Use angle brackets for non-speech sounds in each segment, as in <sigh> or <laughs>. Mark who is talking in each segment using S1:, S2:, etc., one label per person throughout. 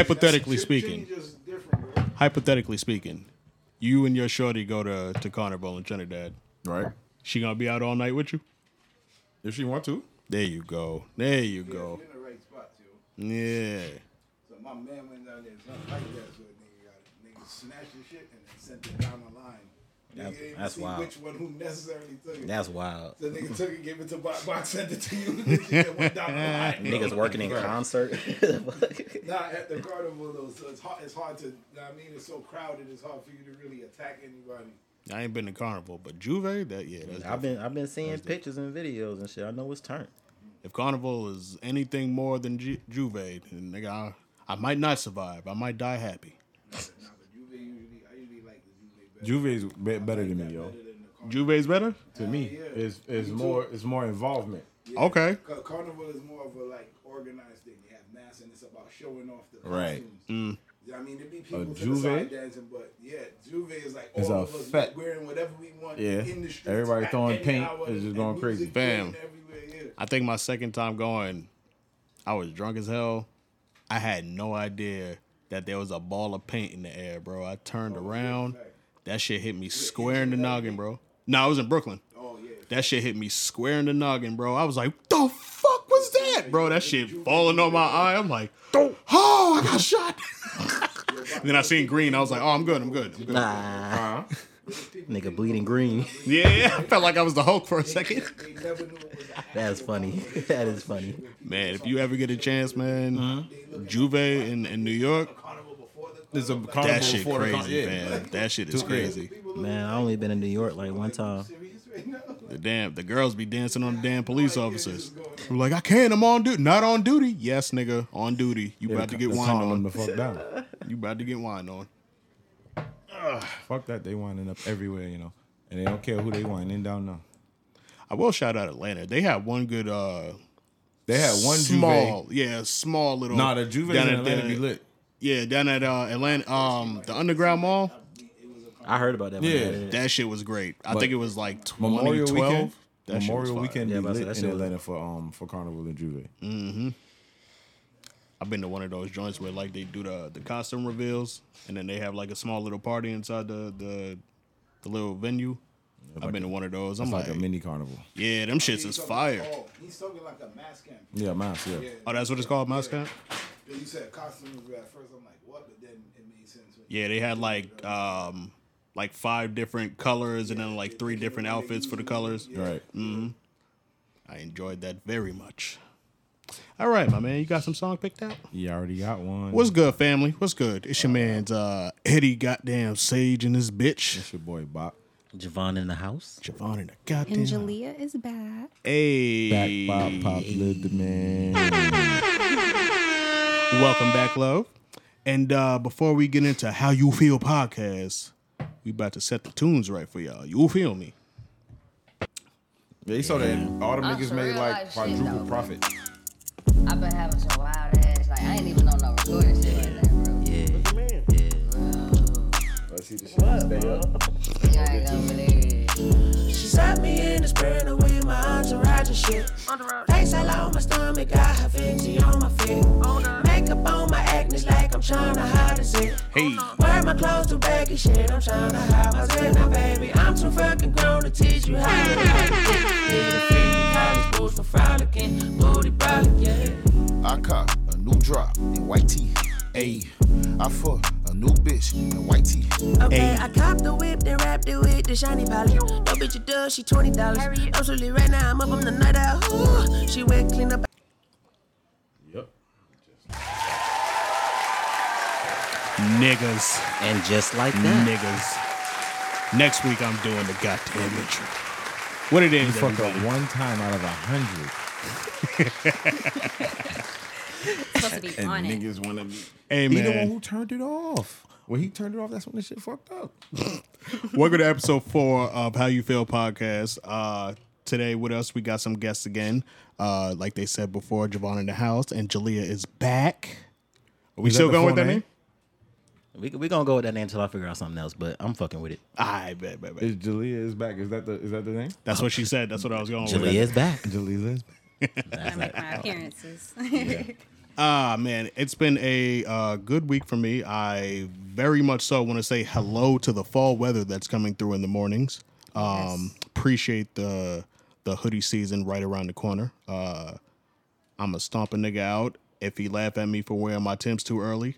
S1: Hypothetically speaking, hypothetically speaking, you and your shorty go to to Carnival in Trinidad.
S2: Right.
S1: She gonna be out all night with you?
S2: If she want to.
S1: There you go. There you go.
S3: in the right spot, too.
S1: Yeah.
S3: So my man went down there, it's nothing like that. So a nigga got nigga snatched the shit and then sent it down the line. Nigga
S4: That's-
S3: didn't even
S4: that's
S3: see
S4: wild.
S3: Which one who necessarily took it?
S4: That's wild.
S3: the nigga took it, gave it to Box, Box sent it to you. <laughs>
S2: <laughs>
S3: The shit went down the line.
S4: Niggas working in concert.
S3: Nah, at the carnival though, so it's hard. It's hard to. nah, I mean, it's so crowded. It's hard for you to really attack anybody.
S1: I ain't been to Carnival, but Juve, that yeah, that's
S4: I've been I've been seeing pictures and videos and shit. I know it's turned.
S1: if Carnival is anything more than Ju- Juve, then nigga, I, I might not survive. I might die happy.
S3: Nah, but Juve usually, I usually like the Juve better.
S2: Juve is be- better than me, yo.
S3: Better than the carnival.
S1: Juve's better?
S2: To me, it's it's more it's more involvement.
S1: Okay.
S3: Ca- Carnival is more of a like organized thing. They have mass and it's about showing off the
S2: Right. Mm.
S3: costumes. I mean, there'd be people
S2: A
S3: to
S2: juve?
S3: the side dancing, but yeah, juve is like all
S2: It's a
S3: of us
S2: fet.
S3: wearing whatever we want
S2: Yeah.
S3: in the streets.
S2: Everybody
S3: at
S2: throwing
S3: any
S2: paint
S3: hour,
S2: is just
S3: and
S2: going
S3: music
S2: crazy.
S3: playing
S1: Bam.
S3: everywhere, yeah.
S1: I think my second time going, I was drunk as hell. I had no idea that there was a ball of paint in the air, bro. I turned around. That shit hit me square in the noggin, bro. No, I was in Brooklyn.
S3: Oh yeah.
S1: That shit hit me square in the noggin, bro. I was like, the fuck was that, bro? That shit falling on my eye. I'm like, oh, I got shot. <laughs> And then I seen green. I was like, oh, I'm good. I'm good. I'm good.
S4: Nah,
S2: Uh-huh.
S4: <laughs> nigga bleeding green. <laughs>
S1: Yeah, I felt like I was the Hulk for a second.
S3: They never knew it was an
S4: That's
S3: actual
S4: funny. <laughs>
S3: carnival. They
S4: that is
S3: thought
S4: funny.
S3: shit was people
S1: Man, if
S3: talking
S1: you ever get a chance, man,
S3: look
S1: Juve in, in New York,
S3: about <laughs> carnival before the
S2: There's a
S3: carnival,
S2: carnival
S1: that shit
S2: before the con-
S1: crazy,
S2: yeah.
S1: man. That shit is
S2: Too crazy.
S1: crazy.
S3: people look
S4: Man, I only been in New York like one time.
S3: serious right now.
S1: The damn, the girls be dancing on the damn police officers. We're like, I can't. I'm on duty. Not on duty. Yes, nigga, on duty. You about to get
S2: Calm
S1: wine
S2: them
S1: on.
S2: the fuck down.
S1: <laughs> You about to get wine on.
S2: fuck that. They winding up everywhere, you know, and they don't care who they winding down now.
S1: I will shout out Atlanta. They had one good. uh
S2: They had one
S1: small, yeah, small little.
S2: Juve. Nah, the Juve in
S1: down at
S2: Atlanta
S1: the-
S2: be lit.
S1: Yeah, down at uh, Atlanta, um, the Underground Mall.
S3: <laughs>
S4: I heard about that.
S2: Yeah.
S4: One.
S1: That shit was great. I think it was like
S2: Memorial
S1: 2012.
S2: weekend.
S1: That shit was
S2: Memorial
S1: fire.
S2: weekend
S4: Yeah,
S2: be
S4: but I said
S2: lit
S4: that
S2: in
S4: shit was-
S2: Atlanta for um for Carnival and Juve.
S1: Mm. I've been to one of those joints where like they do the the costume reveals and then they have like a small little party inside the the, the little venue. I've been to one of those. I'm
S2: It's
S1: like,
S2: like a mini carnival.
S1: yeah, them shits is fire.
S3: Oh, he's talking like a mass camp.
S2: Yeah, mine. Yeah.
S3: Yeah.
S1: Oh, that's what it's called, Mouse Camp.
S3: You said costumes, but at first I'm like, what? But then it made sense. when-
S1: Yeah, they had like um like five different colors and then like three different outfits for the colors.
S2: Right.
S1: Mm. I enjoyed that very much. All right, my man, you got some song picked out?
S2: You already got one.
S1: What's good, family? What's good? It's your man's uh Eddie goddamn Sage and his bitch.
S2: It's your boy Bop.
S4: Javon in the house.
S1: Javon and the goddamn
S5: And Jalea is back.
S2: Back
S1: Hey.
S2: Bop Pop Live the Man.
S1: Welcome back, love. And uh, before we get into how you feel podcast, we about to set the tunes right for y'all. You feel me?
S2: They saw that all the
S6: I'm
S2: niggas
S6: for
S2: made
S6: real
S2: like
S6: life shit,
S2: quadruple
S6: though.
S2: profit.
S6: I've been having some wild ass. Like, I ain't even on no recording shit like that, bro.
S4: Yeah.
S2: Let's see the shit stay up.
S6: You ain't gonna believe it.
S7: She shot me in the spirit with my entourage and shit. Lace all on my stomach, got her fancy on my feet. Makeup on my acne, it's like I'm trying to hide a zit.
S1: Hey.
S7: Wear my clothes too baggy, shit, I'm trying to hide my zit. Now, baby, I'm too fucking grown to teach you how to hide a dick. Need a free college boots for frolicking, booty brolic, yeah.
S8: I cop a new drop and white tee. Ayy, I fuck a new bitch and white tee.
S7: Okay, I copped the whip, then wrapped it with the shiny polish. No bitch, you does, she $20. I'm silly right now, I'm up on the night out. Ooh, she went clean up.
S2: Yep.
S1: Niggas.
S4: And just like that.
S1: Niggas. Next week I'm doing the goddamn intro. What it is,
S2: Fuck up
S1: everybody.
S2: one time out of a hundred.
S6: supposed to be on it.
S2: wanna be.
S1: Hey,
S2: He the one
S1: man.
S2: who turned it off. When he turned it off, that's when the shit fucked up.
S1: Welcome to episode four of How You Feel podcast. Uh, today with us, we got some guests again. Uh, like they said before, Javon in the house and Jalea is back. Are we
S2: that
S1: still
S2: the
S1: going with
S2: full
S1: that name?
S2: name?
S4: We we gonna go with that name until I figure out something else. But I'm fucking with it.
S1: I bet, bet, bet.
S2: Is Jalea is back? Is that the is that the name?
S1: That's what she Oh, said. That's what I was going with.
S4: Jalea is back.
S2: Jalea is back.
S5: <laughs>
S6: I make my appearances.
S1: Ah, man, it's been a uh, good week for me. I very much so want to say hello to the fall weather that's coming through in the mornings. Um, Appreciate the the hoodie season right around the corner. Uh, I'm going to stomp a nigga out if he laugh at me for wearing my Tim's
S5: <laughs>
S1: too early.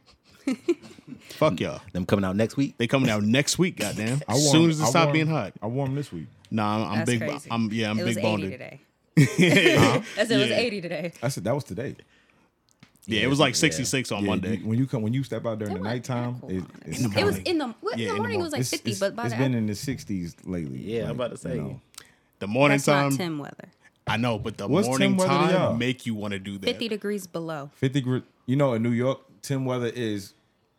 S1: Fuck y'all.
S4: Them coming out next week.
S1: They coming out next week, goddamn.
S2: I
S1: As
S2: warm-
S1: soon as it
S2: I
S1: stop
S2: warm-
S1: being hot.
S2: I warm this week.
S1: Nah, I'm, I'm
S5: That's
S1: big.
S5: crazy.
S1: I'm yeah, I'm
S5: it was
S1: big
S5: 80
S1: bonded. <laughs>
S5: today. <laughs> That's it was
S1: Yeah.
S5: 80 today.
S2: I said that was today.
S1: Yeah,
S4: Yeah,
S1: it was like
S4: yeah.
S1: 66 on
S2: Yeah,
S1: Monday.
S2: you- when you come, when you step out during
S5: It
S2: the
S5: wasn't
S2: nighttime,
S5: that cool
S2: it,
S5: on
S2: it's
S5: It was
S2: kinda-
S5: in the what,
S1: Yeah,
S5: in the morning. It was like
S2: it's-
S5: 50,
S2: it's-
S5: but by
S2: it's
S5: the
S2: been
S5: af-
S2: in the sixties lately.
S4: Yeah, I'm about to say.
S2: you know.
S1: the morning
S5: that's
S1: time.
S5: not Tim weather.
S1: I know, but the
S2: What's
S1: morning
S2: Tim weather to y'all?
S1: time make you want to do that.
S5: 50 degrees below.
S2: fifty. gr- You know, in New York, Tim weather is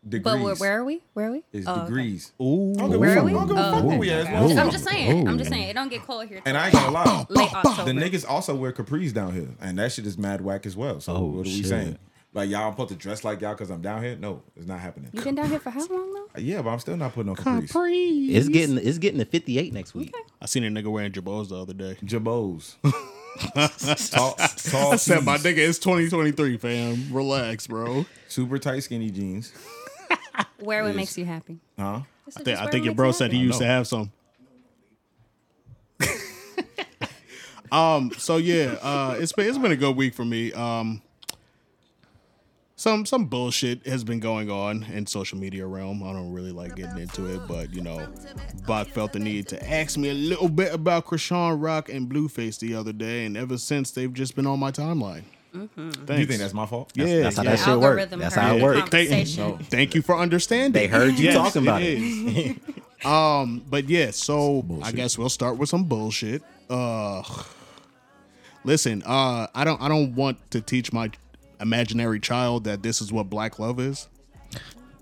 S2: degrees.
S5: But where, where are we? Where are we?
S2: is
S5: Oh, okay.
S2: degrees?
S1: Ooh,
S5: Where are
S2: Ooh.
S5: we?
S2: Don't give a
S5: Oh,
S2: fuck where
S5: okay.
S2: we at, as
S5: Okay.
S2: long as-
S5: I'm just saying. I'm just saying. It don't get cold here.
S2: And
S5: till
S2: I ain't gonna lie,
S5: late October.
S2: the niggas also wear capris down here, and that shit is mad whack as well. So
S4: Oh,
S2: what are we
S4: shit.
S2: saying? Like y'all, I'm supposed to dress like y'all because I'm down here? No, it's not happening. Uh,
S5: You been down here for how long though?
S2: Yeah, but I'm still not putting on capris.
S4: It's getting it's getting to 58 next week.
S1: I seen a nigga wearing Jabos the other day.
S2: Jabos. tall, tall
S1: I said, my
S2: tees,
S1: nigga, it's 2023, fam. Relax, bro.
S2: super tight skinny jeans.
S5: Where what makes you happy?
S2: Huh?
S1: I think, I think your bro said he used to have some. um. So yeah, uh, it's been it's been a good week for me. Um. Some some bullshit has been going on in social media realm. I don't really like getting into it, but you know, Bach felt the need to ask me a little bit about Krishan Rock and Blueface the other day, and ever since they've just been on my timeline. Thanks.
S2: You think that's my fault?
S1: yeah?
S4: That's how
S1: yeah.
S4: that shit works.
S5: Algorithm
S4: That's
S5: hurt.
S4: how it
S5: Yeah.
S4: works.
S1: Thank-
S5: Conversation.
S1: Thank you for understanding.
S4: They heard you
S1: Yes,
S4: talking about it.
S1: is. um, but yeah, so I guess we'll start with some bullshit. Uh, listen, uh, I don't, I don't want to teach my imaginary child that this is what black love is.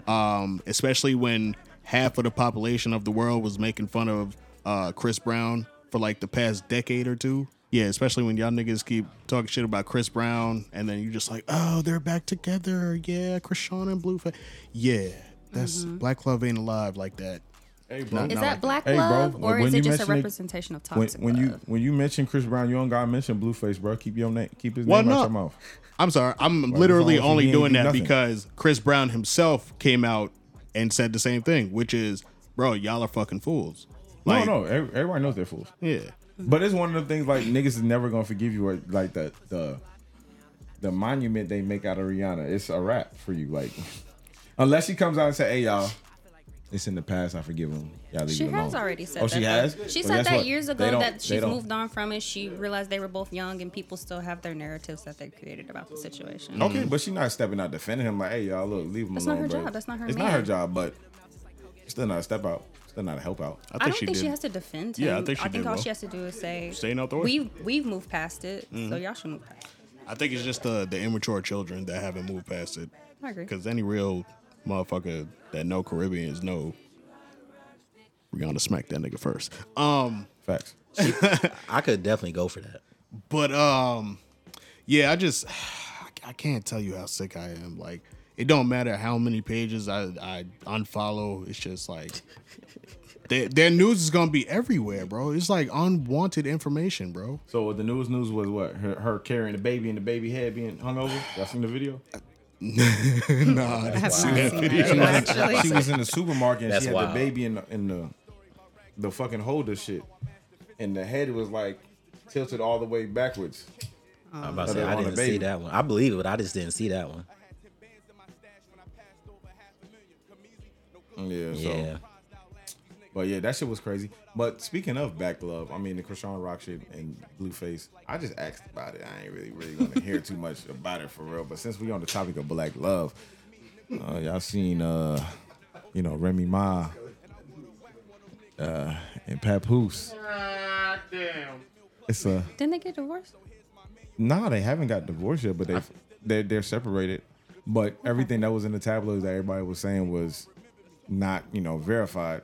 S1: Um, especially when half of the population of the world was making fun of uh, Chris Brown for like the past decade or two. Yeah, especially when y'all niggas keep talking shit about Chris Brown, and then you just like, oh, they're back together. Yeah, Krishan and Blueface. Yeah, that's black love ain't alive like that.
S2: Hey, bro.
S5: Is
S1: Not
S5: that
S1: like-
S5: black
S2: Hey, bro,
S5: love
S2: like,
S5: or
S2: when
S5: is
S2: you
S5: it just a
S2: mention it-
S5: representation of
S2: When,
S5: toxic
S2: when you
S5: love?
S2: when you mention Chris Brown, you don't gotta mention Blueface, bro. Keep your name, keep his
S1: Well,
S2: name out
S1: no.
S2: your mouth.
S1: I'm sorry, I'm literally
S2: wrong with
S1: only
S2: you? He ain't
S1: doing
S2: do
S1: that
S2: nothing.
S1: because Chris Brown himself came out and said the same thing, which is, bro, y'all are fucking fools. Like,
S2: no, no, every- everybody knows they're fools.
S1: yeah,
S2: But it's one of the things like niggas is never gonna forgive you. Or, like the the the monument they make out of Rihanna, it's a wrap for you. Like <laughs> unless she comes out and say, "Hey y'all, it's in the past. I forgive him." Y'all leave
S5: She
S2: it alone.
S5: has already said
S2: Oh,
S5: that.
S2: she
S5: though.
S2: has.
S5: She
S2: Well,
S5: said
S2: guess
S5: that
S2: what?
S5: years
S2: They
S5: ago
S2: don't-
S5: that
S2: they
S5: she's
S2: don't-
S5: moved on from it. She realized they were both young and people still have their narratives that they created about the situation.
S2: Okay, but she's not stepping out defending him. Like, hey y'all, look, leave him
S5: That's not
S2: alone.
S5: her
S2: bro.
S5: job. That's not her
S2: It's not
S5: man.
S2: her job, but still not a step out. Still not a help out.
S1: I think
S5: I, don't
S1: she
S5: think
S1: did.
S5: she has to defend him.
S1: Yeah, I think she
S5: I think
S1: did
S5: all
S1: well.
S5: she has to do is say,
S1: Stay in out the way.
S5: We've, we've moved past it, so y'all should move past it.
S1: I think it's just uh, the the immature children that haven't moved past it.
S5: I agree.
S1: Because any real motherfucker that know Caribbeans know Rihanna smack that nigga first. Um,
S2: Facts.
S4: <laughs> I could definitely go for that.
S1: but um, yeah, I just <sighs> I can't tell you how sick I am. Like, it don't matter how many pages I I unfollow. It's just like. Their, their news is gonna be everywhere, bro. It's like unwanted information, <laughs> bro.
S2: So the news news was what her, her carrying the baby and the baby head being hung over. Y'all seen the video?
S5: I have not seen that.
S2: she
S5: Actually,
S2: was in the supermarket and
S4: That's
S2: she had
S4: wild.
S2: the baby in the, in the the fucking holder shit, and the head was like tilted all the way backwards.
S4: I'm about to
S2: Uh, But
S4: say
S2: they
S4: I
S2: want a
S4: didn't see
S2: baby.
S4: that one. I believe it, but I just didn't see that one.
S2: Yeah. So,
S4: Yeah.
S2: But yeah, that shit was crazy. But speaking of back love, I mean the Krishan Rock shit and Blueface, I just asked about it. I ain't really really gonna hear too much about it for real. But since we on the topic of black love, uh, y'all seen uh, you know Remy Ma. Uh, and Papoose. It's a
S5: Didn't they get divorced?
S2: No, they haven't got divorced yet, but they they they're separated. But everything that was in the tabloids that everybody was saying was not you know verified.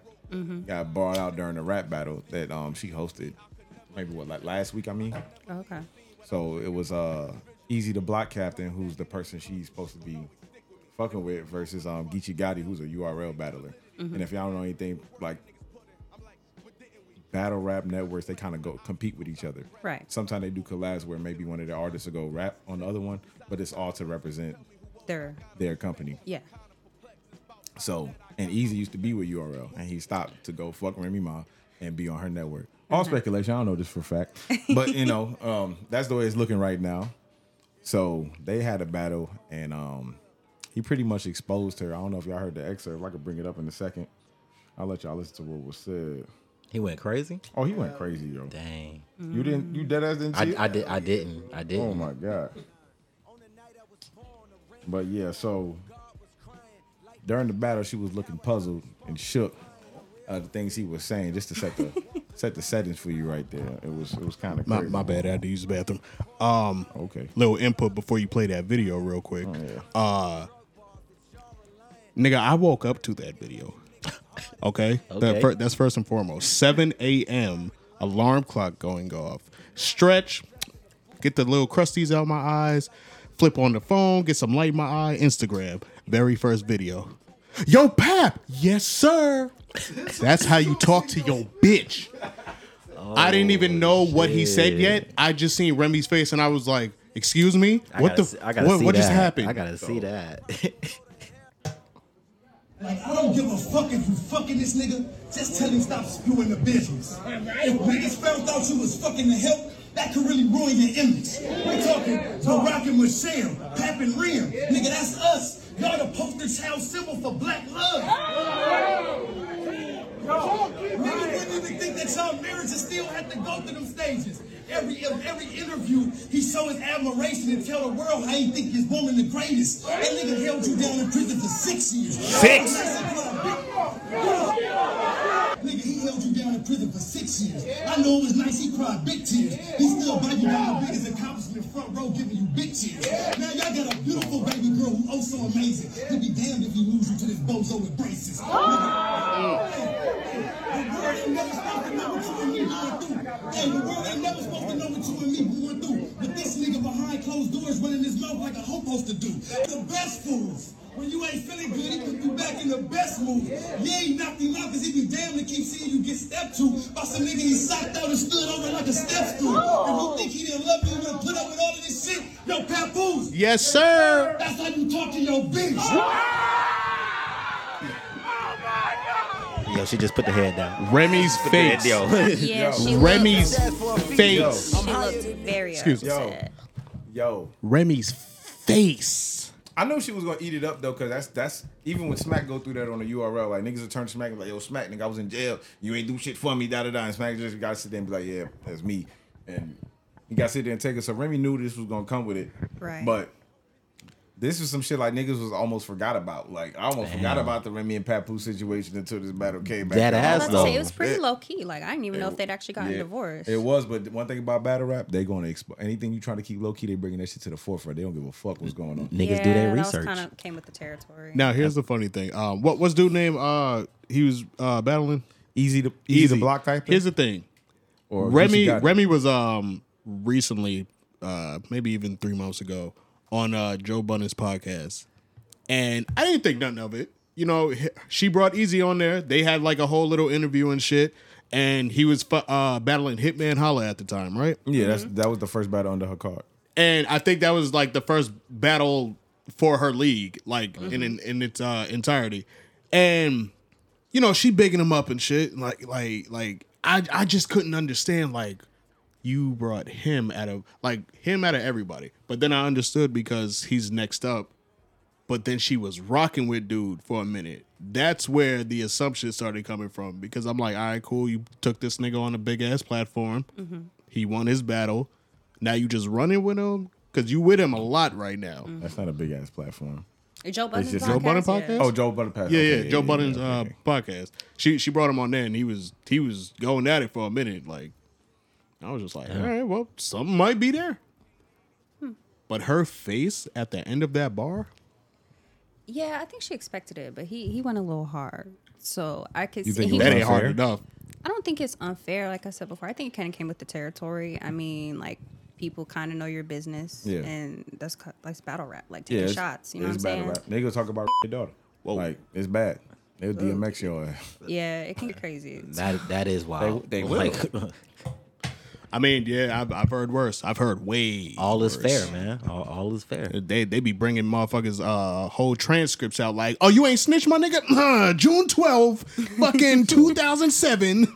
S2: Got barred out during the rap battle that um she hosted, maybe what like last week I mean.
S5: Oh, okay.
S2: So it was uh easy to block captain who's the person she's supposed to be fucking with versus um Geechee Gotti who's a URL battler. And if y'all don't know anything like battle rap networks, they kind of go compete with each other.
S5: Right.
S2: Sometimes they do collabs where maybe one of the artists will go rap on the other one, but it's all to represent
S5: There.
S2: their company.
S5: Yeah.
S2: So, and Easy used to be with URL, and he stopped to go fuck Remy Ma and be on her network. All speculation. I don't know this for a fact, but you know, um, that's the way it's looking right now. So they had a battle, and um, he pretty much exposed her. I don't know if y'all heard the excerpt. If I could bring it up in a second, I'll let y'all listen to what was said.
S4: He went crazy.
S2: Oh, he went crazy, yo.
S4: Dang.
S2: You didn't. You dead ass didn't see
S4: I,
S2: it?
S4: I did. I didn't. I didn't.
S2: Oh my god. But yeah, so during the battle, she was looking puzzled and shook at the things he was saying. Just to set the
S1: <laughs>
S2: set the settings for you right there, it was it was kind of
S1: My, my bad. I had to use the bathroom. Um,
S2: Okay.
S1: little input before you play that video real quick. Uh, nigga, I woke up to that video. <laughs> Okay, That
S4: Okay.
S1: fir- that's first and foremost. 7 a.m. alarm clock going off. Stretch, get the little crusties out of my eyes. Flip on the phone, get some light in my eye. Instagram, very first video. Yo, Pap, yes sir. That's how you talk to your bitch. I didn't
S4: Oh,
S1: even know what he said yet. I just seen Remy's face and I was like, "Excuse me,
S4: I
S1: what
S4: gotta
S1: the?
S4: see- I gotta
S1: what
S4: see
S1: what
S4: that.
S1: just happened?"
S4: I gotta see
S2: <laughs>
S4: that.
S9: Like, I don't give a fuck if you fucking this nigga. Just tell him stop spewing the business. If niggas found out you was fucking the help, that could really ruin your image. We're talking Barack and Michelle, Pap and Rim. Nigga, that's us. Y'all the poster child symbol for black love. Nigga wouldn't even think that y'all marriages still had to go through them stages. Every every interview, he show his admiration and tell the world how he think his woman the greatest. That nigga held you down in prison for six years. Six. Nigga, he held you down in prison for six years. I know it was nice. He cried big tears. He still by you by your biggest accomplishment front row, giving you big tears. Now y'all got a beautiful baby girl who oh so amazing. He'd be damned if he lose you to this bozo with braces. The world ain't never supposed to know what you and me going through. Hey, the world ain't never supposed to know what you and me going through. But this nigga behind closed doors running his mouth like a hoe supposed to do. The best fools. When you ain't feeling good, he put you back in the best mood. Yeah, he knocked him out because he be damned to keep seeing you get stepped to by some nigga he socked out and stood over like a step stool. If you think he didn't love you, he would put up with all of this shit. Yo, papoose,
S1: yes, sir.
S9: that's how you talk to your bitch.
S4: yo, she just put the head
S2: <laughs>
S4: down.
S1: Remy's face.
S8: <laughs>
S4: Yo,
S5: Yeah. She
S1: Remy's
S8: Sad for a female.
S1: face.
S5: Looked, she looked very
S1: Excuse me.
S2: Yo.
S5: upset.
S2: Yo,
S1: Remy's face.
S2: I know she was gonna eat it up though, cause that's that's even when Smack go through that on the URL, like niggas will turn to Smack and be like, yo, Smack, nigga, I was in jail. You ain't do shit for me, da da da. And Smack just gotta sit there and be like, yeah, that's me. And he gotta sit there and take it. So Remy knew this was gonna come with it.
S5: Right.
S2: But this was some shit like niggas was almost forgot about. Like I almost forgot about the Remy and Papu situation until this battle came back.
S4: Dead
S2: up.
S4: ass,
S5: I was about to say,
S4: though.
S5: it was pretty
S2: Yeah.
S5: low key. Like I didn't even know if they'd actually gotten
S2: Yeah,
S5: divorced.
S2: It was, but one thing about battle rap, they going to expose anything you trying to keep low key. They bringing that shit to the forefront. They don't give a fuck what's going on.
S4: <laughs> niggas do their
S5: That was
S4: research.
S5: kind of came with the territory.
S1: Now here's the funny thing. Um, what was dude name? Uh, he was uh battling.
S2: Easy to easy,
S1: Easy.
S2: to block type. thing?
S1: Here's the thing.
S2: Or Gucci
S1: Remy
S2: got it?
S1: Remy was um recently, uh maybe even three months ago, on uh Joe Bunnon's podcast, and I didn't think nothing of it. You know, h- she brought Easy on there. They had like a whole little interview and shit, and he was fu- uh battling Hitman Holla at the time, right?
S2: Yeah, that's
S1: Mm-hmm.
S2: that was the first battle under her card.
S1: And I think that was like the first battle for her league, like in, in in its uh entirety, and you know she bigging him up and shit, like like like I I just couldn't understand like you brought him out of like him out of everybody. But then I understood because he's next up. But then she was rocking with dude for a minute. That's where the assumption started coming from because I'm like, all right, cool. You took this nigga on a big ass platform. He won his battle. Now you just running with him because you with him a lot right now.
S2: That's not a big ass platform.
S5: Joe Budden's
S2: just-
S5: podcast.
S2: Joe
S1: Budden
S5: yeah.
S1: podcast?
S2: Oh, Joe Budden passed.
S1: Yeah,
S2: Okay,
S1: yeah, Joe Budden's
S2: yeah,
S1: uh,
S2: okay.
S1: podcast. She she brought him on there, and he was he was going at it for a minute. Like I was just like, all right, well, something might be there. But her face at the end of that bar,
S5: Yeah, I think she expected it, but he he went a little hard. So I could.
S2: You
S5: see,
S2: think
S5: he
S2: it
S1: that
S2: was
S1: ain't hard
S2: unfair?
S1: enough.
S5: I don't think it's unfair. Like I said before, I think it kind of came with the territory. I mean, like people kind of know your business,
S2: Yeah.
S5: and that's cu- like battle rap, like
S2: Yeah,
S5: taking
S2: it's-
S5: shots. You know what I'm
S2: it's
S5: saying?
S2: battle rap. Nigga talk about your daughter. Like it's bad. They'll DMX your ass. <laughs>
S5: Yeah, it can get
S2: <sighs>
S5: crazy.
S4: That that is wild. <laughs>
S2: They- they
S1: I mean, yeah, I've, I've heard worse. I've heard way.
S4: all is
S1: worse.
S4: fair, man. All, all is fair.
S1: They they be bringing motherfuckers uh whole transcripts out like, oh, you ain't snitch, my nigga. <laughs> June 12, <laughs> fucking 2007.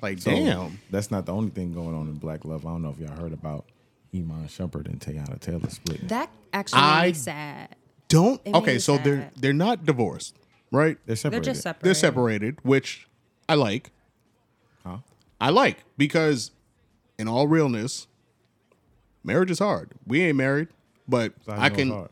S1: Like,
S2: So,
S1: damn.
S2: That's not the only thing going on in Black Love. I don't know if y'all heard about Iman Shumpert and Tayana Taylor split.
S5: That actually
S1: I-
S5: makes me sad.
S1: Don't.
S5: It
S1: Okay,
S5: means
S1: so they're
S5: that-
S1: they're not divorced, right?
S2: They're
S5: They're
S2: separated.
S5: just separate.
S1: They're separated, which I like.
S2: Huh?
S1: I like because, in all realness, marriage is hard. We ain't married, but
S2: So how
S1: I
S2: you know it's
S1: can.
S2: hard?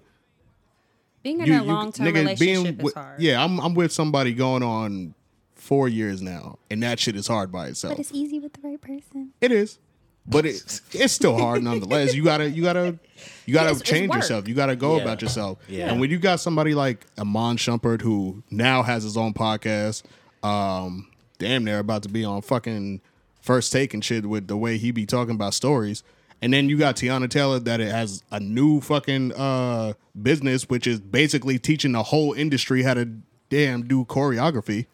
S5: Being in
S1: you-
S5: a
S1: you-
S5: long term
S1: nigga,
S5: relationship is
S1: with-
S5: hard.
S1: Yeah, I'm I'm with somebody going on four years now, and that shit is hard by itself.
S10: But it's easy with the right person.
S1: It is, but it it's still hard nonetheless. You gotta you gotta you gotta
S5: It's- it's
S1: change
S5: work.
S1: yourself. You gotta go
S4: Yeah.
S1: about yourself.
S4: Yeah.
S1: And when you got somebody like Amon Shumpert who now has his own podcast, um, damn, they're about to be on fucking first take and shit with the way he be talking about stories. And then you got Tiana Taylor that it has a new fucking uh business, which is basically teaching the whole industry how to damn do choreography.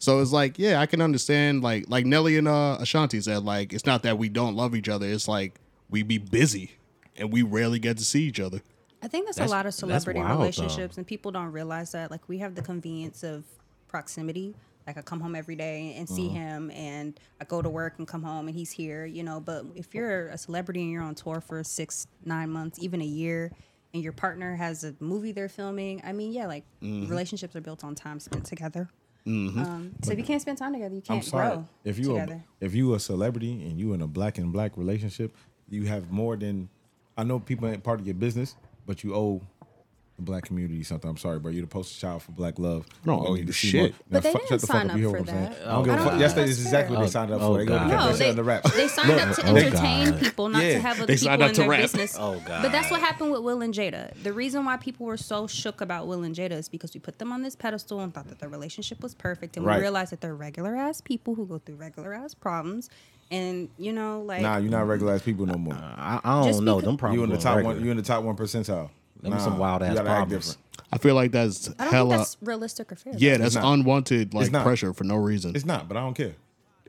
S1: So it's like, yeah, I can understand like like Nelly and uh, Ashanti said, like it's not that we don't love each other. It's like we be busy and we rarely get to see each other.
S5: I think that's,
S4: That's-
S5: a lot of
S4: that's
S5: celebrity
S4: wild, though.
S5: relationships, and people don't realize that. Like we have the convenience of proximity. Like I come home every day and
S2: Mm-hmm.
S5: see him, and I go to work and come home, and he's here. You know, but if you're a celebrity and you're on tour for six, nine months, even a year, and your partner has a movie they're filming, I mean, yeah, like
S2: Mm-hmm.
S5: relationships are built on time spent together. Um, so if you can't spend time together, you
S2: I'm
S5: can't
S2: sorry.
S5: grow
S2: If you a,
S5: together.
S2: if you a celebrity and you in a black and black relationship, you have more than I know people ain't part of your business, but you owe the black community something. I'm sorry, bro. You're the poster child for black love. Oh,
S1: I don't
S2: We
S1: owe
S2: need
S1: you
S2: to see
S1: shit.
S2: more-
S5: But they
S2: fuck-
S5: didn't
S2: shut the fuck
S5: sign
S2: up. You
S5: up
S2: hear
S5: for
S2: what I'm saying?
S5: that.
S2: I don't give
S5: I
S2: a
S5: don't
S2: fuck.
S5: think
S2: That's, that's
S5: that's
S2: exactly what they
S5: fair.
S2: signed up
S4: Oh,
S2: for. They gonna
S4: God.
S2: keep
S5: No,
S2: that shit
S5: they,
S2: under wraps.
S5: they signed up to
S4: oh,
S5: entertain
S4: God.
S5: people, not
S2: Yeah.
S5: to have other
S1: They signed
S5: people
S1: up
S5: in
S1: to
S5: their
S1: rap.
S5: business.
S4: Oh, God.
S5: But that's what happened with Will and Jada. The reason why people were so shook about Will and Jada is because we put them on this pedestal and thought that their relationship was perfect, and
S2: Right.
S5: we realized that they're regular ass people who go through regular ass problems, and you know, like
S2: Nah, you're not regular ass people no more.
S4: I, I don't
S5: Just
S4: know.
S5: because-
S4: Them problems.
S2: You in the
S4: going
S2: top
S4: regular.
S2: one. You in the top one percentile.
S4: Them some wild
S2: you
S4: ass
S2: gotta act
S4: problems.
S2: different.
S1: I feel like that's
S5: I don't
S1: hella
S5: think that's realistic or fair.
S1: yeah,
S5: though.
S1: that's
S2: not.
S1: unwanted like
S2: not.
S1: pressure for no reason.
S2: It's not, but I don't care.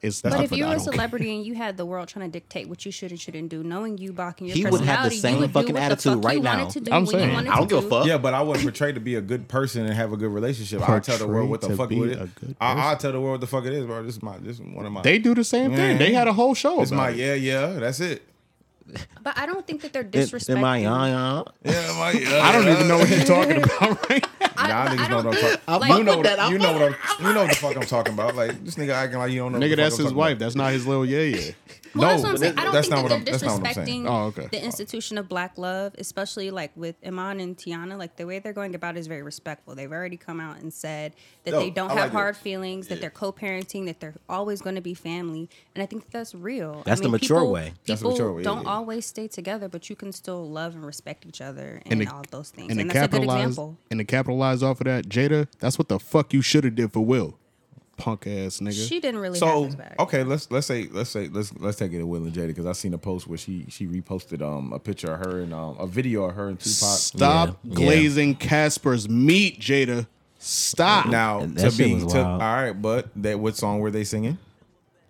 S1: It's
S2: But
S1: not
S5: But if
S1: for
S5: you
S1: I
S5: were a
S1: don't care.
S5: celebrity and you had the world trying to dictate what you should and shouldn't do, knowing you blocking your
S4: He would have the
S5: personality,
S4: same
S5: you would
S4: fucking
S5: do what
S4: attitude
S5: the fuck
S4: right
S5: you
S4: now.
S5: Wanted to do
S1: I'm
S5: when
S1: saying,
S5: you wanted
S4: I don't
S5: to
S4: give
S5: do.
S4: a fuck.
S2: Yeah, but I wouldn't portray to be a good person and have a good relationship. I'll tell the world what the
S1: Portray
S2: fuck
S1: to
S2: it
S1: be a
S2: is.
S1: good
S2: I, I'll tell the world what the fuck it is, bro. This is my this is one of my
S1: they do the same thing. They had a whole show.
S2: It's
S1: about
S2: my <laughs>
S1: it.
S2: yeah, yeah, that's it.
S5: But I don't think that they're
S4: Then-
S5: disrespecting.
S4: then my uh, uh,
S2: Yeah, my, yeah.
S1: I don't even know what you're
S5: <laughs>
S1: talking about right now.
S2: Nah, niggas know what I'm talking
S4: I'm
S2: You
S4: fucking with
S2: know what
S4: that. I'm
S2: you know what I'm, you know what the fuck I'm talking about. Like this nigga acting like you don't know. what
S1: Nigga,
S2: the
S1: that's
S2: fuck I'm
S1: his
S2: talking
S1: wife.
S2: about.
S1: That's not his little yeah yeah.
S5: Well, that's
S2: No,
S5: what I'm saying. I don't
S2: that's
S5: think
S2: not
S5: that
S2: what
S5: they're
S2: I'm- that's not what I'm saying.
S5: disrespecting
S1: Oh, okay.
S5: the institution of black love, especially like with Iman and Tiana. Like the way they're going about it is very respectful. They've already come out and said that
S2: No,
S5: they don't
S2: I
S5: have
S2: like it.
S5: hard feelings, that they're co-parenting, that they're always going to be family, and I think that's real.
S4: That's
S5: I
S4: the mature
S5: people-
S4: way.
S2: That's the
S5: People
S2: mature way, yeah,
S5: don't
S2: yeah.
S5: always stay together, but you can still love and respect each other and,
S1: And to-
S5: all those things.
S1: And
S5: And,
S1: to
S5: that's a good
S1: capitalize
S5: example.
S1: and to capitalize off of that, Jada, that's what the fuck you should have did for Will, punk ass nigga.
S5: She didn't really have
S2: So
S5: his back.
S2: okay, let's let's say let's say let's let's take it to Will and Jada because I seen a post where she she reposted um a picture of her and um a video of her and Tupac.
S1: Stop
S4: Yeah, yeah.
S1: glazing Casper's meat, Jada. Stop.
S2: Now
S4: And
S2: to
S4: that shit
S2: be
S4: was
S2: to, all
S4: wild.
S2: right, but that what song were they singing?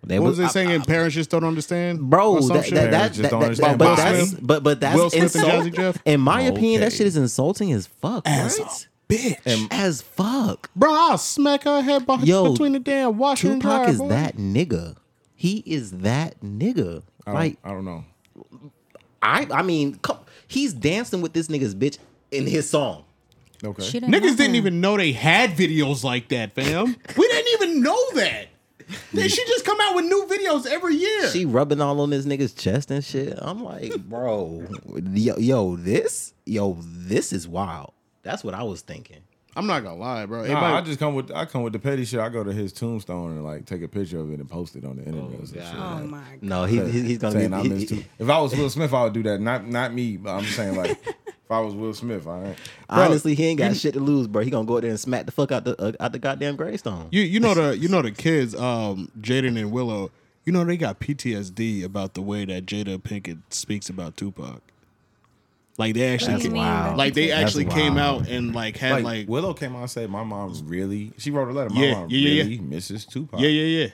S4: they
S1: what was they
S4: I-
S1: saying?
S4: I-
S1: parents just don't understand,
S4: Bro,
S1: Or some
S4: that,
S1: shit?
S4: that, that,
S2: Parents just
S4: that,
S2: don't
S4: that,
S2: understand
S4: but
S1: Bob
S4: that's
S1: Smith.
S4: but but that's
S1: Will Smith and
S4: insult-
S1: Jazzy Jeff?
S4: In my opinion, that
S2: Okay.
S4: shit is insulting as fuck,
S1: As
S4: right?
S1: a bitch,
S4: As fuck.
S1: bro. I'll smack her head beh-
S4: Yo,
S1: between the damn washing and dryer.
S4: Tupac is
S1: boy.
S4: that nigga. He is that nigga.
S1: Oh.
S2: I don't,
S4: Like
S2: I don't know.
S4: I, I mean, come, he's dancing with this nigga's bitch in his song.
S2: Okay.
S5: She didn't
S1: Niggas
S5: love
S1: didn't
S5: him.
S1: even know they had videos like that, fam. we didn't even know that. They, she just come out with new videos every year.
S4: She rubbing all on this nigga's chest and shit. I'm like, bro, yo, yo, this, yo, this is wild. That's what I was thinking.
S1: I'm not gonna lie, bro.
S2: Nah,
S1: Everybody-
S2: I just come with I come with the petty shit. I go to his tombstone and like take a picture of it and post it on the internet. and shit.
S5: Oh
S2: like,
S5: my god.
S4: No, he, he- he's gonna
S2: saying
S4: be.
S2: I
S4: he-
S2: miss
S4: he-
S2: too. If I was Will Smith, I would do that. Not not me, but I'm saying like if I was Will Smith, all right.
S4: honestly, he ain't got shit to lose, bro. He gonna go out there and smack the fuck out the uh, out the goddamn gravestone.
S1: You you know the you know the kids, um, Jaden and Willow. You know they got PTSD about the way that Jada Pinkett speaks about Tupac. Like they actually,
S5: That's
S1: came,
S5: wild.
S1: like they
S5: That's
S1: actually came
S4: wild.
S1: out and like had
S2: Like,
S1: like,
S2: Willow came out and said, "My mom's really." She wrote a letter. My
S1: Yeah,
S2: mom
S1: yeah, yeah,
S2: really misses Tupac.
S1: yeah, yeah, yeah.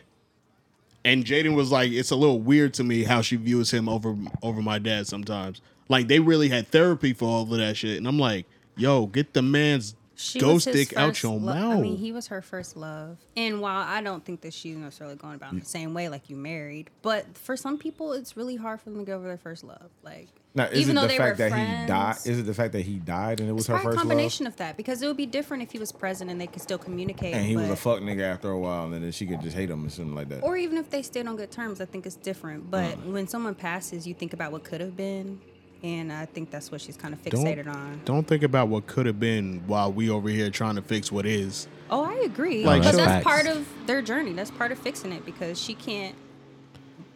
S1: And Jaden was like, it's a little weird to me how she views him over over my dad sometimes. Like they really had therapy for all of that shit, and I'm like, yo, get the man's
S5: She was
S1: ghost
S5: his
S1: dick out
S5: first
S1: your
S5: lo-
S1: mouth.
S5: I mean, he was her first love. And while I don't think that she's necessarily going
S2: Mm.
S5: about it the same way, like you married, but for some people, it's really hard for them to get over their first love. Like,
S2: Now, is
S5: even
S2: it
S5: though
S2: the
S5: they
S2: fact
S5: were
S2: that he died?
S5: friends-
S2: Is it the fact that he died and it was
S5: it's
S2: her
S5: probably a
S2: first love?
S5: combination of that because it would be different if he was present and they could still communicate.
S2: And he was a
S5: but-
S2: fuck nigga after a while, and then she could just hate him or something like that.
S5: Or even if they stayed on good terms, I think it's different. But
S2: Mm.
S5: when someone passes, you think about what could have been. And I think that's what she's kind of fixated on.
S1: don't think about what could have been while we over here trying to fix what is.
S5: Oh, I agree.
S1: Like,
S5: but
S1: sure.
S5: that's
S4: Facts.
S5: part of their journey. That's part of fixing it because she can't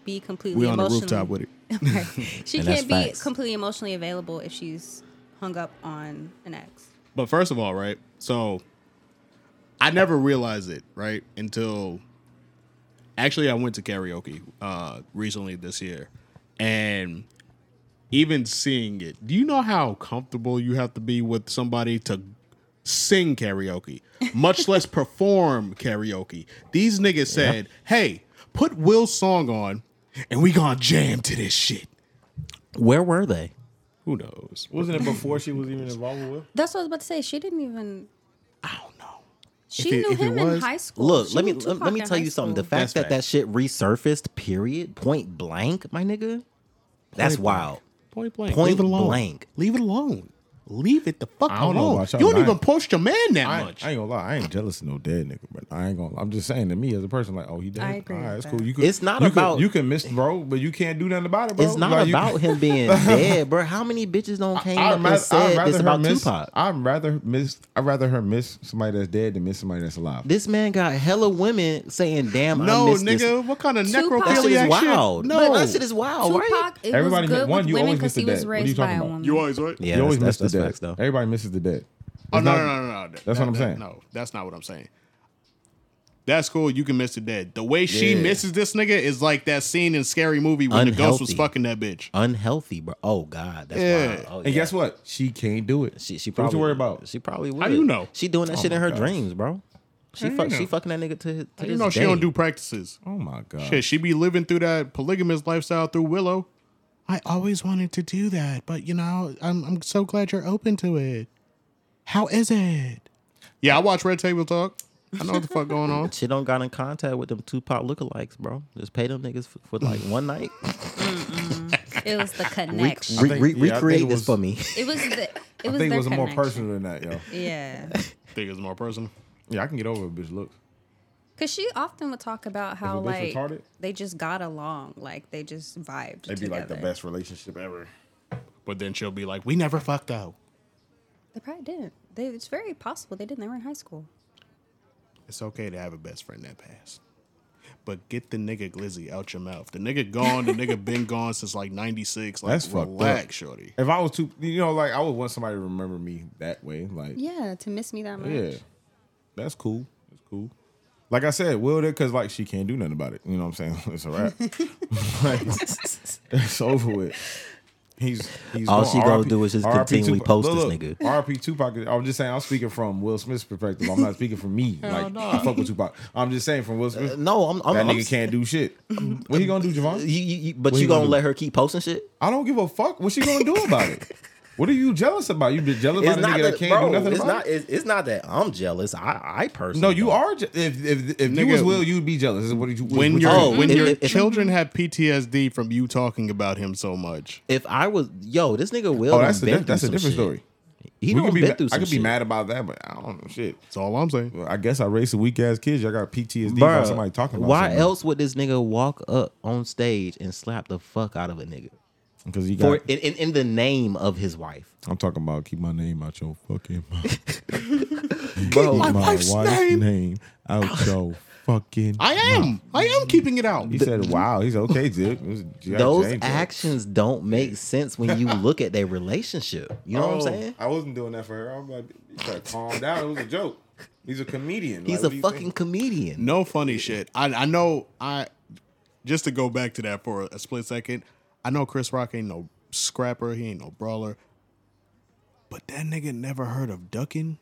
S5: be completely
S1: We on the
S5: emotionally.
S1: rooftop with it.
S5: <laughs> Right. She
S4: And that's
S5: can't be
S4: facts.
S5: completely emotionally available if she's hung up on an ex.
S1: But first of all, right? So I never realized it, right? Until actually I went to karaoke uh recently this year. And even seeing it, do you know how comfortable you have to be with somebody to sing karaoke, <laughs> much less perform karaoke? These niggas said, "Hey, put Will's song on and we going to jam to this shit."
S4: Where were they?
S1: Who knows?
S2: Wasn't it before she was even involved with? Will?
S5: That's what I was about to say. She didn't even.
S1: I don't know.
S5: She
S1: If it-
S5: knew
S1: if it
S5: him in
S1: was-
S5: high school.
S4: Look,
S5: She
S4: let me
S5: knew
S4: let,
S5: Tupac
S4: let me
S5: in
S4: tell
S5: high
S4: you something. The
S5: school.
S4: fact
S1: That's
S4: that that
S1: facts.
S4: shit resurfaced, period, point blank, my nigga, that's
S1: Point blank.
S4: wild.
S1: Point blank.
S4: Point
S1: Leave it alone.
S4: blank.
S1: Leave it alone. Leave it the fuck
S2: I don't know
S1: alone.
S2: about y'all,
S1: you don't
S2: but I-
S1: even post your man that
S2: I,
S1: much.
S2: I ain't gonna lie, I ain't jealous of no dead nigga, but I ain't gonna. I'm just saying to me as a person, like, oh, he dead.
S5: I agree
S2: All right,
S5: with
S2: it's cool.
S5: that.
S2: You could,
S4: It's not
S2: you
S4: about-
S2: Could, you can miss bro, but you can't do nothing about it, bro.
S4: It's not
S2: Like, you- <laughs>
S4: about him being dead, bro. How many bitches don't came
S2: I'd
S4: up
S2: rather-
S4: and said
S2: I'd
S4: this
S2: rather
S4: about
S2: her miss,
S4: Tupac?
S2: I'd rather miss. I'd rather her miss somebody that's dead than miss somebody that's alive.
S4: This man got hella women saying, "Damn, I
S1: no,
S4: missed
S1: nigga.
S4: this."
S1: What kind of
S5: Tupac-
S1: necrophiliac
S4: That shit is wild.
S1: shit?
S4: No,
S1: No,
S4: that shit is wild, right?
S5: Tupac, it
S2: Everybody
S5: was good
S2: hit- one,
S5: with
S2: you
S5: women
S2: always
S5: because
S2: miss
S5: he
S2: the
S5: was
S2: dad. What are you
S5: raised by
S2: talking
S5: a
S2: about?
S5: woman.
S1: always right.
S4: Yeah,
S2: you always
S4: that's,
S2: miss
S4: that's,
S2: the
S4: that's
S2: dead.
S4: facts, though.
S2: Everybody misses the dead.
S1: Oh
S2: It's
S1: no,
S2: not-
S1: no, no, no, no.
S2: That's what I'm
S1: that-
S2: saying.
S1: No, that's not what I'm saying. That's cool. You can miss the dead. The way she
S2: Yeah.
S1: misses this nigga is like that scene in Scary Movie when the ghost was
S4: Unhealthy.
S1: fucking that bitch.
S4: Unhealthy, bro. Oh God, that's
S1: Yeah.
S4: wild. Oh,
S2: And guess what? She can't do it.
S4: She she
S2: What
S4: probably
S2: you worry about?
S4: She probably would.
S1: How you know?
S4: She doing that shit in
S2: my
S4: her
S2: God.
S4: dreams, bro. She fuck, she fucking that nigga to, his- to
S1: You
S4: this
S1: know she
S4: day.
S1: don't do practices.
S2: Oh my god.
S1: Shit, she be living through that polygamous lifestyle through Willow. I always wanted to do that, but you know, I'm I'm so glad you're open to it. How is it?
S4: <laughs>
S1: Yeah, I watch Red Table Talk. I know what the fuck going
S4: <laughs>
S1: on.
S4: She don't got in contact with them Tupac lookalikes, bro. Just pay them niggas for, for like one <laughs> night.
S5: It was the connection.
S4: Re-
S2: think-
S4: re-
S2: yeah, I think
S4: recreate
S2: it
S4: this
S2: was-
S4: for me.
S5: it was the. It
S2: I
S5: was
S2: think it
S5: their
S2: was more
S5: connection.
S2: personal than
S5: <laughs>
S2: that, yo.
S5: Yeah.
S1: Think it's more personal.
S2: Yeah, I can get over a bitch look.
S5: Because she often would talk about how
S2: bitch
S5: like
S2: retarded?
S5: they just got along, like they just vibed.
S2: It'd be like the
S5: together.
S2: best relationship ever.
S1: But then she'll be like, "We never fucked out."
S5: They probably didn't. They, it's very possible they didn't. They were in high school.
S1: It's okay to have a best friend that passed, but get the nigga glizzy out your mouth. The nigga gone. The nigga been gone since like '96. Like,
S2: That's fucked up.
S1: relax, shorty.
S2: <laughs> If I was too, you know, like I would want somebody to remember me that way. Like,
S5: Yeah, to miss me that much.
S2: yeah, that's cool. That's cool. Like I said, willed it because like she can't do nothing about it. You know what I'm saying? <laughs> It's
S4: <laughs>
S2: a wrap. Like, it's over with. He's he's
S4: All
S2: gone.
S4: she gonna
S2: RIP
S4: do is just
S2: RIP
S4: continually post
S2: Look,
S4: this
S2: look,
S4: nigga.
S2: RP Tupac. is- I'm just saying. I'm speaking from Will Smith's perspective. I'm
S4: <laughs>
S2: not speaking from me. like I fuck with Tupac. I'm just saying from Will Smith.
S4: <laughs> No, I'm. I'm,
S2: that
S4: Uh, I'm
S2: nigga can't do shit. What he gonna do,
S4: <laughs>
S2: Javon?
S4: You, you, you, but
S2: What
S4: you
S2: he
S4: gonna,
S2: gonna do?
S4: let her keep posting shit?
S2: I don't give a fuck what she gonna do about it. What are you jealous about? You been jealous about a nigga that can't do nothing
S4: it's
S2: about
S4: not.
S2: it?
S4: It's, it's not that I'm jealous. I, I personally.
S2: No, you
S4: don't.
S2: are. Je- if if if you
S1: Nigga,
S2: was Will, you'd be jealous. Is What you, what,
S1: When
S2: what
S1: your
S4: Oh,
S1: when
S4: if-
S1: your
S4: if- if-
S1: children have PTSD from you talking about him so much,
S4: If I was, yo, this nigga will.
S2: oh,
S4: done
S2: that's a,
S4: been
S2: di-
S4: through
S2: that's a
S4: some
S2: different
S4: shit.
S2: story.
S4: He
S2: We
S4: done
S2: could be
S4: been
S2: ma-
S4: through
S2: I
S4: some
S2: could be
S4: shit.
S2: mad about that, but I don't know shit.
S1: that's all I'm saying.
S2: Well, I guess I raised some weak ass kids. Y'all got PTSD by
S4: Bruh,
S2: somebody talking about.
S4: why else would this nigga walk up on stage and slap the fuck out of a nigga
S2: Because you got.
S4: for in, in, in the name of his wife?
S2: I'm talking about keep my name out your fucking mouth.
S4: <laughs> Bro,
S2: Keep
S1: wife's name
S2: out <laughs> your fucking.
S1: I am. I am keeping it out.
S2: He said, "Wow." He's okay, dude. It was G.I.
S4: those
S2: Jane, dude.
S4: actions don't make sense when
S2: <laughs>
S4: you look at their relationship. You know
S2: Oh,
S4: what I'm saying?
S2: I wasn't doing that for her. I was like, you gotta calm down.
S4: <laughs>
S2: It was a joke. He's a comedian.
S4: He's a
S2: Like, what do you
S4: fucking
S2: think?
S4: comedian.
S1: No funny shit. I I know I just to go back to that for a split second. I know Chris Rock ain't no scrapper. He ain't no brawler. But that nigga never heard of ducking.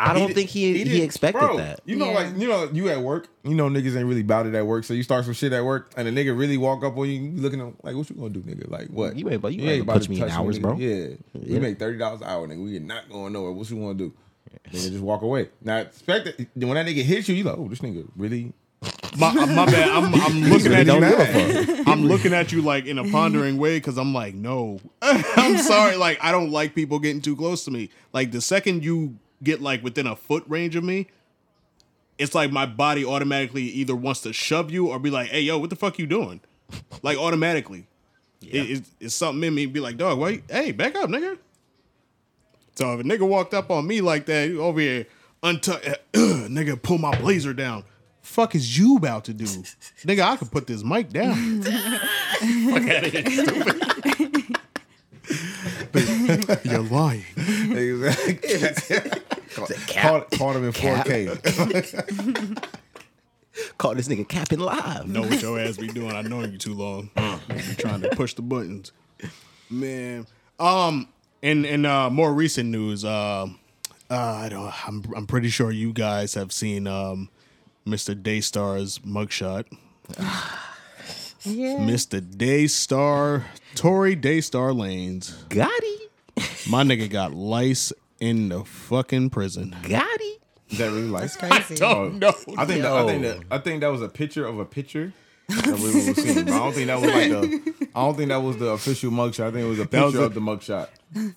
S4: I don't
S2: did-
S4: think he he,
S2: did-
S4: expected
S2: bro,
S4: that.
S2: You know,
S5: Yeah.
S2: like you know, you at work. You know, niggas ain't really about it at work. So you start some shit at work, and a nigga really walk up on you, you looking at him like, "What you gonna do, nigga? Like what?
S4: You ain't about- you ain't about to punch me in
S2: touch
S4: hours,
S2: nigga. <laughs>
S4: bro.
S2: Yeah, we
S4: Yeah.
S2: make thirty dollars an hour, nigga. We are not going nowhere. What you want to do? Nigga, just walk away. Now, expect that when that nigga hits you, you like, "Oh, this nigga really."
S1: My, uh, my bad. I'm,
S2: <laughs>
S1: I'm looking
S2: really
S1: at you.
S2: don't give
S1: I'm looking at you like in a pondering way because I'm like, no, <laughs> I'm sorry. Like I don't like people getting too close to me. Like the second you get like within a foot range of me, it's like my body automatically either wants to shove you or be like, hey, yo, what the fuck you doing? Like automatically, It- it's, it's something in me be like, dog, wait, hey, back up, nigga. So if a nigga walked up on me like that, you over here, untuck, <clears throat> nigga, pull my blazer down. Fuck is you about to do, nigga? I could put this mic down. You're lying.
S4: <laughs>
S2: Exactly. Caught, caught him in four K. <laughs>
S4: <laughs> Call this nigga capping live.
S1: Know what <laughs> your ass be doing? I know you too long. You trying to push the buttons, man. Um, in in uh, more recent news, um, uh, I don't. I'm I'm pretty sure you guys have seen um, Mr. Daystar's <sighs> mugshot.
S5: Yeah.
S1: Mr. Daystar, Tory Daystar Lanes.
S4: Gotti,
S1: My nigga got lice in the fucking prison.
S4: Gotti.
S2: Is that really like? <laughs>
S5: Crazy.
S2: Oh no! I think that, I think
S4: Yo.
S2: that, I think that was a picture of a picture. That we were seeing. But I don't think that was like the. I don't think that was the official mugshot. I think it was a picture
S1: was a-
S2: of the mugshot.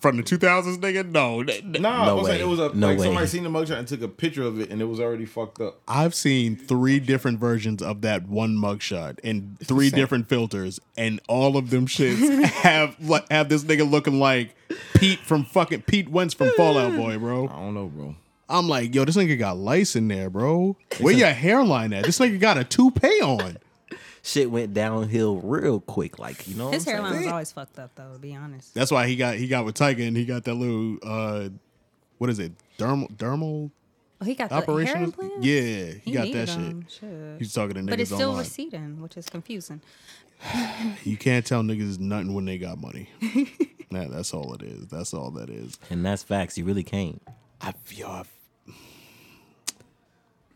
S1: From the 2000s, nigga? No. that- that-
S2: Nah,
S4: No
S2: I was
S4: way.
S2: saying it was a.
S4: No
S2: like
S4: way.
S2: somebody seen the mugshot and took a picture of it, and it was already fucked up.
S1: I've seen three different versions of that one mugshot and three different filters, and all of them shits <laughs> have like, have this nigga looking like Pete from fucking Pete Wentz from Fallout Boy,
S2: I
S1: bro.
S2: don't know, bro.
S1: I'm like, yo, this nigga got lice in there, bro. Where your hairline at? This nigga got a toupee on.
S4: Shit went downhill real quick. Like you know, what
S5: His
S4: I'm
S5: hairline was
S4: saying?
S5: always fucked up though. To be honest.
S1: That's why he got he got with Tiger and he got that little uh, what is it dermal dermal
S5: Oh, he got the
S1: operation?
S5: hair implant.
S1: Yeah, he,
S5: He
S1: got
S5: needed
S1: that shit.
S5: them, shit.
S1: He's talking to niggas
S5: But it's still
S1: online.
S5: receding, which is confusing.
S1: You can't tell niggas nothing when they got money. <laughs> Nah, that's all it is. That's all that is.
S4: and that's facts. You really can't.
S1: I feel. I f-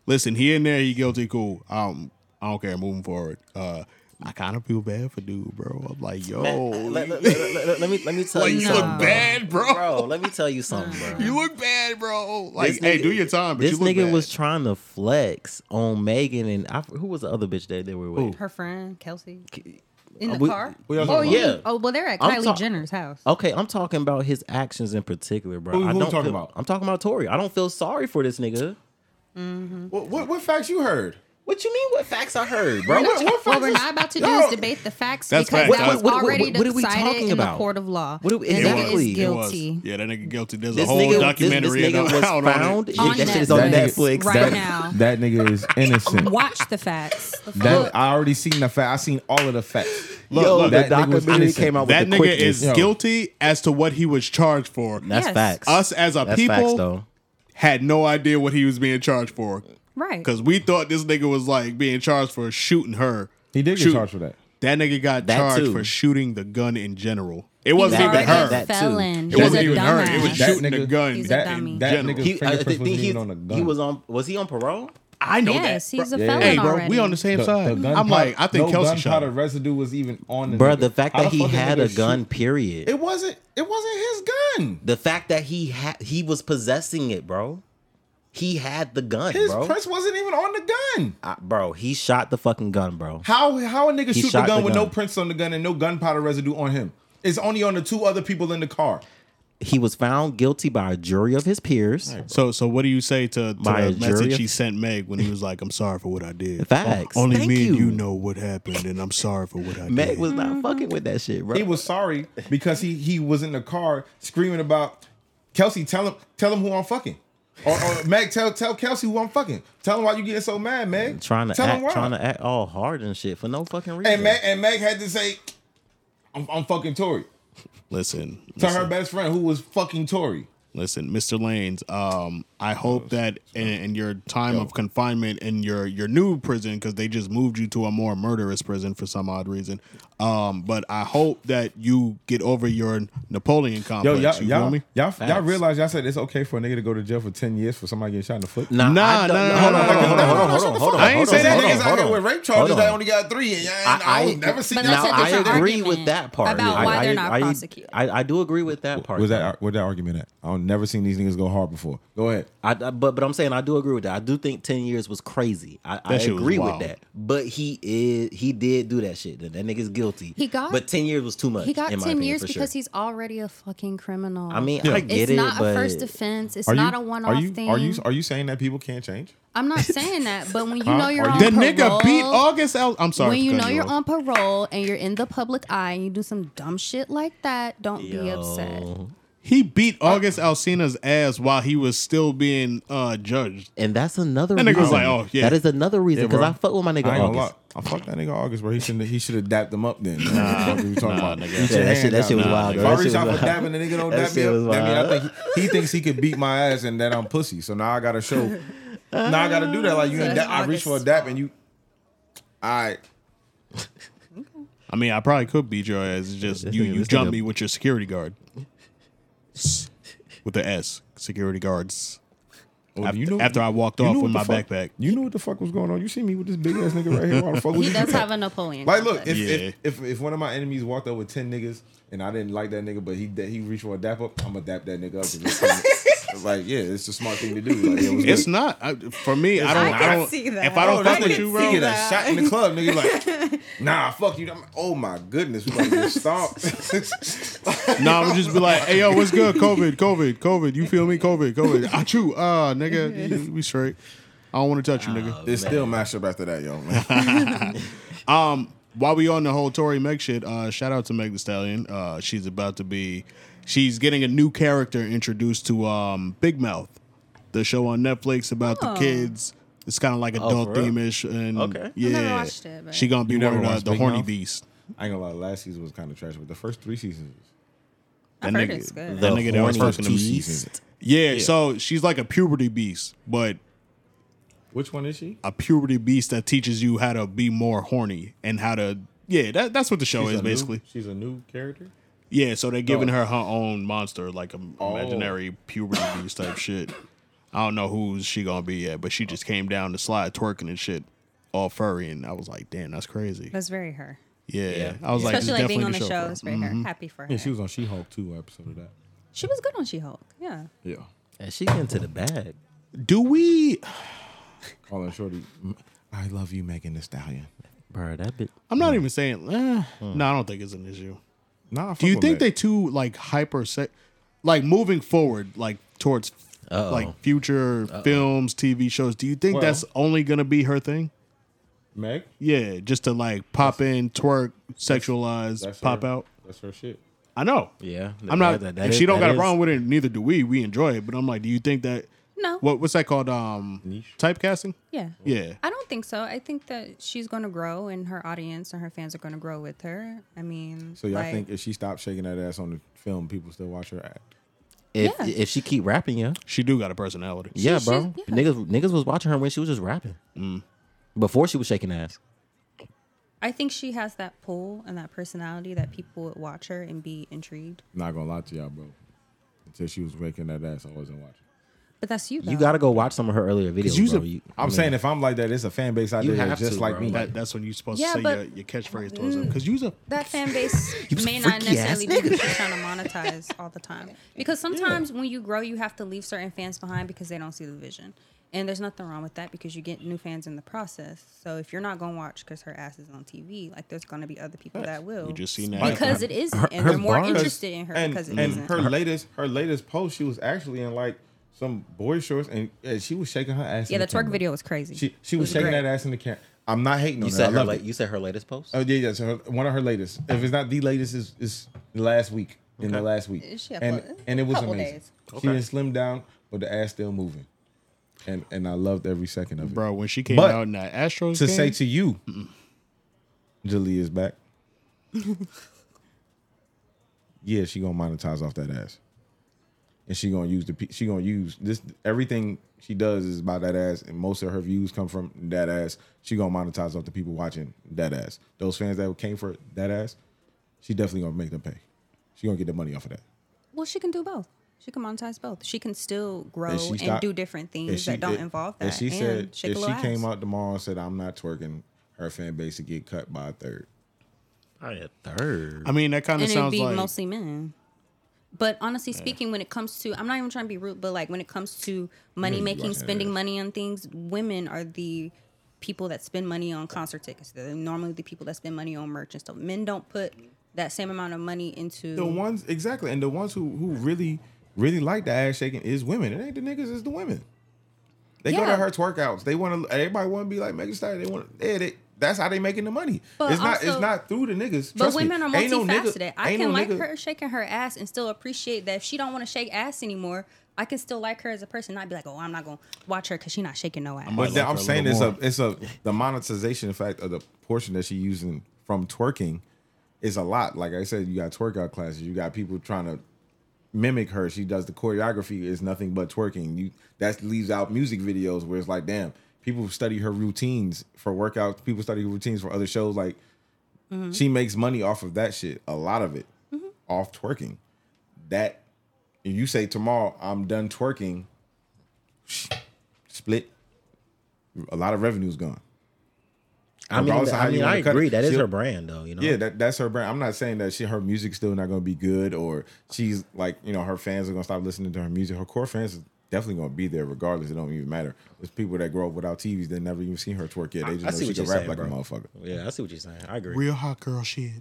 S1: Listen, here and there, he guilty. Cool. Um, I don't care. Moving forward. Uh, I kind of feel bad for dude, bro. I'm like, yo,
S4: Man, let, let- let- let- let me let me tell
S1: like
S4: you
S1: you
S4: something,
S1: look
S4: bro.
S1: bad, bro.
S4: Bro, let me tell you something, bro.
S1: You look bad, bro. Like,
S4: This
S1: hey,
S4: nigga-
S1: do your time, but
S4: this
S1: you look
S4: nigga
S1: bad.
S4: was trying to flex on Megan and I, who was the other bitch that they were with?
S5: Her friend Kelsey in
S4: Uh,
S5: the
S4: we-
S5: car.
S2: What y'all
S4: Oh
S2: talking about?
S4: yeah.
S5: Oh well, they're at
S4: I'm
S5: Kylie
S4: talk-
S5: Jenner's house.
S4: Okay, I'm talking about his actions in particular, bro.
S2: Who- who
S4: I
S2: we
S4: don't feel-
S2: talking about?
S4: I'm talking about Tori. I don't feel sorry for this nigga.
S2: What, what what facts you heard?
S4: What you mean? What facts I heard,
S5: We're
S4: bro? What,
S5: not-
S4: what
S5: what
S4: facts
S5: we're
S4: is-
S5: not about to do
S2: Yo,
S5: is debate the facts
S1: that's
S5: because
S1: facts.
S5: that
S1: What-
S5: was
S4: what- what-
S5: already
S4: what are we
S5: decided
S4: talking
S5: in
S4: about?
S5: the court of law.
S4: What are we-
S5: and
S1: It
S5: that
S1: was.
S5: nigga
S4: Exactly.
S5: is
S1: It was.
S5: guilty.
S1: Yeah, that nigga guilty. There's a
S4: this
S1: whole
S4: nigga,
S1: documentary
S4: this, this
S1: <laughs>
S4: nigga
S1: out-
S4: was
S1: out
S4: found.
S1: on it.
S5: On
S4: that shit is on
S5: Netflix.
S4: Netflix.
S5: Right
S2: that,
S5: now.
S2: that nigga is innocent.
S5: Watch the facts. The fuck?
S2: That I already seen the fact. I seen all of the facts. Look,
S4: Yo,
S2: look,
S4: the
S2: that nigga was
S4: documentary
S2: innocent.
S4: came out with
S1: That
S4: the
S1: nigga is
S4: quickness.
S1: guilty as to what he was charged for.
S4: That's
S5: Yes.
S4: facts.
S1: Us as a
S4: That's
S1: people
S4: facts, though.
S1: had no idea what he was being charged for
S5: right.
S1: because we thought this nigga was like being charged for shooting her.
S2: He did get
S1: Shoot.
S2: charged for that.
S1: That nigga got
S4: That
S1: charged
S4: too.
S1: for shooting the gun in general. It
S5: He
S1: wasn't
S5: was
S1: even
S5: already
S1: her.
S5: a
S4: That too.
S5: felon.
S1: it
S5: He's
S1: wasn't
S5: a
S1: even her. It was
S5: dumbass.
S2: That
S1: shooting the
S2: nigga-
S1: gun.
S5: He's a
S2: That,
S5: dummy.
S2: that
S1: General.
S2: nigga's
S4: He, uh, I,
S2: fingerprints
S4: think
S2: wasn't
S4: he,
S2: even on the gun.
S4: he was on. Was he on parole?
S1: I know
S5: Yes,
S1: that.
S5: he's a
S1: bro.
S5: felon
S1: hey, bro,
S5: already.
S1: we on the same
S2: The-
S1: side.
S2: the
S1: I'm
S2: gunpowder-
S1: like, I think
S2: no
S1: Kelsey shot
S2: gunpowder
S1: him.
S2: residue was even on the
S4: Bro,
S2: nigga.
S4: the fact
S2: How
S4: that he
S2: fuck
S4: had
S2: nigga
S4: a gun,
S2: shoot-
S4: period.
S2: It wasn't. It wasn't his gun.
S4: the fact that he had he was possessing it, bro. He had the gun,
S2: His
S4: bro.
S2: press wasn't even on the gun.
S4: I- bro, he shot the fucking gun, bro.
S2: How how a nigga shoot the
S4: shot
S2: gun
S4: the
S2: with no
S4: gun.
S2: prints on the gun and no gunpowder residue on him? It's only on the two other people in the car.
S4: He was found guilty by a jury of his peers.
S1: So, so what do you say to, to
S4: By a
S1: the message
S4: jury?
S1: he sent Meg when he was like, "I'm sorry for what I did.
S4: Facts.
S1: Only
S4: Thank
S1: me and
S4: you.
S1: you know what happened, and I'm sorry for what I
S4: Meg
S1: did."
S4: was not fucking with that shit, bro.
S2: He was sorry because he he was in the car screaming about Kelsey. Tell him tell him who I'm fucking. Or, or Meg, tell tell Kelsey who I'm fucking. Tell him why you getting so mad, Meg.
S4: trying to
S2: tell
S4: act, trying to act all hard and shit for no fucking reason.
S2: And Meg and Meg had to say, "I'm, I'm fucking Tory."
S1: listen,
S2: to
S1: listen.
S2: her best friend who was fucking Tory.
S1: Listen, Mr. Lanes, um, I I hope that in, in your time of confinement in your your new prison, because they just moved you to a more murderous prison for some odd reason. Um, but I hope that you get over your Napoleon
S2: Yo,
S1: complex. you
S2: y'all,
S1: feel
S2: y'all,
S1: me?
S2: y'all, y'all
S4: Facts.
S2: realize y'all said it's okay for a nigga to go to jail for ten years for somebody getting shot in the foot.
S4: Nah,
S1: Nah,
S4: I
S1: nah,
S4: don't-
S1: nah,
S4: hold
S1: nah,
S4: on,
S1: nah,
S4: hold
S1: nah,
S4: on, hold on, hold on, hold on.
S1: I ain't
S4: hold
S1: say
S4: on,
S1: that
S4: hold
S1: niggas
S4: on,
S1: out
S4: hold
S2: here
S4: on.
S2: with rape
S4: Hold on.
S2: got three, and y'all ain't-
S4: I- I-
S6: But
S4: Now,
S6: that's a different
S4: I agree
S6: argument
S4: with that part.
S5: about
S4: I,
S5: why
S4: I,
S5: they're not
S4: I,
S5: prosecuted.
S4: I, I do agree with that part.
S2: Was that what that argument at? I've never seen these niggas go hard before. Go ahead.
S4: I, I- but but I'm saying I do agree with that. I do think ten years was crazy. I, I
S1: That shit was
S4: agree with
S1: wild.
S4: that. But he is he did do that shit. Then that nigga's guilty.
S6: He got-
S4: but ten years was too much.
S6: He got
S4: in my
S6: 10
S4: opinion,
S6: years
S4: for
S6: because
S4: sure.
S6: he's already a fucking criminal.
S4: I mean,
S2: Yeah.
S4: I
S2: It's
S6: it's
S4: get it,
S6: not
S4: but
S6: a first offense. It's
S2: Are
S6: not
S2: you,
S6: a one
S2: are
S6: off
S2: you,
S6: thing.
S2: Are you are you saying that people can't change?
S6: I'm not saying that, but when you
S2: Huh?
S6: know you're
S2: Are
S6: on
S2: you-
S1: The nigga
S6: parole,
S1: beat August out. I'm sorry.
S6: when
S1: for
S6: you know
S1: cutting
S6: you're
S1: off.
S6: on parole and you're in the public eye and you do some dumb shit like that, don't be upset.
S4: Yo.
S1: He beat August Alsina's ass while he was still being uh, judged.
S4: and that's another.
S1: That nigga
S4: reason.
S1: was like, oh, yeah.
S4: that is another reason
S1: Yeah,
S4: because
S1: bro.
S4: I fuck with my nigga
S2: I ain't gonna lie.
S4: August.
S2: I fuck that nigga August, bro. He should he should have dapped him up then. Nah, we talking about.
S1: nigga.
S2: Eat
S1: Yeah,
S2: your
S4: that
S2: hand
S4: shit- that
S2: out.
S4: shit was
S2: Nah,
S4: wild,
S2: nigga.
S4: bro.
S2: If
S4: That
S2: I
S4: shit
S2: reach out
S4: was
S2: for
S4: wild.
S2: dapping, the nigga
S4: <laughs>
S2: don't
S4: That
S2: dap me
S4: shit
S2: up.
S4: was
S2: That mean I
S4: wild.
S2: think he, he thinks he could beat my ass and that I'm pussy. So now I gotta show. Now I gotta do that. Like you, ain't
S5: That's
S2: dap, I reach for a dap and you. All right.
S1: I mean, I probably could beat your ass. It's just you,
S4: nigga-
S1: you
S4: this
S1: jump
S4: nigga-
S1: me with your security guard. With the S, security guards.
S2: Well,
S1: After-
S2: you know,
S1: after I walked
S2: you
S1: off
S2: know
S1: with
S2: what
S1: my
S2: the fuck-
S1: backpack.
S2: You knew what the fuck was going on. You see me with this big ass nigga right here. Why the
S6: <laughs>
S2: fuck was
S6: He
S2: you
S6: does
S2: do
S6: have
S2: that?
S6: a Napoleon.
S2: Like, look, if,
S6: complex.
S1: Yeah.
S2: if if if one of my enemies walked up with ten niggas and I didn't like that nigga, but he that he reached for a dap up, I'm gonna dap that nigga up. and just- like, yeah, it's the smart thing to do. Like, yeah, what's
S1: It's
S2: good?
S1: not I, for me. I don't.
S5: I
S1: I,
S5: can
S1: don't.
S5: see that.
S1: If I don't fuck
S2: Oh, that
S1: with
S2: nigga-
S1: you,
S2: He
S1: bro,
S2: get a shot in the club, nigga. Like, nah, fuck you. I'm like, oh my goodness, we about to get <laughs> stomped.
S1: nah, I'm just be like, hey yo, what's good? COVID, COVID, COVID. You feel me? COVID, COVID. I chew. Ah, nigga,
S5: <laughs>
S1: you- we straight. I don't want to touch you, nigga.
S2: It's still mashed up after that, yo. man. Um,
S1: While we on the whole Tory Meg shit, uh, shout out to Meg The Stallion. Uh, she's about to be, she's getting a new character introduced to um, Big Mouth, the show on Netflix about
S5: Oh.
S1: the kids. It's kind of like
S2: Oh,
S1: adult
S4: real?
S1: themish, and
S4: Okay.
S1: yeah,
S5: never watched it, but-
S1: she gonna be
S2: You
S1: one
S2: never
S1: of the,
S2: watched
S1: the
S2: Big
S1: horny
S2: Mouth?
S1: beast.
S2: I ain't gonna lie, last season was kind of trash, but the first three seasons.
S5: I've
S1: That
S5: heard
S1: nigga-
S5: it's good.
S1: that
S4: The
S1: nigga that was
S4: horny
S1: fucking him.
S4: beast.
S1: Yeah, so she's like a puberty beast, but
S2: Which one is she?
S1: a puberty beast that teaches you how to be more horny and how to yeah that, that's what the show
S2: She's
S1: is
S2: a new-
S1: basically
S2: she's a new character.
S1: yeah so they're giving
S2: Oh.
S1: her her own monster like an
S2: Oh.
S1: imaginary puberty beast type shit i don't know who's she gonna be yet but she just came down the slide twerking and shit all furry and i was like damn that's crazy
S5: That's very her.
S1: yeah,
S4: Yeah.
S1: i was like
S5: Especially
S1: this
S5: like being on the
S1: definitely
S5: show.
S1: for her.
S5: It's very her. Happy for her.
S2: Yeah,
S5: she,
S2: she
S5: was,
S2: was on She-Hulk too. Episode of that.
S5: good on She Hulk. Yeah.
S2: Yeah.
S4: And she get into the bag.
S1: do we
S2: Calling Shorty, "M- I love you, Megan Thee Stallion.
S4: Bro, that bit.
S1: i'm not even saying eh,
S2: Hmm.
S1: no i don't think it's an issue
S2: Nah, I fuck
S1: Do you
S2: with
S1: think
S2: Meg.
S1: they too like hyper se- like moving forward like towards
S4: Uh-oh.
S1: like future films, TV shows? Do you think
S2: Well-
S1: that's only gonna be her thing?
S2: Meg?
S1: Yeah, just to like pop in, twerk, sexualize,
S2: That's
S1: pop
S2: her-
S1: out.
S2: That's her shit.
S1: I know.
S4: Yeah,
S1: I'm not.
S4: that- that
S1: if
S4: is-
S1: she don't
S4: that
S1: got a
S4: is-
S1: problem with it, neither do we. We enjoy it, but I'm like, do you think that?
S5: No.
S1: What what's that called? Um, typecasting.
S5: Yeah.
S1: Yeah.
S5: I don't think so. I think that she's going to grow and her audience and her fans are going to grow with her. I mean,
S2: So y'all
S5: like,
S2: think if she stopped shaking that ass on the film, people still watch her act?
S4: If
S5: Yeah.
S4: if she keep rapping, yeah,
S1: She do got a personality.
S4: yeah,
S5: she-
S4: bro.
S5: yeah.
S4: Niggas niggas was watching her when she was just rapping. Before she was shaking ass.
S5: I think she has that pull and that personality that people would watch her and be intrigued.
S2: Not gonna lie to y'all, bro. Until she was waking that ass, I wasn't watching.
S5: But that's you, though.
S4: You gotta go watch some of her earlier videos,
S1: you's
S4: bro.
S1: a-
S4: You-
S2: I'm
S4: I mean,
S2: saying if I'm like that, it's a fan base out
S4: You
S2: there
S4: have
S2: that's just
S4: to,
S2: like
S4: bro.
S2: me.
S1: That, that's when you're supposed
S5: Yeah,
S1: to say
S5: but- mm.
S1: your, your catchphrase towards them because you's a <laughs>
S5: that fan
S4: <laughs>
S5: base may
S4: freaky
S5: not
S4: ass
S5: necessarily be
S4: nigga.
S5: what you're trying to monetize all the
S4: <laughs>
S5: time. Because sometimes when you grow, you have to leave certain fans behind because they don't see the vision. And there's nothing wrong with that because you get new fans in the process. So if you're not going to watch because her ass is on TV, like there's going to be other people that will.
S1: we just seen that
S5: because it isn't. and
S4: her
S5: they're more
S4: bars-
S5: interested in her
S2: and,
S5: because it
S2: and
S5: not
S2: her latest her latest post, she was actually in like some boy shorts and, and she was shaking her ass.
S5: yeah,
S2: in
S5: the
S2: the,
S5: twerk
S2: camera.
S5: video was crazy.
S2: She she was, shaking
S5: great.
S2: that ass in the camera. I'm not hating on
S4: you
S2: her.
S4: said
S2: I
S4: her
S2: loved
S4: la-
S2: it.
S4: you said her latest post?
S2: Oh yeah, yeah. So her, one of her latest. If it's not the latest, is is last week in the last week.
S5: She had
S2: and
S5: fun-
S2: and it was
S5: couple
S2: amazing.
S5: days.
S2: She didn't slim down, but the ass still moving. And and I loved every second of it.
S1: bro when she came
S2: But-
S1: out in that Astros
S2: to
S1: game,
S2: say to you, Julie
S4: <laughs>
S2: is back. yeah, she gonna monetize off that ass. and she gonna use the pe- she gonna use this everything she does is about that ass, and most of her views come from that ass. She gonna monetize off the people watching that ass. Those fans that came for that ass, she definitely gonna make them pay. She gonna get the money off of that.
S5: Well, she can do both. She can monetize both. She can still grow
S2: And
S5: and,
S2: she stopped-
S5: do different
S2: if
S5: things
S2: she
S5: that don't
S2: did-
S5: involve that.
S2: If she said
S5: and shake
S2: if
S5: a
S2: she
S5: little
S2: came
S5: ass.
S2: out tomorrow and said I'm not twerking, her fan base would get cut by a third.
S4: Probably a third.
S1: I mean, that kind of
S5: and it'd
S1: sounds
S5: be
S1: like
S5: mostly men. But honestly speaking, when it comes to, I'm not even trying to be rude, but like when it comes to money
S2: watching
S5: making,
S2: that
S5: spending
S2: ass.
S5: money on things, women are the people that spend money on concert tickets. They're normally the people that spend money on merch and stuff. Men don't put that same amount of money into.
S2: The ones exactly, and the ones who who really really like the ass shaking is women. It ain't the niggas, it's the women. They go to
S5: Yeah.
S2: her twerkouts. They want to. Everybody want to be like Megan Thee Stallion. They want. to. Yeah, they, that's how they making the money.
S5: But
S2: it's not. it's
S5: also-
S2: not through the niggas.
S5: but
S2: Trust
S5: women
S2: me.
S5: are
S2: Ain't no nigga-
S5: multifaceted. I
S2: ain't
S5: can
S2: no
S5: like
S2: nigga-
S5: her shaking her ass and still appreciate that if she don't want to shake ass anymore, I can still like her as a person. Not be like, oh, I'm not gonna watch her because she's not shaking no ass.
S1: might
S2: But
S1: like
S2: that,
S1: her
S2: I'm
S1: a
S2: saying it's
S1: little
S2: a it's a the monetization fact of the portion that she using from twerking is a lot. Like I said, you got twerkout classes. You got people trying to mimic her. She does the choreography is nothing but twerking. You that leaves out music videos where it's like, damn, people study her routines for workouts. People study her routines for other shows. Like she makes money off of that shit. A lot of it off twerking. That if you say tomorrow I'm done twerking, <sniffs> split. A lot of revenue's gone.
S4: I mean,
S2: regardless of how
S4: I,
S2: you
S4: mean,
S2: wanna
S4: I
S2: cut it,
S4: agree. That is
S2: she'll-
S4: her brand, though. You know.
S2: Yeah, that, that's her brand. I'm not saying that she her music's still not gonna be good or she's like, you know, her fans are gonna stop listening to her music. Her core fans is definitely gonna be there regardless. It don't even matter. There's people that grow up without TVs, they never even seen her twerk yet. They just
S4: I
S2: know
S4: see
S2: she
S4: what
S2: can
S4: you're
S2: rap
S4: saying,
S2: like a
S4: bro.
S2: motherfucker.
S4: Yeah, I see what you're saying. I agree.
S1: real hot girl shit.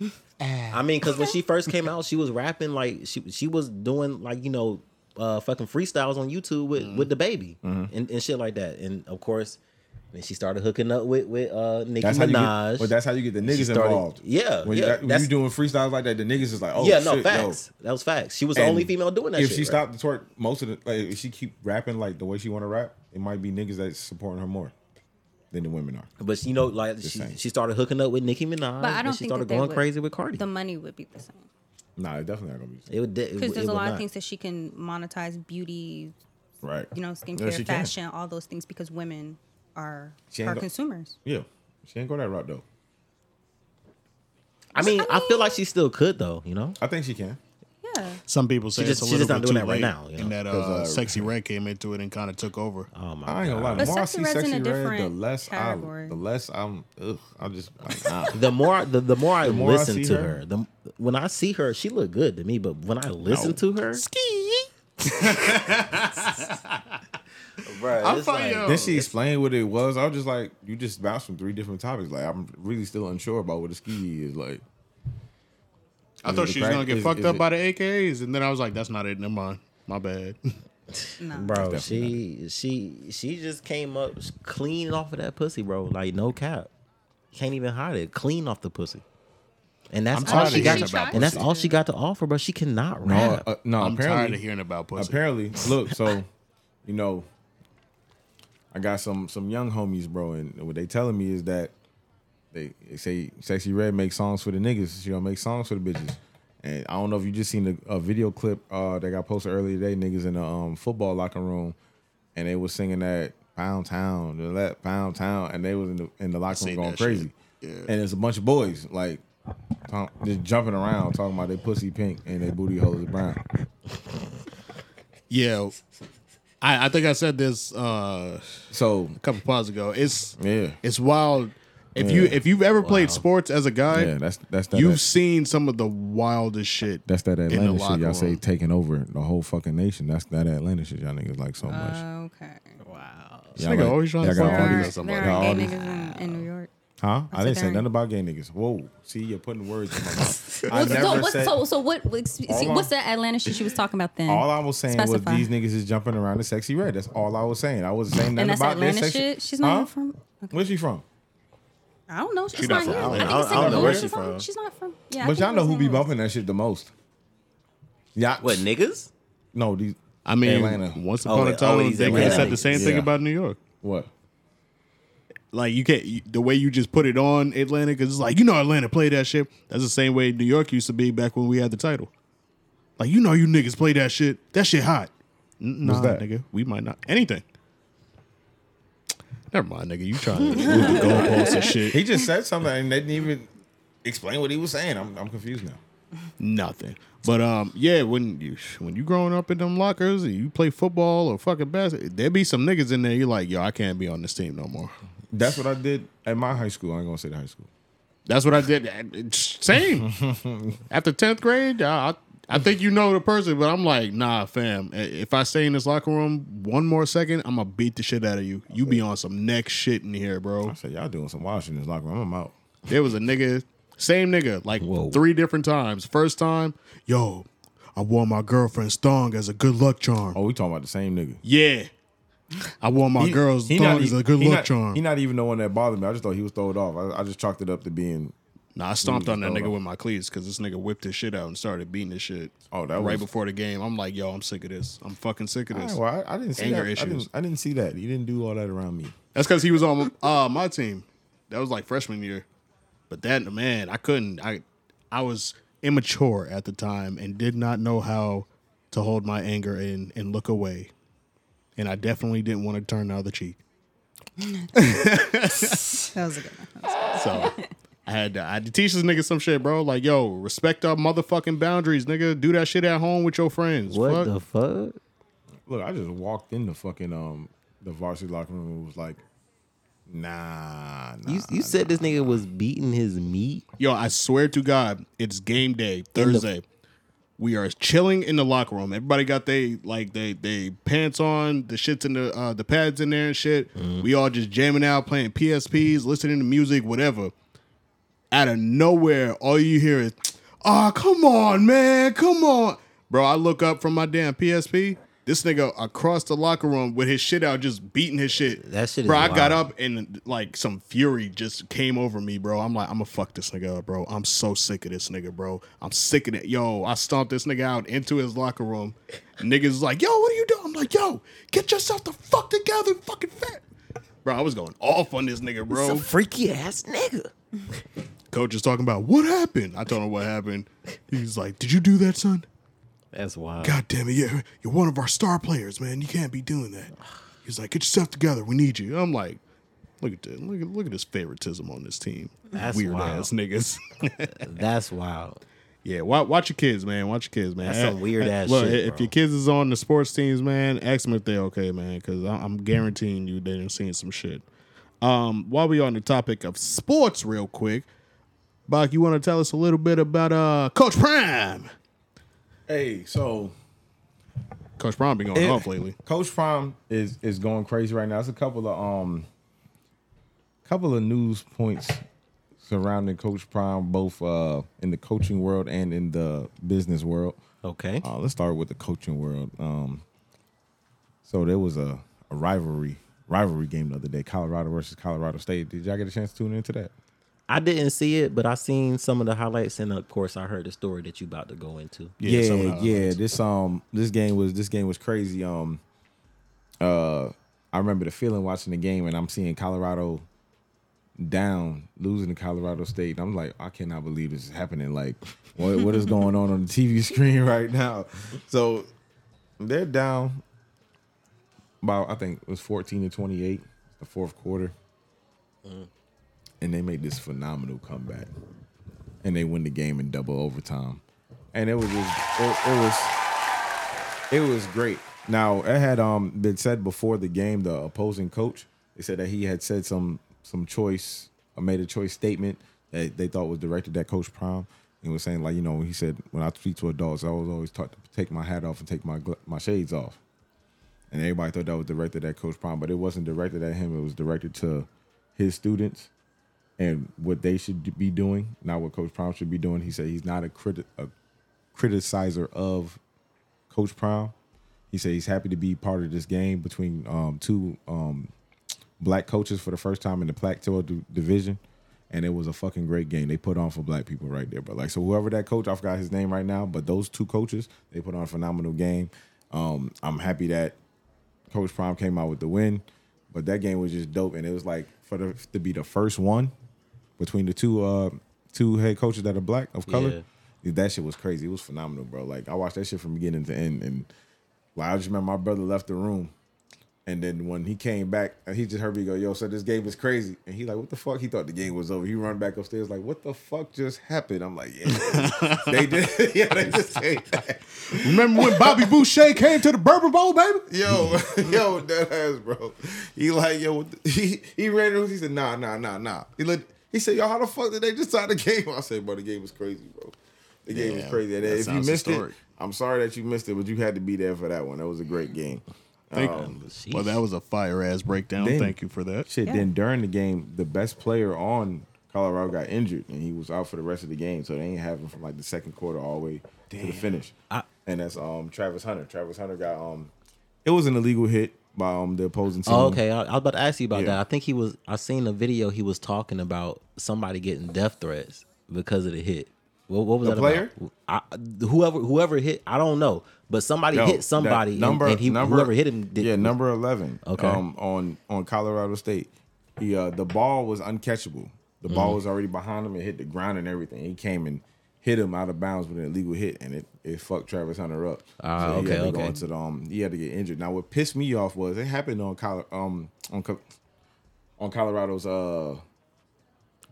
S4: <laughs> I mean, because when she first came out, she was rapping like she she was doing like you know uh fucking freestyles on YouTube with
S2: Mm-hmm.
S4: with the baby and, and shit like that. And of course, then she started hooking up with with uh Nicki
S2: That's how you
S4: Minaj.
S2: get, but that's how you get the niggas
S4: started-
S2: involved.
S4: Yeah,
S2: When,
S4: yeah,
S2: you, that, when
S4: that's-
S2: you doing freestyles like that, the niggas is like, oh
S4: yeah, no
S2: shit, yo.
S4: facts. That was facts. She was the only
S2: And
S4: female doing that.
S2: If
S4: shit,
S2: she
S4: right?
S2: stopped the twerk, most of the like, if she keep rapping like the way she want to rap, it might be niggas that's supporting her more than the women are.
S4: but you know, like she,
S2: same.
S4: she started hooking up with Nicki Minaj.
S5: But I
S4: and
S5: don't
S4: she
S5: think that
S4: started
S5: they
S4: going
S5: would-
S4: crazy with Cardi.
S5: the money would be the same.
S2: Nah, it's definitely not gonna be the same.
S4: it would it,
S5: because
S4: would-
S5: there's
S4: it
S5: a
S4: would
S5: lot
S4: not.
S5: of things that she can monetize beauty
S2: right.
S5: you know skincare
S2: she can.
S5: fashion all those things because women are
S2: She ain't
S5: are
S2: go-
S5: consumers
S2: Yeah, she ain't go that route though.
S4: I mean, I feel like she still could though. You know,
S2: I think she can.
S5: yeah
S1: Some people say
S4: just-
S1: it's a
S4: she
S1: little
S4: just
S1: bit
S4: not
S1: too
S4: doing that right
S1: late,
S4: now, you know,
S1: and that
S2: 'cause,
S1: uh,
S2: uh,
S1: sexy red came into it and kind of took over.
S4: oh my
S2: I ain't gonna lie. The
S5: But
S2: more I
S5: Sexy
S2: see
S5: Red's in
S2: sexy
S5: a
S2: red, the
S5: different
S2: less I,
S5: category.
S2: the less I'm. Ugh, I'm just
S4: <laughs>
S2: like, nah.
S5: <laughs>
S4: The more I- the, the more I
S2: more I
S4: listen
S2: see
S4: to
S2: her-
S4: her, the when I see her, she look good to me. But when I listen
S2: No.
S4: to her, ski, bro,
S1: I'm
S4: it's
S1: fine,
S4: like-
S1: yo.
S2: then she explained what it was. I was just like, you just bounced from three different topics. Like I'm really still unsure about what a ski is. Like
S1: I
S2: Is
S1: thought
S2: it
S1: she was gonna
S2: crack-
S1: get
S2: is-
S1: fucked
S2: is
S1: up
S2: it-
S1: by the AKs, and then I was like, "That's not it. Never mind. My bad." <laughs>
S5: no
S4: bro,
S2: It's definitely
S4: she she she just came up clean off of that pussy, bro. Like no cap, can't even hide it. Clean off the pussy, and that's
S1: I'm
S4: all
S1: tired of
S4: she
S1: hearing
S4: got.
S5: tried
S1: about
S5: to-
S4: And that's
S1: pussy.
S4: all she got to offer, bro. She cannot
S2: no,
S4: rap.
S2: uh, no.
S1: I'm
S2: apparently,
S1: tired of hearing about pussy.
S2: Apparently, look, so you know, I got some some young homies, bro, and what they telling me is that they, they say Sexy Red makes songs for the niggas. She don't make songs for the bitches. And I don't know if you just seen the, a video clip uh, that got posted earlier today. Niggas in the um, football locker room, and they was singing that Pound Town, the let Pound Town, and they was in the in the locker room
S1: seen
S2: going
S1: that shit.
S2: crazy. And it's a bunch of boys like talk- just jumping around talking about they pussy pink and they booty hole is brown.
S1: yeah, I, I think I said this uh,
S2: So
S1: a couple pods ago. It's
S2: Yeah.
S1: it's wild. If you
S2: Yeah.
S1: if you've ever played sports as a guy,
S2: yeah, that's that's that.
S1: you've
S2: that-
S1: seen some of the wildest shit.
S2: That's that
S1: the
S2: Atlanta shit.
S1: locker
S2: Y'all say
S1: room.
S2: taking over the whole fucking nation. That's that Atlanta shit. Y'all niggas like so much.
S5: Uh, okay
S1: This
S2: Y'all
S1: nigga
S2: like-
S1: always trying to
S2: y'all got
S1: fuck
S2: all
S1: me
S2: these-
S1: or
S5: there,
S1: somebody.
S5: there
S2: Got all
S5: are gay
S2: these-
S5: niggas in, in new york
S2: Huh? I
S5: said
S2: didn't say
S5: there ain't-
S2: nothing about gay niggas. Whoa. See, you're putting words in my mouth. I
S5: so,
S2: never
S5: what,
S2: said.
S5: so, so what what's- see,
S2: I-
S5: what's that atlanta shit she was talking about then
S2: all I was saying
S5: Specify.
S2: was these niggas is jumping around the sexy red. That's all I was saying. I was saying nothing
S5: and that's
S2: about their
S5: atlanta
S2: sexy-
S5: shit she's not
S2: Huh?
S5: from
S2: Where's she from?
S5: i don't know she's
S1: not
S5: not,
S1: from
S5: here i
S1: Atlanta.
S5: think
S1: I
S5: it's
S1: don't- I
S5: like
S1: don't know where
S5: Louisiana.
S1: she from.
S5: she's not from yeah I
S2: But
S5: think
S2: y'all
S5: it
S2: know
S5: was
S2: who
S5: in
S2: be
S5: Louis-
S2: bumping that shit the most. Yeah.
S4: What niggas?
S2: No, these.
S1: I mean,
S2: Atlanta.
S1: once
S4: Oh,
S1: upon a
S4: wait, oh,
S1: time,
S4: he's
S1: they could have
S4: Atlanta
S1: said the
S4: niggas.
S1: same thing
S2: Yeah.
S1: about New York.
S2: What?
S1: Like you can't you, the way you just put it on Atlanta because it's like you know Atlanta played that shit. That's the same way New York used to be back when we had the title. Like you know, you niggas play that shit. That shit hot. N- Nah,
S2: What's that?
S1: nigga, we might not anything. Never mind, nigga. You
S2: <laughs>
S1: trying to move the goalposts and shit?
S5: <laughs>
S2: He just said something and they didn't even explain what he was saying. I'm, I'm confused now.
S1: Nothing. But um, yeah, when you when you growing up in them lockers and you play football or fucking basketball, there be some niggas in there. You're like, yo, I can't be on this team no more.
S2: That's what I did at my high school. I ain't gonna say the high school.
S1: That's what I did. And-
S2: <laughs>
S1: Same. After tenth grade, I I think you know the person, but I'm like, nah, fam. If I stay in this locker room one more second, I'm gonna beat the shit out of you. You be on some next shit in here, bro.
S2: I said y'all doing some washing in this locker room. I'm out.
S1: There was a nigga, same nigga, like
S4: Whoa.
S1: three different times. First time, yo, I wore my girlfriend's thong as a good luck charm.
S2: Oh, we talking about the same nigga.
S1: Yeah. I wore my girl's thong as a good
S2: he
S1: luck
S2: not-
S1: charm.
S2: He not even the one that bothered me. I just thought he was throwed off. I, I just chalked it up to being.
S1: Nah, I stomped on that
S2: Hold
S1: nigga
S2: on.
S1: with my cleats because this nigga whipped his shit out and started beating his shit.
S2: Oh, that
S1: right
S2: was-
S1: before the game. I'm like, yo, I'm sick of this. I'm fucking sick of
S2: All
S1: this.
S2: right, well, I, I didn't see
S1: Anger
S2: that. I
S1: issues.
S2: didn't, I didn't see that. He didn't do all that around me.
S1: That's because he was on uh, my team. That was like freshman year. But that man, I couldn't. I I was immature at the time and did not know how to hold my anger in and look away. And I definitely didn't want to turn the other cheek.
S5: That was a good one.
S1: So I had to, I had to teach this nigga some shit, bro. Like, yo, respect our motherfucking boundaries, nigga. Do that shit at home with your friends.
S4: What
S1: Fuck.
S4: the fuck?
S2: Look, I just walked in the fucking um the varsity locker room and was like, Nah, nah.
S4: You you said this nigga was beating his meat.
S1: Yo, I swear to God, it's game day Thursday. we are chilling in the locker room. Everybody got they like they they pants on, the shits in the uh, the pads in there and shit.
S4: Mm-hmm.
S1: We all just jamming out, playing PSPs, listening to music, whatever. Out of nowhere, all you hear is, "Ah, come on, man, come on, bro." I look up from my damn PSP. This nigga across the locker room with his shit out, just beating his shit.
S4: That shit is
S1: bro. I got
S4: wild.
S1: up and like some fury just came over me, bro. I'm like, I'm gonna fuck this nigga up, bro. I'm so sick of this nigga, bro. I'm sick of it. Yo, I stomped this nigga out into his locker room. Niggas like, yo, what are you doing? I'm like, yo, get yourself the fuck together, fucking fat. Bro, I was going off on this nigga, bro.
S4: Some freaky ass nigga.
S1: Coach is talking about what happened. I told him what happened. He's like, "Did you do that, son?
S4: That's wild.
S1: God damn it, you're you're one of our star players, man. You can't be doing that." He's like, "Get yourself together. We need you." I'm like, "Look at this. Look at look at this favoritism on this team.
S4: That's
S1: Weird
S4: wild.
S1: ass niggas." <laughs>
S4: That's wild.
S1: yeah, watch, watch your kids, man. Watch your kids, man.
S4: That's some
S1: Eh,
S4: weird
S1: eh,
S4: ass
S1: Look,
S4: shit,
S1: if
S4: bro.
S1: your kids is on the sports teams, man, ask them if they're okay, man, because I'm guaranteeing you they done seen some shit. Um, while we on the topic of sports, real quick, Bach, you want to tell us a little bit about uh Coach Prime?
S2: Hey, so
S1: Coach Prime been going off lately.
S2: Coach Prime is is going crazy right now. It's a couple of um couple of news points surrounding Coach Prime, both uh in the coaching world and in the business world.
S4: Okay.
S2: Uh, let's start with the coaching world. Um, so there was a, a rivalry rivalry game the other day, Colorado versus Colorado State. Did y'all get a chance to tune into that?
S4: I didn't see it, but I seen some of the highlights, and of course, I heard the story that you about to go into.
S2: Yeah,
S1: some of the
S2: yeah.
S1: highlights.
S2: This um this game was this game was crazy. Um uh I remember the feeling watching the game and I'm seeing Colorado down, losing to Colorado State. And I'm like, I cannot believe this is happening. Like, what what is going on on the TV screen <laughs> right now? So they're down about I think it was 14 to 28, the fourth quarter. And they made this phenomenal comeback. And they win the game in double overtime and it was just, it, it was it was great. Now it had um been said before the game the opposing coach they said that he had said some some choice or made a choice statement that they thought was directed at Coach Prime and was saying like you know he said when I speak to adults I was always taught to take my hat off and take my gla- my shades off and everybody thought that was directed at Coach Prime but it wasn't directed at him it was directed to his students and what they should be doing not what Coach Prime should be doing he said he's not a critic a criticizer of Coach Prime. He said he's happy to be part of this game between um, two um, black coaches for the first time in the Plateau d- division, and it was a fucking great game. They put on for black people right there, but like so, whoever that coach, I forgot his name right now, but those two coaches, they put on a phenomenal game. Um, I'm happy that Coach Prime came out with the win, but that game was just dope, and it was like for the to be the first one between the two uh, two head coaches that are black of color.
S4: Yeah.
S2: That shit was crazy. It was phenomenal, bro. Like I watched that shit from beginning to end, and like I just remember my brother left the room, and then when he came back, uh, he just heard me go, "Yo, so this game is crazy," and he like, "What the fuck?" He thought the game was over. He run back upstairs like, "What the fuck just happened?" I'm like,
S1: <laughs>
S2: "Yeah, they did. <laughs> yeah, they just came back."
S1: Remember when Bobby Boucher came to the Bourbon Bowl, baby?
S2: Yo, <laughs> yo, that ass, bro. He like, yo, what the- <laughs> he he ran it. He said, nah, nah, nah, nah. He looked. He said, yo, how the fuck did they just tie the game? I said, bro, the game was crazy, bro. The game was
S1: Yeah,
S2: crazy. And
S1: that
S2: if you
S1: sounds
S2: missed
S1: historic.
S2: it, I'm sorry that you missed it, but you had to be there for that one. That was a great game.
S1: Thank
S2: Um,
S1: Well, that was a fire ass breakdown.
S2: Then-
S1: Thank you for that.
S2: Shit.
S5: Yeah.
S2: Then during the game, the best player on Colorado got injured, and he was out for the rest of the game. So they ain't have him from like the second quarter all the way to the finish. and that's um Travis Hunter. Travis Hunter got um, it was an illegal hit by um the opposing team.
S4: Oh, okay. I, I was about to ask you about
S2: Yeah.
S4: that. I think he was. I seen a video. He was talking about somebody getting death threats because of the hit. What, what was
S2: The
S4: that
S2: player?
S4: about? I, whoever whoever hit, I don't know, but somebody
S2: Yo,
S4: hit somebody,
S2: that
S4: and- and, he, whoever hit him, did,
S2: yeah, number eleven.
S4: Okay.
S2: um, on on Colorado State, he uh, the ball was uncatchable. The
S4: Mm-hmm.
S2: ball was already behind him and hit the ground and everything. He came and hit him out of bounds with an illegal hit, and it, it fucked Travis Hunter up.
S4: Ah,
S2: he had
S4: okay,
S2: to go
S4: okay.
S2: into the, um, he had to get injured. Now, what pissed me off was it happened on Colo- um on Co- on Colorado's uh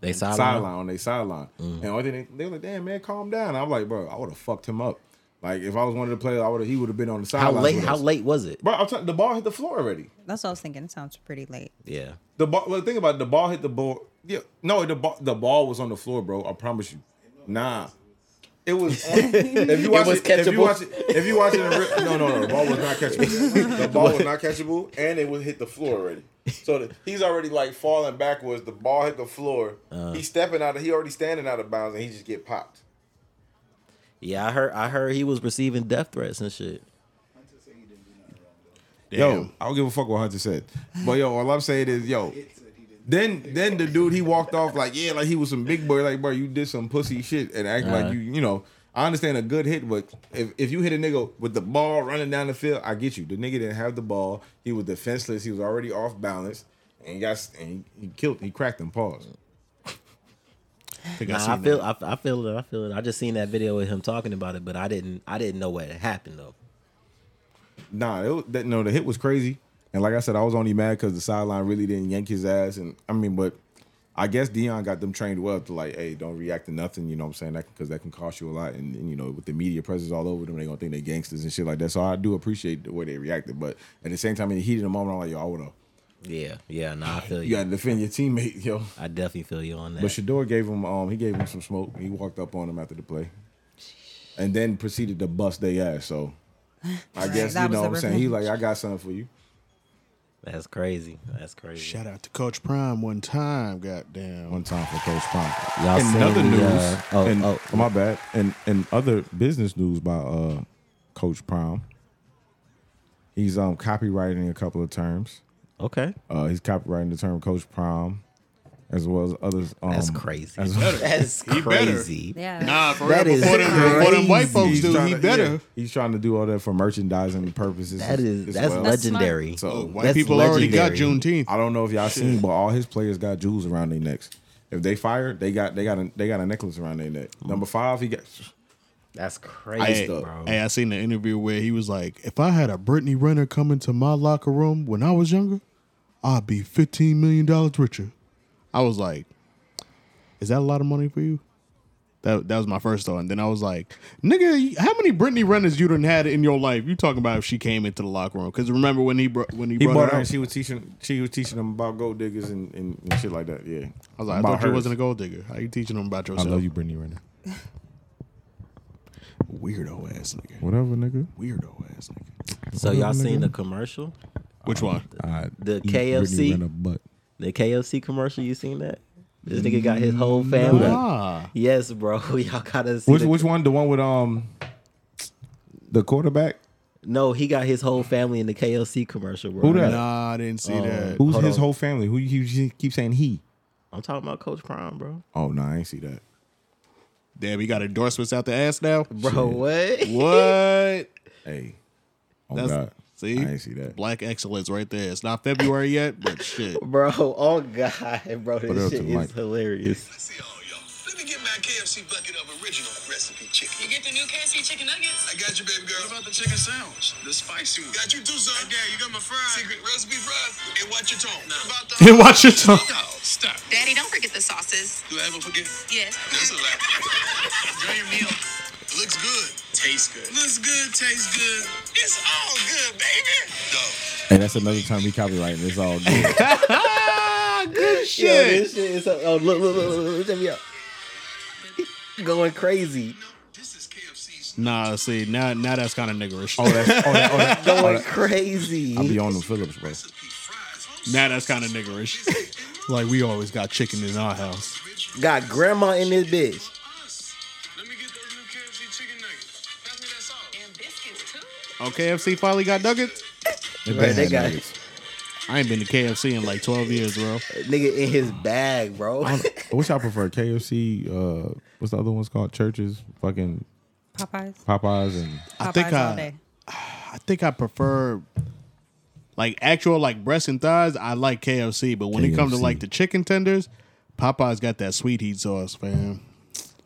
S4: they sideline.
S2: sideline on their sideline.
S4: Mm.
S2: And all they, they were like, damn man, calm down. I was like, bro, I would have fucked him up. Like if I was one of the players, I would have he would have been on the
S4: How
S2: sideline.
S4: late? How late was it?
S2: Bro, I'm talking, the ball hit the floor already.
S5: That's what I was thinking. It sounds pretty late.
S4: Yeah.
S2: The ball. Well, think about it. The ball hit the ball. Yeah, no, the ball. The ball was on the floor, bro. I promise you. Nah,
S4: <laughs>
S2: it was. if you watch it,
S4: was
S2: if you
S4: catchable.
S2: watch it, if you watch it, in real, no, no, no, the ball
S4: <laughs>
S2: was not catchable. The ball was not catchable, and it was hit the floor already. So the, he's already like falling backwards. The ball hit the floor.
S4: Uh.
S2: he's stepping out of. He already standing out of bounds, and he just get popped.
S4: Yeah, I heard. I heard he was receiving death threats and shit.
S2: Yo, I don't give a fuck what Hunter said. But yo, all I'm saying is, yo. Then, then the dude he walked off like, yeah, like he was some big boy. Like, bro, you did some pussy shit and act like you, you know. I understand a good hit, but if, if you hit a nigga with the ball running down the field, I get you. The nigga didn't have the ball. He was defenseless. He was already off balance, and he got s- and he, he killed. He cracked him. <laughs> Pause.
S1: I think I
S4: Nah, I
S1: seen
S4: feel.
S1: that.
S4: I, I feel it. I feel it. I just seen that video with him talking about it, but I didn't. I didn't know what had happened though.
S2: Nah, it was, that, no, the hit was crazy. And like I said, I was only mad because the sideline really didn't yank his ass. And I mean, but I guess Dion got them trained well to like, hey, don't react to nothing. You know what I'm saying? That because that can cost you a lot. And, and, you know, with the media presence all over them, they gonna think they gangsters and shit like that. So I do appreciate the way they reacted. But at the same time, in the heat of the moment, I'm like, yo, I would have.
S4: Yeah. Yeah. Nah, I feel
S2: You
S4: you.
S2: gotta defend your teammate,
S5: Oh,
S2: yo.
S4: I definitely feel you on that.
S2: But Shador gave him, um, he gave him some smoke. He walked up on him after the play, and then proceeded to bust their ass.
S5: <laughs>
S2: So I guess you
S5: that was
S2: know
S5: the
S2: what I'm saying. He like,
S5: revenge.
S2: I got something for you.
S4: That's crazy. That's crazy.
S1: Shout out to Coach Prime one time. Goddamn.
S2: one time for Coach Prime.
S4: Y'all
S2: in
S4: seen
S2: other
S4: the,
S2: news,
S4: uh, oh,
S2: and,
S4: oh.
S2: my bad, and and other business news by uh, Coach Prime. He's um copywriting a couple of terms.
S4: Okay.
S2: Uh, he's copywriting the term Coach Prime, as well as others. Um,
S4: That's crazy.
S2: as- <laughs>
S4: That's
S1: He better.
S4: crazy.
S5: Yeah.
S1: Nah, for
S4: That
S1: real.
S4: is
S1: Before them, before them white
S4: crazy.
S1: folks do,
S2: trying
S1: he
S2: to-
S1: better.
S2: yeah, he's trying to do all that for merchandising purposes.
S4: That is
S2: as
S4: that's
S2: well.
S5: That's smart.
S4: legendary.
S2: So,
S1: Look, white
S4: That's
S1: people already got
S4: legendary.
S1: Juneteenth.
S2: I don't know if y'all seen, but all his players got jewels around their necks. If they fired, they got they got a, they got a necklace around their neck. Number five, he got
S4: That's
S1: Hey,
S4: crazy, bro.
S1: hey, I seen the interview where he was like, "If I had a Brittany Renner come into my locker room when I was younger, I'd be fifteen million dollars richer." I was like, "Is that a lot of money for you?" That that was my first thought, and then I was like, "Nigga, how many Brittany Renners you done had in your life? You talking about if she came into the locker room? Because remember when he bro- when he,
S2: He
S1: brought,
S2: bought
S1: her
S2: her
S1: out,
S2: and she was teaching she was teaching them about gold diggers and, and, and shit like that. Yeah.
S1: I was like, I thought you wasn't a gold digger. How you teaching them about
S2: I
S1: yourself?
S2: love you, Brittany Renner.
S1: weirdo ass nigga,
S2: Whatever, nigga.
S1: weirdo ass nigga."
S4: so y'all seen the commercial?
S1: Which one?
S4: The KFC?
S2: butt.
S4: The KFC commercial, you seen that? This nigga got his whole family.
S1: Ah,
S4: Yes, bro. <laughs> Y'all gotta see
S2: Which
S4: the-
S2: which one? The one with um the quarterback?
S4: No, he got his whole family in the KFC commercial, bro.
S2: Who that?
S1: nah, I didn't see that.
S2: Who's
S4: Hold
S2: his
S4: on.
S2: whole family? Who you keep- keep saying he?
S4: I'm talking about Coach Prime, bro.
S2: Oh no, I ain't see that.
S1: Damn, we got endorsements out the ass now.
S4: Bro, what?
S1: What?
S2: Hey. Oh
S1: That's
S2: God.
S1: see,
S2: I ain't see that.
S1: Black excellence right there. It's not February yet, but shit.
S4: <laughs>
S2: <laughs>
S4: Bro, oh god, bro,
S2: Put it up
S4: this
S2: to
S4: shit
S2: the mic.
S4: is hilarious.
S9: Let's see all y'all. Let me get mad my KFC bucket of original recipe chicken.
S10: You get the new KFC chicken nuggets.
S9: I got you, baby girl. What about the chicken sandwich? The spicy one. Got you too, son. Yeah, you got my fries. Secret recipe fries. And watch your tone. Nah. About the
S1: And watch your tongue.
S9: Oh, stop.
S10: Daddy, don't forget the sauces.
S9: Do I ever forget?
S10: Yes.
S9: That's a lot. Enjoy your meal. Looks good. Tastes good. Looks good. Tastes good. It's all good, baby. Dog.
S2: And that's another term we copyrighting. It's all good.
S1: Good
S4: Yo,
S1: shit.
S4: this shit is so, oh, look, look, look, look, look, check me out. Going crazy.
S9: This is KFC's.
S1: Nah, see now now that's kind of niggerish.
S2: oh, that's, oh, that, oh, <laughs> that, oh,
S4: Going
S2: that-
S4: crazy.
S2: I'll be on them Phillips, bro.
S1: now that's kind of niggerish.
S2: <laughs>
S1: like we always got chicken in our house.
S4: Got grandma in this bitch.
S9: Let me get those new KFC chicken nuggets. Pass me that sauce.
S10: And biscuits too.
S1: Oh, KFC finally got nuggets.
S2: They
S4: Right,
S2: better
S4: they
S2: have
S4: got
S2: nuggets.
S1: I ain't been to KFC in like twelve years, bro.
S4: Nigga in his bag, bro.
S2: I don't- Which I prefer, KFC. Uh, what's the other one's called? Churches, fucking
S5: Popeyes.
S2: Popeyes, and
S1: I think
S5: Popeyes all
S2: uh,
S1: I-
S5: day.
S1: I think I prefer like actual like breasts and thighs. I like KFC, but when it comes to
S2: KFC.
S1: like the chicken tenders, Popeye's got that sweet heat sauce, fam.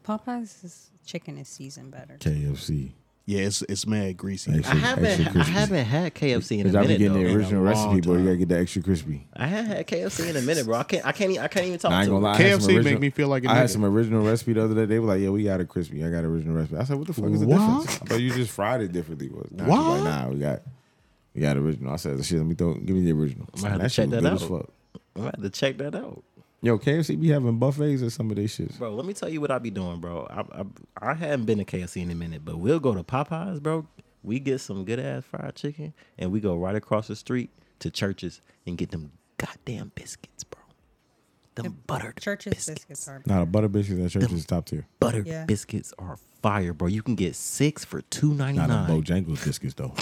S5: Popeyes is, chicken is seasoned better.
S2: KFC.
S1: Yeah, it's it's mad greasy.
S2: Extra,
S4: I haven't,
S2: extra
S4: I
S2: crispy.
S4: haven't had KFC in a
S2: Cause I be
S4: minute
S2: getting
S4: though.
S2: the original
S1: long
S2: recipe, bro.
S1: time.
S2: You gotta get the extra crispy.
S4: I haven't had KFC in a minute, bro. I can't, I can't, e- I can't even talk
S2: I ain't
S4: to
S2: gonna
S4: it.
S2: lie. I had some
S1: KFC make
S2: original-
S1: me feel like a
S2: I had
S1: nigga.
S2: some original recipe the other day. They were like, "Yeah, we got a crispy. I got original recipe." I said, "What the fuck is the
S1: What?
S2: difference?" I thought you just fried it differently. Was nah,
S1: What?
S2: she's Like, nah, we got we got original. I said, "Shit, let me throw. Give me the original."
S4: gonna have to
S2: That shit
S4: check
S2: was
S4: that
S2: good as
S4: out.
S2: fuck.
S4: I'm gonna have to check that out.
S2: Yo, KFC be having buffets or some of they shits.
S4: Bro, let me tell you what I be doing, bro. I, I I haven't been to KFC in a minute, but we'll go to Popeyes, bro. We get some good ass fried chicken, and we go right across the street to churches and get them goddamn biscuits, bro. Them buttered
S5: Church's
S4: biscuits.
S5: biscuits are
S2: Nah, the butter biscuits at church is top tier.
S4: Buttered
S5: Yeah.
S4: biscuits are fire, bro. You can get six for two ninety
S2: Not the
S4: nine.
S2: Bojangles biscuits though.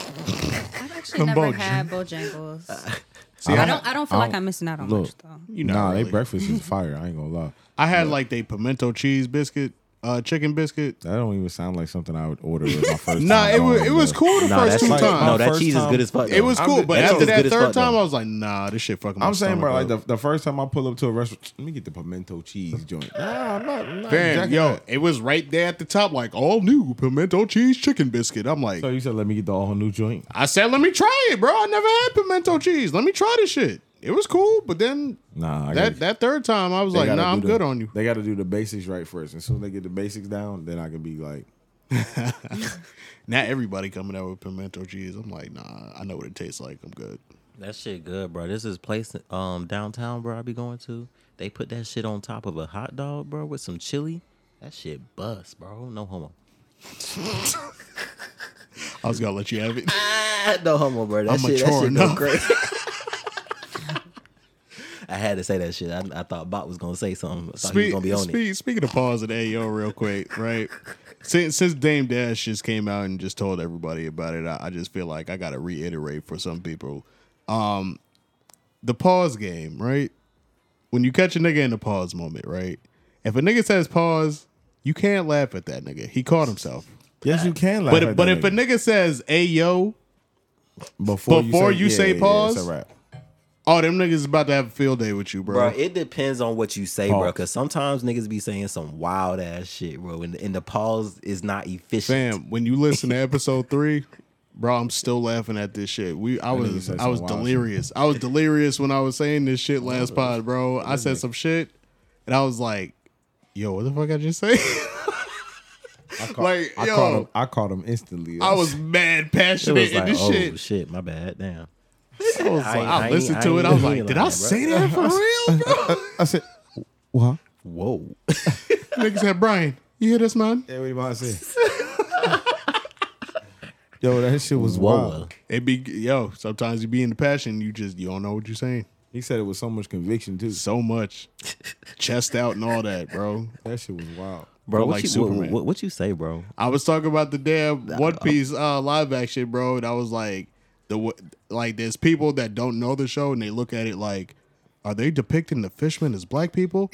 S5: I've actually never had Bojangles.
S2: See,
S5: I don't. I don't feel like I'm missing out on
S2: Look,
S5: much though.
S1: You know,
S2: nah,
S1: really.
S2: they breakfast is fire. I ain't gonna lie.
S1: I had like they pimento cheese biscuit, uh, chicken biscuit.
S2: That don't even sound like something I would order with
S4: <laughs>
S2: my first.
S1: Nah,
S2: time
S1: it was
S2: going,
S1: it was
S2: bro.
S1: cool the
S4: Nah,
S1: first
S4: that's
S1: two
S2: like-
S1: times.
S4: no, that
S2: First
S4: cheese is
S2: time-
S4: good as fuck.
S1: It
S4: though.
S1: was
S2: I'm
S1: cool,
S2: just-
S1: but
S2: that
S1: after
S2: sounds
S1: that
S4: good as
S1: third
S4: fuck,
S1: time,
S4: though.
S1: I was like, nah, this shit fucking. My
S2: I'm saying, bro,
S1: stomach
S2: like the,
S1: up.
S2: the first time I pull up to a restaurant, let me get the pimento
S1: <laughs>
S2: cheese joint. Nah, I'm not. I'm not
S1: Fam,
S2: jacking
S1: yo,
S2: that.
S1: it was right there at the top, like all new pimento cheese chicken biscuit. I'm like,
S2: So you said let me get the all new joint.
S1: I said, let me try it, bro. I never had pimento cheese. Let me try this shit. It was cool, but then
S2: Nah, I
S1: that that third time, I was like, nah, I'm good on you.
S2: They got to do the basics right first. As soon as they get the basics down, then I can be like,
S1: Now everybody coming out with pimento cheese. I'm like, nah, I know what it tastes like. I'm good. <laughs>
S4: That shit good, bro. This is place um downtown, bro. I be going to. They put that shit on top of a hot dog, bro, with some chili. That shit bust, bro. No homo.
S1: I was gonna let you have it.
S4: Ah, no homo, bro. That
S1: I'm
S4: shit, that
S1: mature
S4: shit go
S1: enough. <laughs>
S4: crazy. I had to say that shit. I, I thought Bot was gonna say something. I thought
S1: Speak,
S4: he was gonna be on it.
S1: speak, speaking of pause at AO real quick,
S4: <laughs>
S1: right? Since, since Dame Dash just came out and just told everybody about it, I, I just feel like I got to reiterate for some people. Um, the pause game, right? When you catch a nigga in the pause moment, right? If a nigga says pause, you can't laugh at that nigga. He caught himself.
S2: yes, you can. Laugh
S1: But
S2: at
S1: but
S2: that
S1: if a nigga says "Ayo,"
S2: before,
S1: before you say pause,
S2: it's a wrap.
S1: oh them niggas is about to have a field day with you,
S4: Bro,
S1: bro.
S4: it depends on what you say, bro.
S2: Pause.
S4: Because sometimes niggas be saying some wild ass shit, bro, and, and the pause is not efficient.
S1: Fam, when you listen to episode three, bro, I'm still laughing at this shit. We, I
S2: nigga
S1: was,
S2: said
S1: I was
S2: some wild
S1: delirious. I was delirious when I was saying this shit last pod, bro. I said some shit, and I was like, "Yo, what the fuck I just say?" <laughs>
S2: I caught,
S1: like,
S2: I
S1: yo,
S2: caught him. I caught him instantly.
S1: I was mad passionate
S4: it was
S1: in
S4: like,
S1: this
S4: oh
S1: shit.
S4: shit. my bad, damn.
S1: I, was
S4: I
S1: like,
S4: ain't-
S1: I
S4: I ain't-
S1: listened
S4: I
S1: to it.
S4: ain't
S1: I was
S4: really
S1: like, "Did I
S4: lying,
S1: say that
S4: <laughs>
S1: for real, bro?"
S2: <laughs> I said, what?
S4: <laughs> Whoa.
S1: Nigga said, "Brian, you hear this, man?"
S2: Yeah, what do you want
S1: <laughs>
S2: to say? Yo, that shit was
S4: Whoa.
S2: wild.
S1: It be yo. Sometimes you be in the passion, you just you don't know what you're saying.
S2: He said it with so much conviction too.
S1: So
S4: <laughs>
S1: much, chest out and all that, bro.
S2: That shit was wild.
S4: Bro,
S1: Bro,
S4: what,
S1: like
S4: you, what,
S1: Superman.
S4: what, what you say, bro?
S1: I was talking about the damn One Piece uh, live action, bro, and I was like, the w- like there's people that don't know the show and they look at it like, are they depicting the fishmen as black people?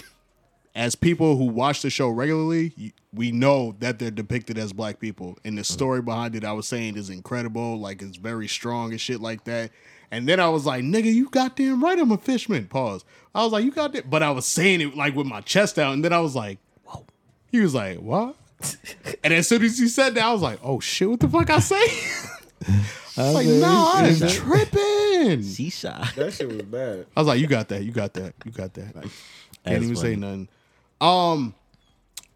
S1: As people who watch the show regularly, y- we know that they're depicted as black people, and the story behind it, I was saying, is incredible. Like it's very strong and shit like that. And then I was like, "Nigga, you goddamn right, I'm a fishman." Pause. I was like, "You got that," but I was saying it like with my chest out, and then I was like, He was like, what? and as soon as he said that, I was like, oh shit, what the fuck I say? <laughs> I was like,
S2: said,
S1: nah, I
S2: you
S1: am
S2: said-
S1: tripping. <laughs>
S4: She shot.
S2: That shit was bad.
S1: I was like, you got that, you got that, you got that. Can't
S4: That's
S1: even say
S4: funny.
S1: nothing. Um,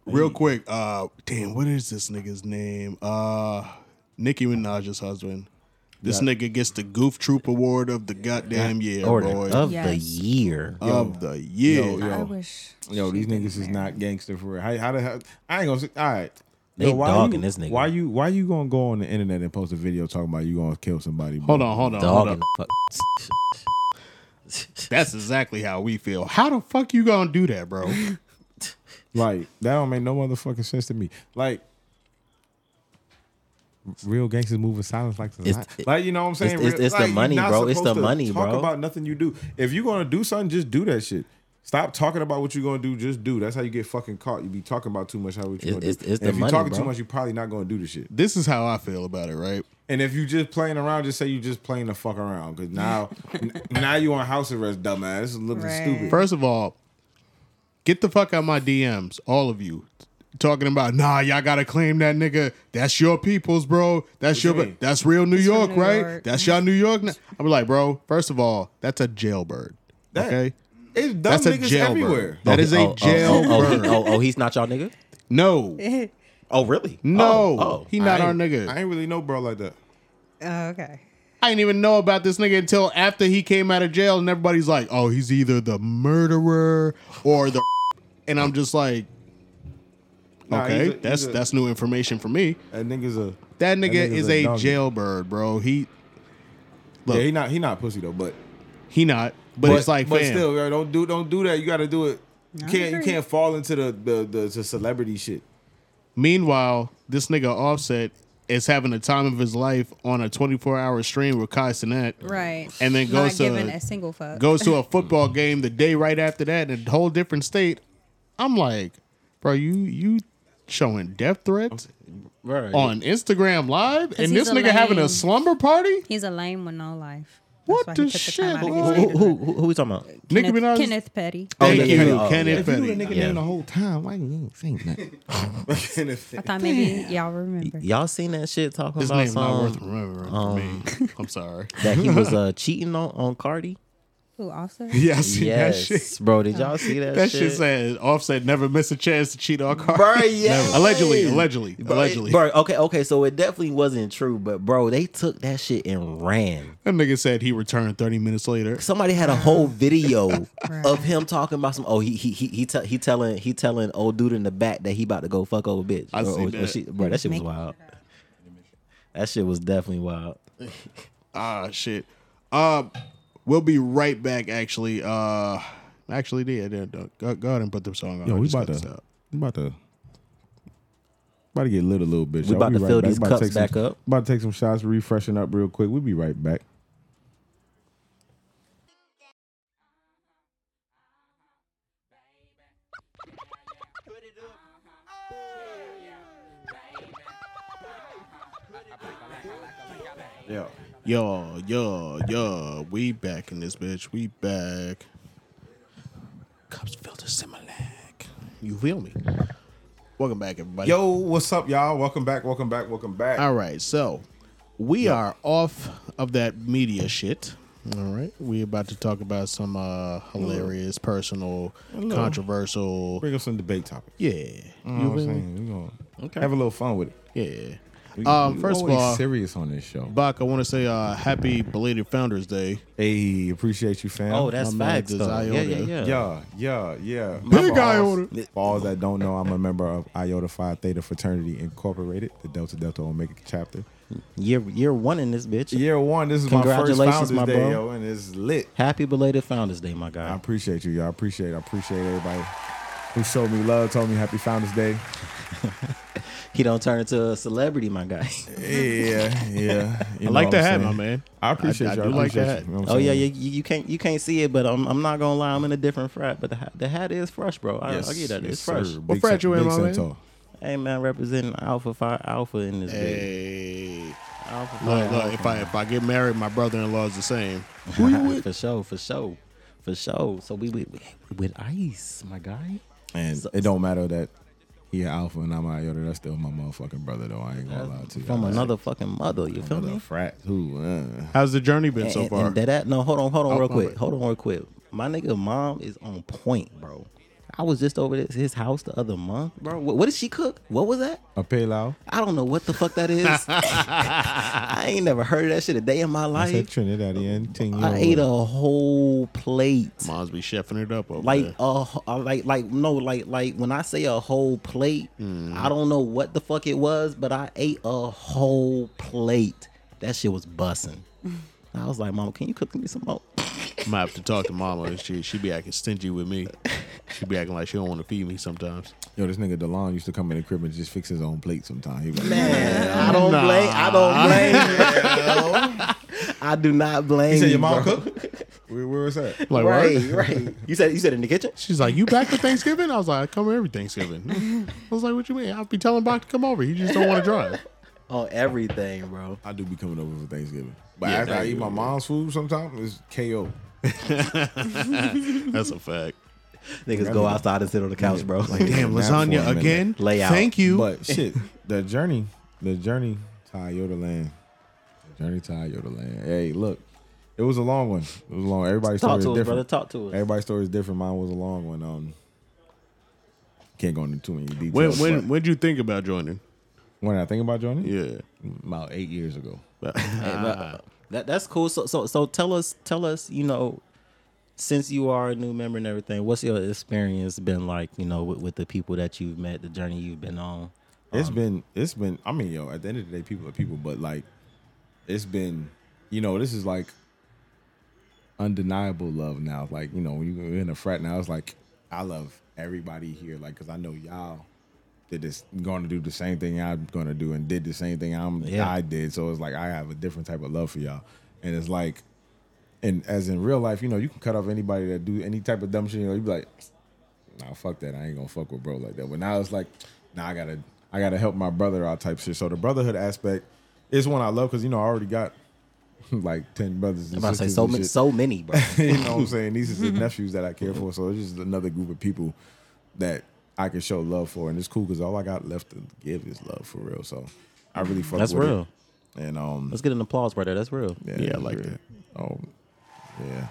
S1: real quick, uh, damn, what is this nigga's name? Uh, Nicki Minaj's husband. This nigga gets the Goof Troop Award of the goddamn year,
S4: Order
S1: boy,
S4: of the
S5: Yes.
S4: year.
S1: Of the year.
S2: Yo,
S5: I
S2: yo,
S5: wish.
S2: yo, these niggas is not gangster for real. How, how the hell? I ain't gonna. Say, all right.
S4: They
S2: why
S4: dogging
S2: you,
S4: this nigga.
S2: Why you? Why you gonna go on the internet and post a video talking about you gonna kill somebody? bro?
S1: Hold on, hold on, hold
S4: Dog
S1: on.
S4: and the fuck.
S1: That's exactly how we feel. How the fuck you gonna do that,
S4: <laughs>
S1: bro?
S2: Like that don't make no motherfucking sense to me. Like real gangsters move in silence like the
S4: It's-
S2: li- like you know what I'm saying.
S4: it's-
S2: Real-
S4: it's the
S2: like, you're
S4: money,
S2: not
S4: bro. It's
S2: supposed
S4: the
S2: to
S4: money,
S2: talk
S4: bro.
S2: about nothing you do. If you're gonna do something, just do that shit. Stop talking about what you're gonna do. Just do. That's how you get fucking caught. You be talking about too much. How what you
S4: It's-
S2: gonna
S4: it's-
S2: do?
S4: it's
S2: and
S4: the
S2: if you're
S4: money,
S2: talking too
S4: bro.
S2: much, you probably not gonna do the shit.
S1: This is how I feel about it, right?
S2: And if you just playing around, just say you just playing the fuck around. Cause now, n- now you on house arrest, dumbass. Looking
S5: Right.
S2: stupid.
S1: First of all, get the fuck out of my DMs, all of you. Talking about nah, y'all gotta claim that nigga. That's your people's, bro. That's
S2: you
S1: your,
S2: mean?
S1: that's real New York,
S5: New
S1: right?
S5: York.
S1: That's y'all New York. na- I'm like, bro. First of all, that's a jailbird.
S2: That-
S1: okay,
S2: It's dumb
S1: that's a
S2: niggas
S1: jailbird.
S2: everywhere.
S1: That is a
S4: Oh, oh, he-
S1: jailbird.
S4: oh, oh, he's not y'all nigga.
S1: No,
S4: Oh, really?
S1: no,
S4: Oh, oh.
S1: he not
S2: I
S1: our
S2: ain't-
S1: nigga.
S2: I ain't really know bro like that.
S5: Oh, okay.
S1: I didn't even know about this nigga until after he came out of jail, and everybody's like, "Oh, he's either the murderer or the," <laughs> and I'm just like,
S2: Nah,
S1: "Okay,
S2: he's a- he's
S1: that's
S2: a-
S1: that's new information for me."
S2: That nigga's a
S1: That nigga
S2: nigga's
S1: is a,
S2: doggy.
S1: jailbird, bro. He look,
S2: Yeah, he
S1: he,
S2: not he not pussy though, but
S1: not, but, it's like,
S2: but
S1: fam,
S2: still, yo, don't do don't do that. You got to do it. You can't you
S5: agree.
S2: can't fall into the the, the the celebrity shit.
S1: Meanwhile, this nigga Offset is having the time of his life on a 24 hour stream with Kai Sinet,
S5: Right.
S1: And then
S5: Not
S1: goes to-
S5: giving a single fuck.
S1: goes to a football game the day right after that in a whole different state. I'm like, bro, you you showing death threats
S4: Right.
S1: on Instagram Live,
S5: he's
S1: and this
S5: a
S1: nigga having a
S5: lame.
S1: slumber party.
S5: He's a lame with no life. That's
S1: What
S5: why
S1: the
S5: he took
S1: shit,
S5: time out of
S1: boy?
S5: his
S4: Who,
S5: day to
S4: who, who, who we talking about?
S1: Nicki
S5: Kenneth,
S1: Minaj.
S5: Kenneth Petty.
S1: Thank
S4: yeah,
S1: you,
S4: Oh, yeah, yeah.
S1: Kenneth
S4: If
S1: Petty.
S4: nigga Yeah. name the
S2: whole time, why you ain't saying nothing?
S5: I thought maybe y'all remember.
S4: Y'all seen that shit talking
S1: His
S4: about
S1: name's
S4: some, um,
S1: not worth <laughs> remembering for me. I'm sorry. <laughs>
S4: that he was uh, cheating on on Cardi?
S5: Who also?
S1: <laughs> Yeah, I seen
S4: yes,
S1: that shit.
S4: bro. Did y'all see that?
S1: That
S4: shit,
S1: shit said Offset never miss a chance to cheat on Cardi.
S4: Bruh, yes.
S1: Never. Allegedly, allegedly, allegedly.
S4: Bro, okay, okay. So it definitely wasn't true, but bro, they took that shit and ran.
S1: That nigga said he returned 30 minutes later.
S4: Somebody had a
S1: <laughs>
S4: whole video of him talking about some. Oh, he he he he, tell he telling he telling old dude in the back that he about to go fuck old bitch.
S1: I seen that.
S4: bro, that shit was
S5: Make-
S4: wild. That shit was definitely wild.
S1: Ah, shit. Uh, we'll be right back, actually. Uh, actually, yeah, yeah, yeah. Go, go ahead and put the song on.
S2: Yo,
S1: I
S2: we
S1: just
S2: about
S1: cut
S2: to
S1: this out.
S2: we about to about to get lit a little bit.
S4: We
S2: y'all.
S4: about to
S2: right
S4: fill
S2: back.
S4: these
S2: About to
S4: cups
S2: take some-
S4: back up.
S2: About to take some shots, refreshing up real quick. We'll be right back. Yeah.
S1: Yo, yo, yo. We back in this bitch. We back. Cops filter Similac. You feel me? Welcome back, everybody.
S2: Yo, what's up, y'all? Welcome back, welcome back, welcome back.
S1: All right, so we are off of that media shit. All right, we're about to talk about some uh, hilarious, personal, controversial.
S2: Bring up some debate topics.
S1: Yeah,
S2: You know what I'm saying? We're gonna have a little fun with it.
S1: yeah.
S2: We-
S1: Um,
S2: we
S1: first of
S2: always
S1: all,
S2: serious on this show.
S1: Bach, I want to say uh, happy belated Founders Day.
S2: Hey, appreciate you, fam.
S4: Oh, that's
S1: My man
S4: facts. Though.
S1: Desire
S4: Yeah, yeah,
S1: Order.
S4: yeah.
S2: yeah, yeah, yeah.
S1: Big Iota.
S2: For all that don't know, I'm a member of Iota Phi Theta Fraternity Incorporated, the Delta Delta Omega chapter.
S4: Year year one in this bitch.
S2: Year one, this is my
S4: Congratulations,
S2: first Founders
S4: my
S2: Day,
S4: bro.
S2: yo, and it's lit.
S4: Happy belated Founders Day, my
S2: I
S4: guy.
S2: appreciate you, y'all. I appreciate, I appreciate everybody who showed me love, told me Happy
S1: <laughs>
S2: Founders Day.
S4: He don't turn into a celebrity, my guy. <laughs>
S2: Yeah, yeah.
S1: I
S2: You know
S1: like
S2: what I'm
S1: that hat,
S2: saying?
S1: my man.
S2: I appreciate
S1: I
S2: you.
S1: do like
S2: appreciate
S1: that.
S2: you. You know what I'm
S4: Oh yeah,
S2: saying?
S4: you, you you can't you can't see it, but I'm I'm not gonna lie, I'm in a different frat, but the hat, the hat is fresh, bro. I, I get that,
S2: yes,
S4: it's fresh.
S2: sir.
S1: What
S2: Big
S1: frat
S2: cen-
S1: you in,
S2: big
S1: my man?
S2: centaur.
S4: Hey man, representing Alpha Phi Alpha in this bitch.
S1: Hey,
S4: Alpha Phi
S1: look, look,
S4: Alpha.
S1: if I if I get married, my brother-in-law is the same. Who <laughs> you with?
S4: for sure, for sure, for sure. So we with with ice, my guy.
S2: And
S4: So-
S2: it don't matter that He an alpha and I'm an iota. That's still my motherfucking brother though. I ain't gonna lie to you.
S4: From
S2: I like
S4: another fucking mother, you feel
S2: another
S4: me?
S2: frat who? Uh,
S1: How's the journey been
S4: And-
S1: so
S4: and-
S1: far?
S4: and that, that- no, hold on, hold on,
S1: Oh,
S4: real
S1: my
S4: quick.
S1: bad.
S4: Hold on, real quick. My nigga mom is on point, bro. I was just over at his house the other month, bro. What, what did she cook? What was that?
S2: a pilau.
S4: I don't know what the fuck that is. <laughs> I ain't never heard of that shit a day in my
S2: I said
S4: life.
S2: Trinidadian. Ten year
S4: I ate a whole plate.
S1: Mom's be chefing it up over
S4: Like
S1: there.
S4: a wh- uh, like like no like like when I say a whole plate, I don't know what the fuck it was, but I ate a whole plate. That shit was <laughs> bussing. I was like, Mama, can you cook me some <laughs> more?
S1: Might have to talk to mama. She she be acting stingy with me. She be acting like she don't want to feed me sometimes.
S2: Yo, this nigga Delon used to come in the crib and just fix his own plate sometimes. He was like,
S4: I don't blame. I don't <laughs> blame. I do not blame.
S2: He said your mom
S4: bro.
S2: cook? Where, where was that?
S1: Like
S4: <laughs> Right,
S1: what?
S4: right. You said you said in the kitchen.
S1: She's like, you back for Thanksgiving? I was like, I come every Thanksgiving. I was like, what you mean? I'll be telling Bach to come over. He just don't want to drive.
S4: Oh, everything, bro.
S2: I do be coming over for Thanksgiving. But
S1: Yeah,
S2: after I
S1: that-
S2: eat my mom's food sometimes, it's KO.
S1: That's a fact.
S4: Niggas go outside and sit on the couch, bro. <laughs>
S2: Like,
S1: Damn,
S2: Not for a
S1: lasagna
S2: minute.
S1: again.
S4: Lay out.
S1: Thank you.
S2: But shit, the journey, the journey to Iota Land. The journey to Iota Land. Hey, look. It was a long one. It was long. Everybody's
S4: Talk
S2: story
S4: to us,
S2: is different.
S4: brother. Talk to us.
S2: Everybody's story is different. Mine was a long one. Um can't go into too many details.
S1: when when
S2: but
S1: when'd you think about joining?
S2: when I think about joining?
S1: Yeah.
S2: About eight years ago.
S1: But-
S4: Hey, but, uh, that that's cool. So so so tell us tell us you know, since you are a new member and everything, what's your experience been like? You know, with, with the people that you've met, the journey you've been on.
S2: It's
S1: Um,
S2: been it's been I mean, yo, at the end of the day, people are people, but like it's been you know, this is like undeniable love now. Like, you know, when you're in a frat now, it's like I love everybody here, like, cause I know y'all did this gonna do the same thing I'm gonna do and did the same thing I'm
S4: Yeah.
S2: I did. So it's like I have a different type of love for y'all. And it's like and as in real life, you know, you can cut off anybody that do any type of dumb shit, you know, you be like, nah, fuck that. I ain't gonna fuck with bro like that. But now it's like, nah, I gotta, I gotta help my brother out type shit. So the brotherhood aspect is one I love because you know I already got <laughs> like ten brothers. And
S4: I'm about to say
S2: sisters
S4: so
S2: and
S4: many,
S2: shit.
S4: so many,
S2: <laughs>
S4: bro.
S2: you know what I'm saying? These are the nephews that I care for. So it's just another group of people that I can show love for, and it's cool because all I got left to give is love for real. So I really fuck.
S4: That's
S2: with it.
S4: real.
S2: And um,
S4: Let's get an applause, brother. That's real.
S2: yeah,
S1: Yeah, I
S2: it's
S1: like
S2: real.
S1: that.
S2: Oh, yeah.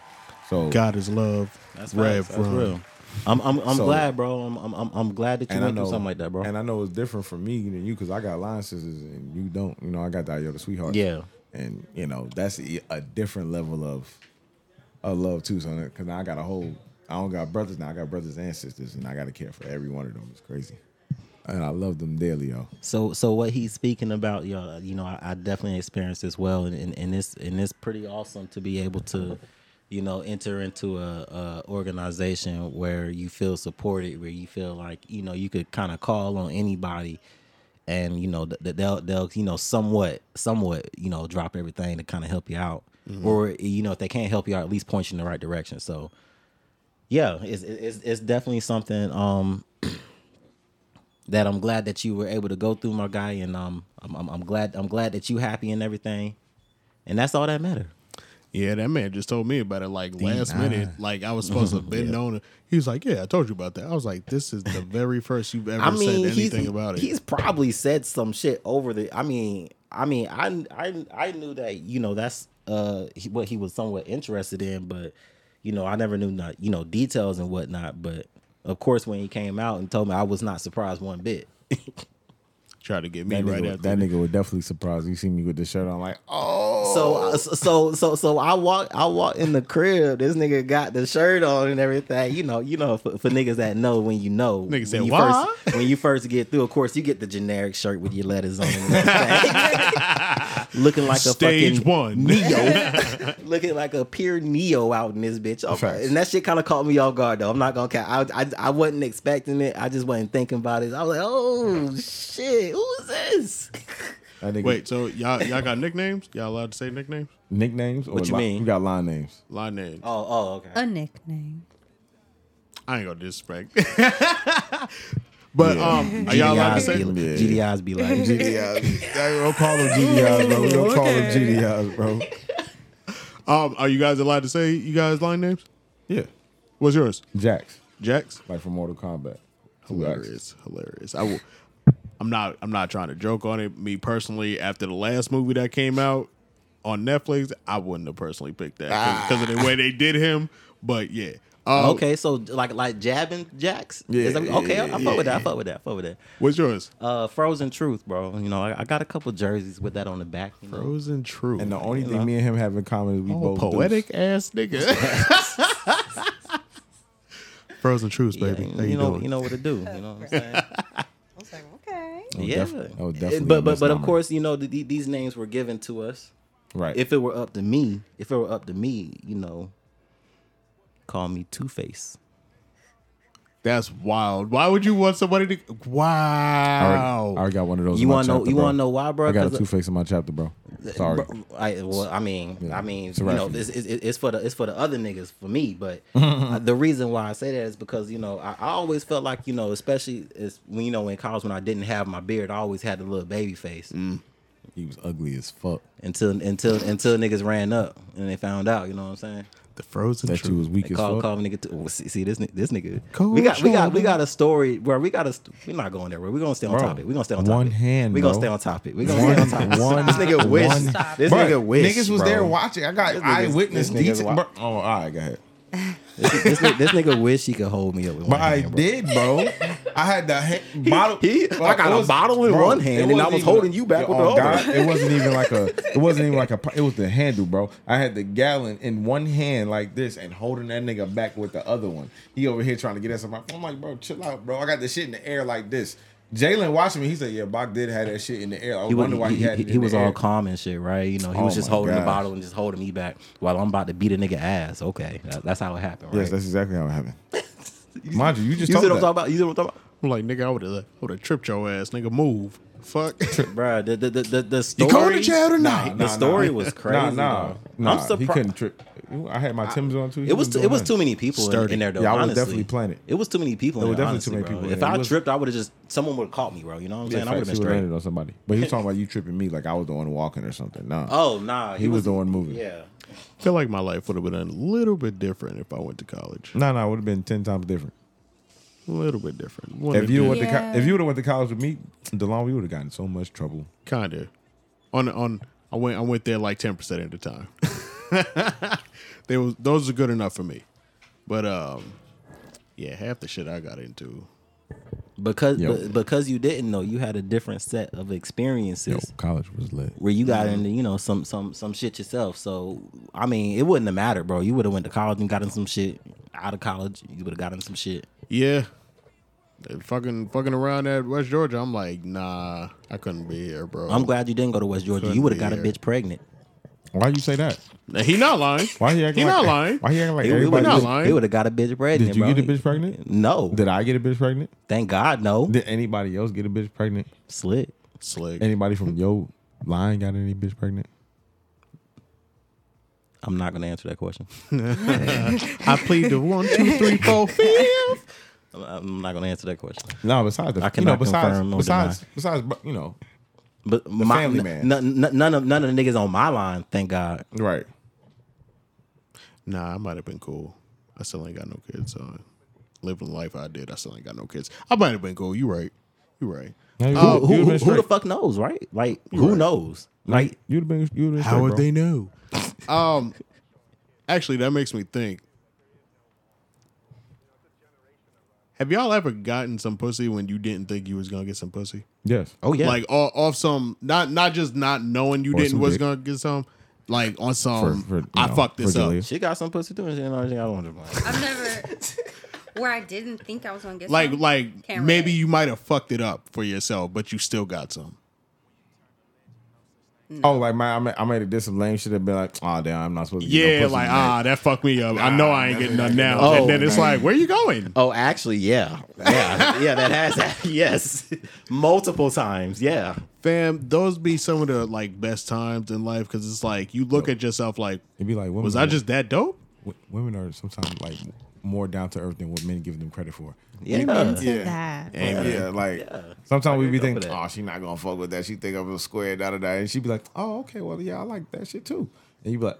S2: So
S1: God is love.
S4: That's
S1: Rev
S4: facts. That's
S1: Run.
S4: real. I'm I'm, I'm
S2: So-
S4: glad, bro. I'm, I'm I'm I'm glad that you went through something like that, bro.
S2: And I know it's different for me than you because I got line sisters and you don't. You know, I got that Yoda sweetheart.
S4: Yeah.
S2: And you know that's a, a different level of of love too. So because now I got a whole, I don't got brothers now. I got brothers and sisters, and I got to care for every one of them. It's crazy, and I love them daily, yo.
S4: So so what he's speaking about, you know, you know I, I definitely experienced as well, and, and and it's and it's pretty awesome to be able to, you know, enter into a, a organization where you feel supported, where you feel like you know you could kind of call on anybody, and you know th- th- they'll they'll you know somewhat somewhat you know drop everything to kind of help you out, or you know if they can't help you out, at least point you in the right direction. So. Yeah, it's, it's it's definitely something um that I'm glad that you were able to go through, my guy, and um, I'm, I'm, I'm glad I'm glad that you happy and everything, and that's all that matter.
S1: Yeah, that man just told me about it like last minute. Like I was supposed to have been known. He was like, "Yeah, I told you about that." I was like, "This is the very first you've ever
S4: I mean,
S1: said anything
S4: he's,
S1: about it."
S4: he's probably said some shit over the. I mean, I mean, I I I knew that you know that's uh he- what he was somewhat interested in, but you know I never knew not you know details and whatnot. But of course, when he came out and told me, I was not surprised one bit.
S1: Tried to get me
S2: That,
S1: right
S2: nigga,
S1: after
S2: that nigga was definitely surprised. You see me with the shirt on, like, oh,
S4: So so so so I walk I walk in the crib. This nigga got the shirt on and everything. You know you know for, for niggas that know when you know.
S1: Nigga
S4: when
S1: said,
S4: you
S1: "Why?"
S4: first, when you first get through. Of course, you get the generic shirt with your letters on, and
S1: <laughs>
S4: everything. looking like a
S1: stage
S4: fucking
S1: one. <laughs>
S4: Neo, <laughs> looking like a pure Neo out in this bitch. I'm-
S2: Facts.
S4: and that shit kind of caught me off guard though. I'm not gonna count. I, I I wasn't expecting it. I just wasn't thinking about it. I was like, oh shit, who is this?
S2: that nigga,
S1: Wait, so y'all y'all got nicknames? Y'all allowed to say nicknames?
S2: nicknames or
S4: What you
S2: li-
S4: mean?
S2: We got line names.
S1: Line names.
S4: Oh oh okay.
S5: A nickname.
S1: I ain't gonna disrespect. <laughs> but um, are y'all allowed to
S4: GDIs
S1: say?
S4: be,
S2: Yeah.
S4: GDIs be like,
S2: GDIs, don't call them GDIs, bro. We don't call them GDIs, bro.
S1: Um, are you guys allowed to say you guys line names?
S2: Yeah,
S1: What's yours?
S2: Jax,
S1: Jax.
S2: like from Mortal Kombat.
S1: Hilarious, hilarious. I will. I'm not. I'm not trying to joke on it. Me personally, after the last movie that came out on Netflix, I wouldn't have personally picked that because of the way they did him. But yeah. Um,
S4: <laughs> okay, so like like jabbing jacks.
S1: Yeah,
S4: Is that-
S1: yeah,
S4: okay, I, I
S1: yeah,
S4: fuck
S1: yeah,
S4: with that. I
S1: yeah.
S4: fuck with that. I fuck with that.
S1: What's yours?
S4: Uh, Frozen Truth, bro. You know, I, I got a couple jerseys with that on the back. You know?
S1: Frozen True.
S2: And the only thing me and him have in common is we
S1: Oh,
S2: both
S1: poetic ass nigga. Frozen Truth,
S4: Yeah,
S1: baby. How you,
S4: you know,
S1: doing?
S4: you know what to do. You
S2: <laughs>
S4: know what I'm saying?
S5: I was like, okay.
S2: Oh,
S4: yeah.
S2: def- oh,
S4: It-
S2: definitely a
S4: but but but of
S2: misnomer.
S4: course, you know, the, the- these names were given to us.
S2: dudes. right.
S4: If it were up to me, if it were up to me, you know, call me Two Face.
S1: That's wild. Why would you want somebody to?
S2: I already,
S1: Wow.
S2: I already got one of those.
S4: You
S2: in my
S4: wanna know-
S2: chapter,
S4: you
S2: bro.
S4: wanna know why, bro? uh,
S2: I got a
S4: 'Cause-
S2: two face in my chapter, bro. Sorry.
S4: Bro, I well, I mean,
S2: Yeah.
S4: I mean,
S2: It's a
S4: you
S2: wrap
S4: know,
S2: for you.
S4: it's, it's, it's for the it's for the other niggas for me.
S2: <laughs>
S4: But uh, the reason why I say that is because you know I, I always felt like you know, especially as when you know in college when I didn't have my beard, I always had the little baby face
S2: Mm. He was ugly as fuck.
S4: until until until niggas ran up and they found out. You know what I'm saying?
S1: the Frozen
S2: That
S1: Truth.
S2: you was weak
S4: They
S2: as
S4: call
S2: fuck.
S4: call me nigga. Too. Well, see, see this ni- this nigga.
S1: Cold
S4: we got we got we
S1: shoulder.
S4: got a story where we got a. St- we're not going there. Bro. We're gonna stay on
S2: Bro,
S4: topic. We're gonna stay on topic.
S2: one hand,
S4: We're gonna
S2: bro.
S4: stay on topic. We're gonna
S2: One,
S4: stay on topic.
S2: one,
S4: this nigga wish.
S5: Stop.
S4: This
S2: Bro,
S4: nigga wish.
S2: Niggas was
S4: bro.
S2: there watching. I got
S4: This nigga's-
S2: eyewitness
S4: this nigga's
S2: detail.
S4: wa-
S2: bro. Oh, all right, go ahead.
S4: this, nigga, this nigga wish he could hold me up with one
S2: But I
S4: hand, bro.
S2: did, bro. I had the ha- bottle.
S4: he-
S2: bro,
S4: I got
S2: it
S4: a bottle in
S2: bro,
S4: one hand and
S2: it
S4: I
S2: wasn't
S4: was
S2: even-
S4: holding you back with the
S2: oh,
S4: other.
S2: God, It wasn't even like a. It wasn't even like a. pi- It was the handle, bro. I had the gallon in one hand like this and holding that nigga back with the other one. He over here trying to get us. I'm like, I'm like, bro, chill out, bro. I got this shit in the air like this. Jalen watching me. He said, yeah, Bach did have that shit in the air. I
S4: He,
S2: wonder why
S4: was, he,
S2: he, had
S4: he,
S2: it.
S4: he
S2: in
S4: was
S2: the
S4: all
S2: air.
S4: calm and shit, right? You know, he
S2: Oh
S4: was just
S2: my
S4: holding the
S2: gosh.
S4: bottle and just holding me back while I'm about to beat a nigga ass. Okay, that- that's how it happened, right?
S2: Yes, that's exactly how it happened. Mind you, you
S4: <laughs>
S2: just
S4: you see
S2: told
S4: what I'm
S2: that.
S4: talking about? You see what I'm talking about?
S1: I'm like, nigga, I would have, would have tripped your ass, nigga. Move, fuck.
S4: Bruh, the, the, the, the, the
S1: you
S4: story.
S1: going to jail tonight?
S4: The story was crazy.
S2: Nah, nah,
S4: dog.
S2: nah.
S4: I'm
S2: He
S4: surprised.
S2: couldn't trip. I had my Tim's on too. He
S4: It was too,
S2: doing
S4: it was
S2: nothing.
S4: too many people in,
S1: Sturdy.
S4: in there though.
S2: Yeah, I was
S4: honestly.
S2: definitely playing it.
S4: It was too many people.
S2: There
S4: in
S2: were
S4: there,
S2: definitely
S4: honestly,
S2: too many
S4: bro.
S2: people in
S4: If
S2: there. It
S4: I
S2: was-
S4: tripped, I would have just someone would have caught me, bro. You know what I'm saying? I
S2: Yeah,
S4: would have been
S2: facts, he was
S4: straight.
S2: landed on somebody, but he was talking about you tripping me, like I was the one walking or something. Nah,
S4: Oh nah,
S2: he, was, the one moving.
S4: Yeah,
S1: I <laughs> feel like my life would have been a little bit different if I went to college.
S2: No, no, it would have been ten times different.
S1: A little bit different.
S2: If you went to
S5: Yeah.
S2: co- if you would have went to college with me, DeLon, we would have gotten in so much trouble.
S1: kind of on on I went I went there like ten percent at the time. <laughs> they was those are good enough for me, but um, yeah, half the shit I got into.
S4: because
S2: Yo.
S4: but- because you didn't know, you had a different set of experiences.
S2: college was lit.
S4: where you
S2: Mm-hmm.
S4: got into you know some some some shit yourself. So I mean, it wouldn't have mattered, bro. You would have went to college and gotten some shit out of college. You would have gotten some shit.
S1: Yeah, And fucking fucking around at West Georgia, I'm like, nah, I couldn't be here, bro.
S4: I'm glad you didn't go to West Georgia.
S1: Couldn't
S4: you would have
S1: be
S4: got a
S1: here.
S4: bitch pregnant.
S2: Why you say that?
S1: Now, he not lying.
S2: Why he acting
S1: He
S2: like
S1: not lying.
S2: Why he acting like
S4: He- he
S2: everybody?
S4: would've-
S1: not
S2: else?
S1: lying.
S4: He would have got a bitch pregnant.
S2: Did you
S4: bro.
S2: get a bitch pregnant?
S4: No.
S2: Did I get a bitch pregnant?
S4: Thank God, no.
S2: Did anybody else get a bitch pregnant?
S4: Slick.
S1: Slick.
S2: Anybody from your line got any bitch pregnant?
S4: I'm not gonna answer that <laughs> question.
S1: I plead the one, two, three, <laughs> four, fifth.
S4: I'm- I'm not gonna answer that question.
S2: No, besides the
S4: I
S2: you know,
S4: cannot
S2: besides
S4: confirm or
S2: besides besides bu- you know
S4: But my,
S2: family
S4: n-
S2: man.
S4: n- n- none of none of the niggas on my line. Thank God.
S2: right.
S1: Nah, I might have been cool. I still ain't got no kids. So living the life I did, I still ain't got no kids. I might have been cool. You right. You right.
S4: Who,
S2: No, you-
S4: who-
S2: you'd
S4: who-
S2: been
S4: who the
S2: straight.
S4: fuck knows, right? Like who knows? Like
S2: You'd have been you'd have been
S1: How
S2: straight,
S1: would
S2: bro.
S1: they know? um, actually, that makes me think. Have y'all ever gotten some pussy when you didn't think you was gonna get some pussy?
S2: Yes.
S4: oh yeah,
S1: Like o- off some not not just not knowing you
S2: Or
S1: didn't
S2: some
S1: was
S2: dick.
S1: gonna get some, like on some
S2: For- for, you
S1: I
S2: know,
S1: fucked
S2: for
S1: this up.
S2: Jaleel.
S4: she got some pussy too, and she didn't know anything. I don't know.
S5: I've never where I didn't think I was gonna get
S1: Like
S5: some.
S1: like
S5: Can't
S1: maybe
S5: relate.
S1: you might have fucked it up for yourself, but you still got some.
S2: Oh, like my I made, I made a did some lame shit and be like, oh damn, I'm not supposed to. get no
S1: Yeah,
S2: pussy
S1: like
S2: tonight."
S1: ah, that fucked me up. I know I ain't getting none now.
S4: Oh,
S1: and then it's like, where you going?
S4: Oh, actually, yeah, yeah, yeah. That has <laughs> yes, multiple times. Yeah,
S1: Fam, those be some of the like best times in life because it's like you look at yourself like,
S2: It'd be like women.
S1: was I just that dope?
S2: w- women are sometimes like more down to earth than what men give them credit for.
S4: yeah.
S5: yeah. that.
S2: And yeah, like sometimes we be thinking,
S4: that.
S2: oh, she not gonna fuck with that. She think I'm a square da da da, and she be like, oh, okay, well, yeah, I like that shit too. And you be like,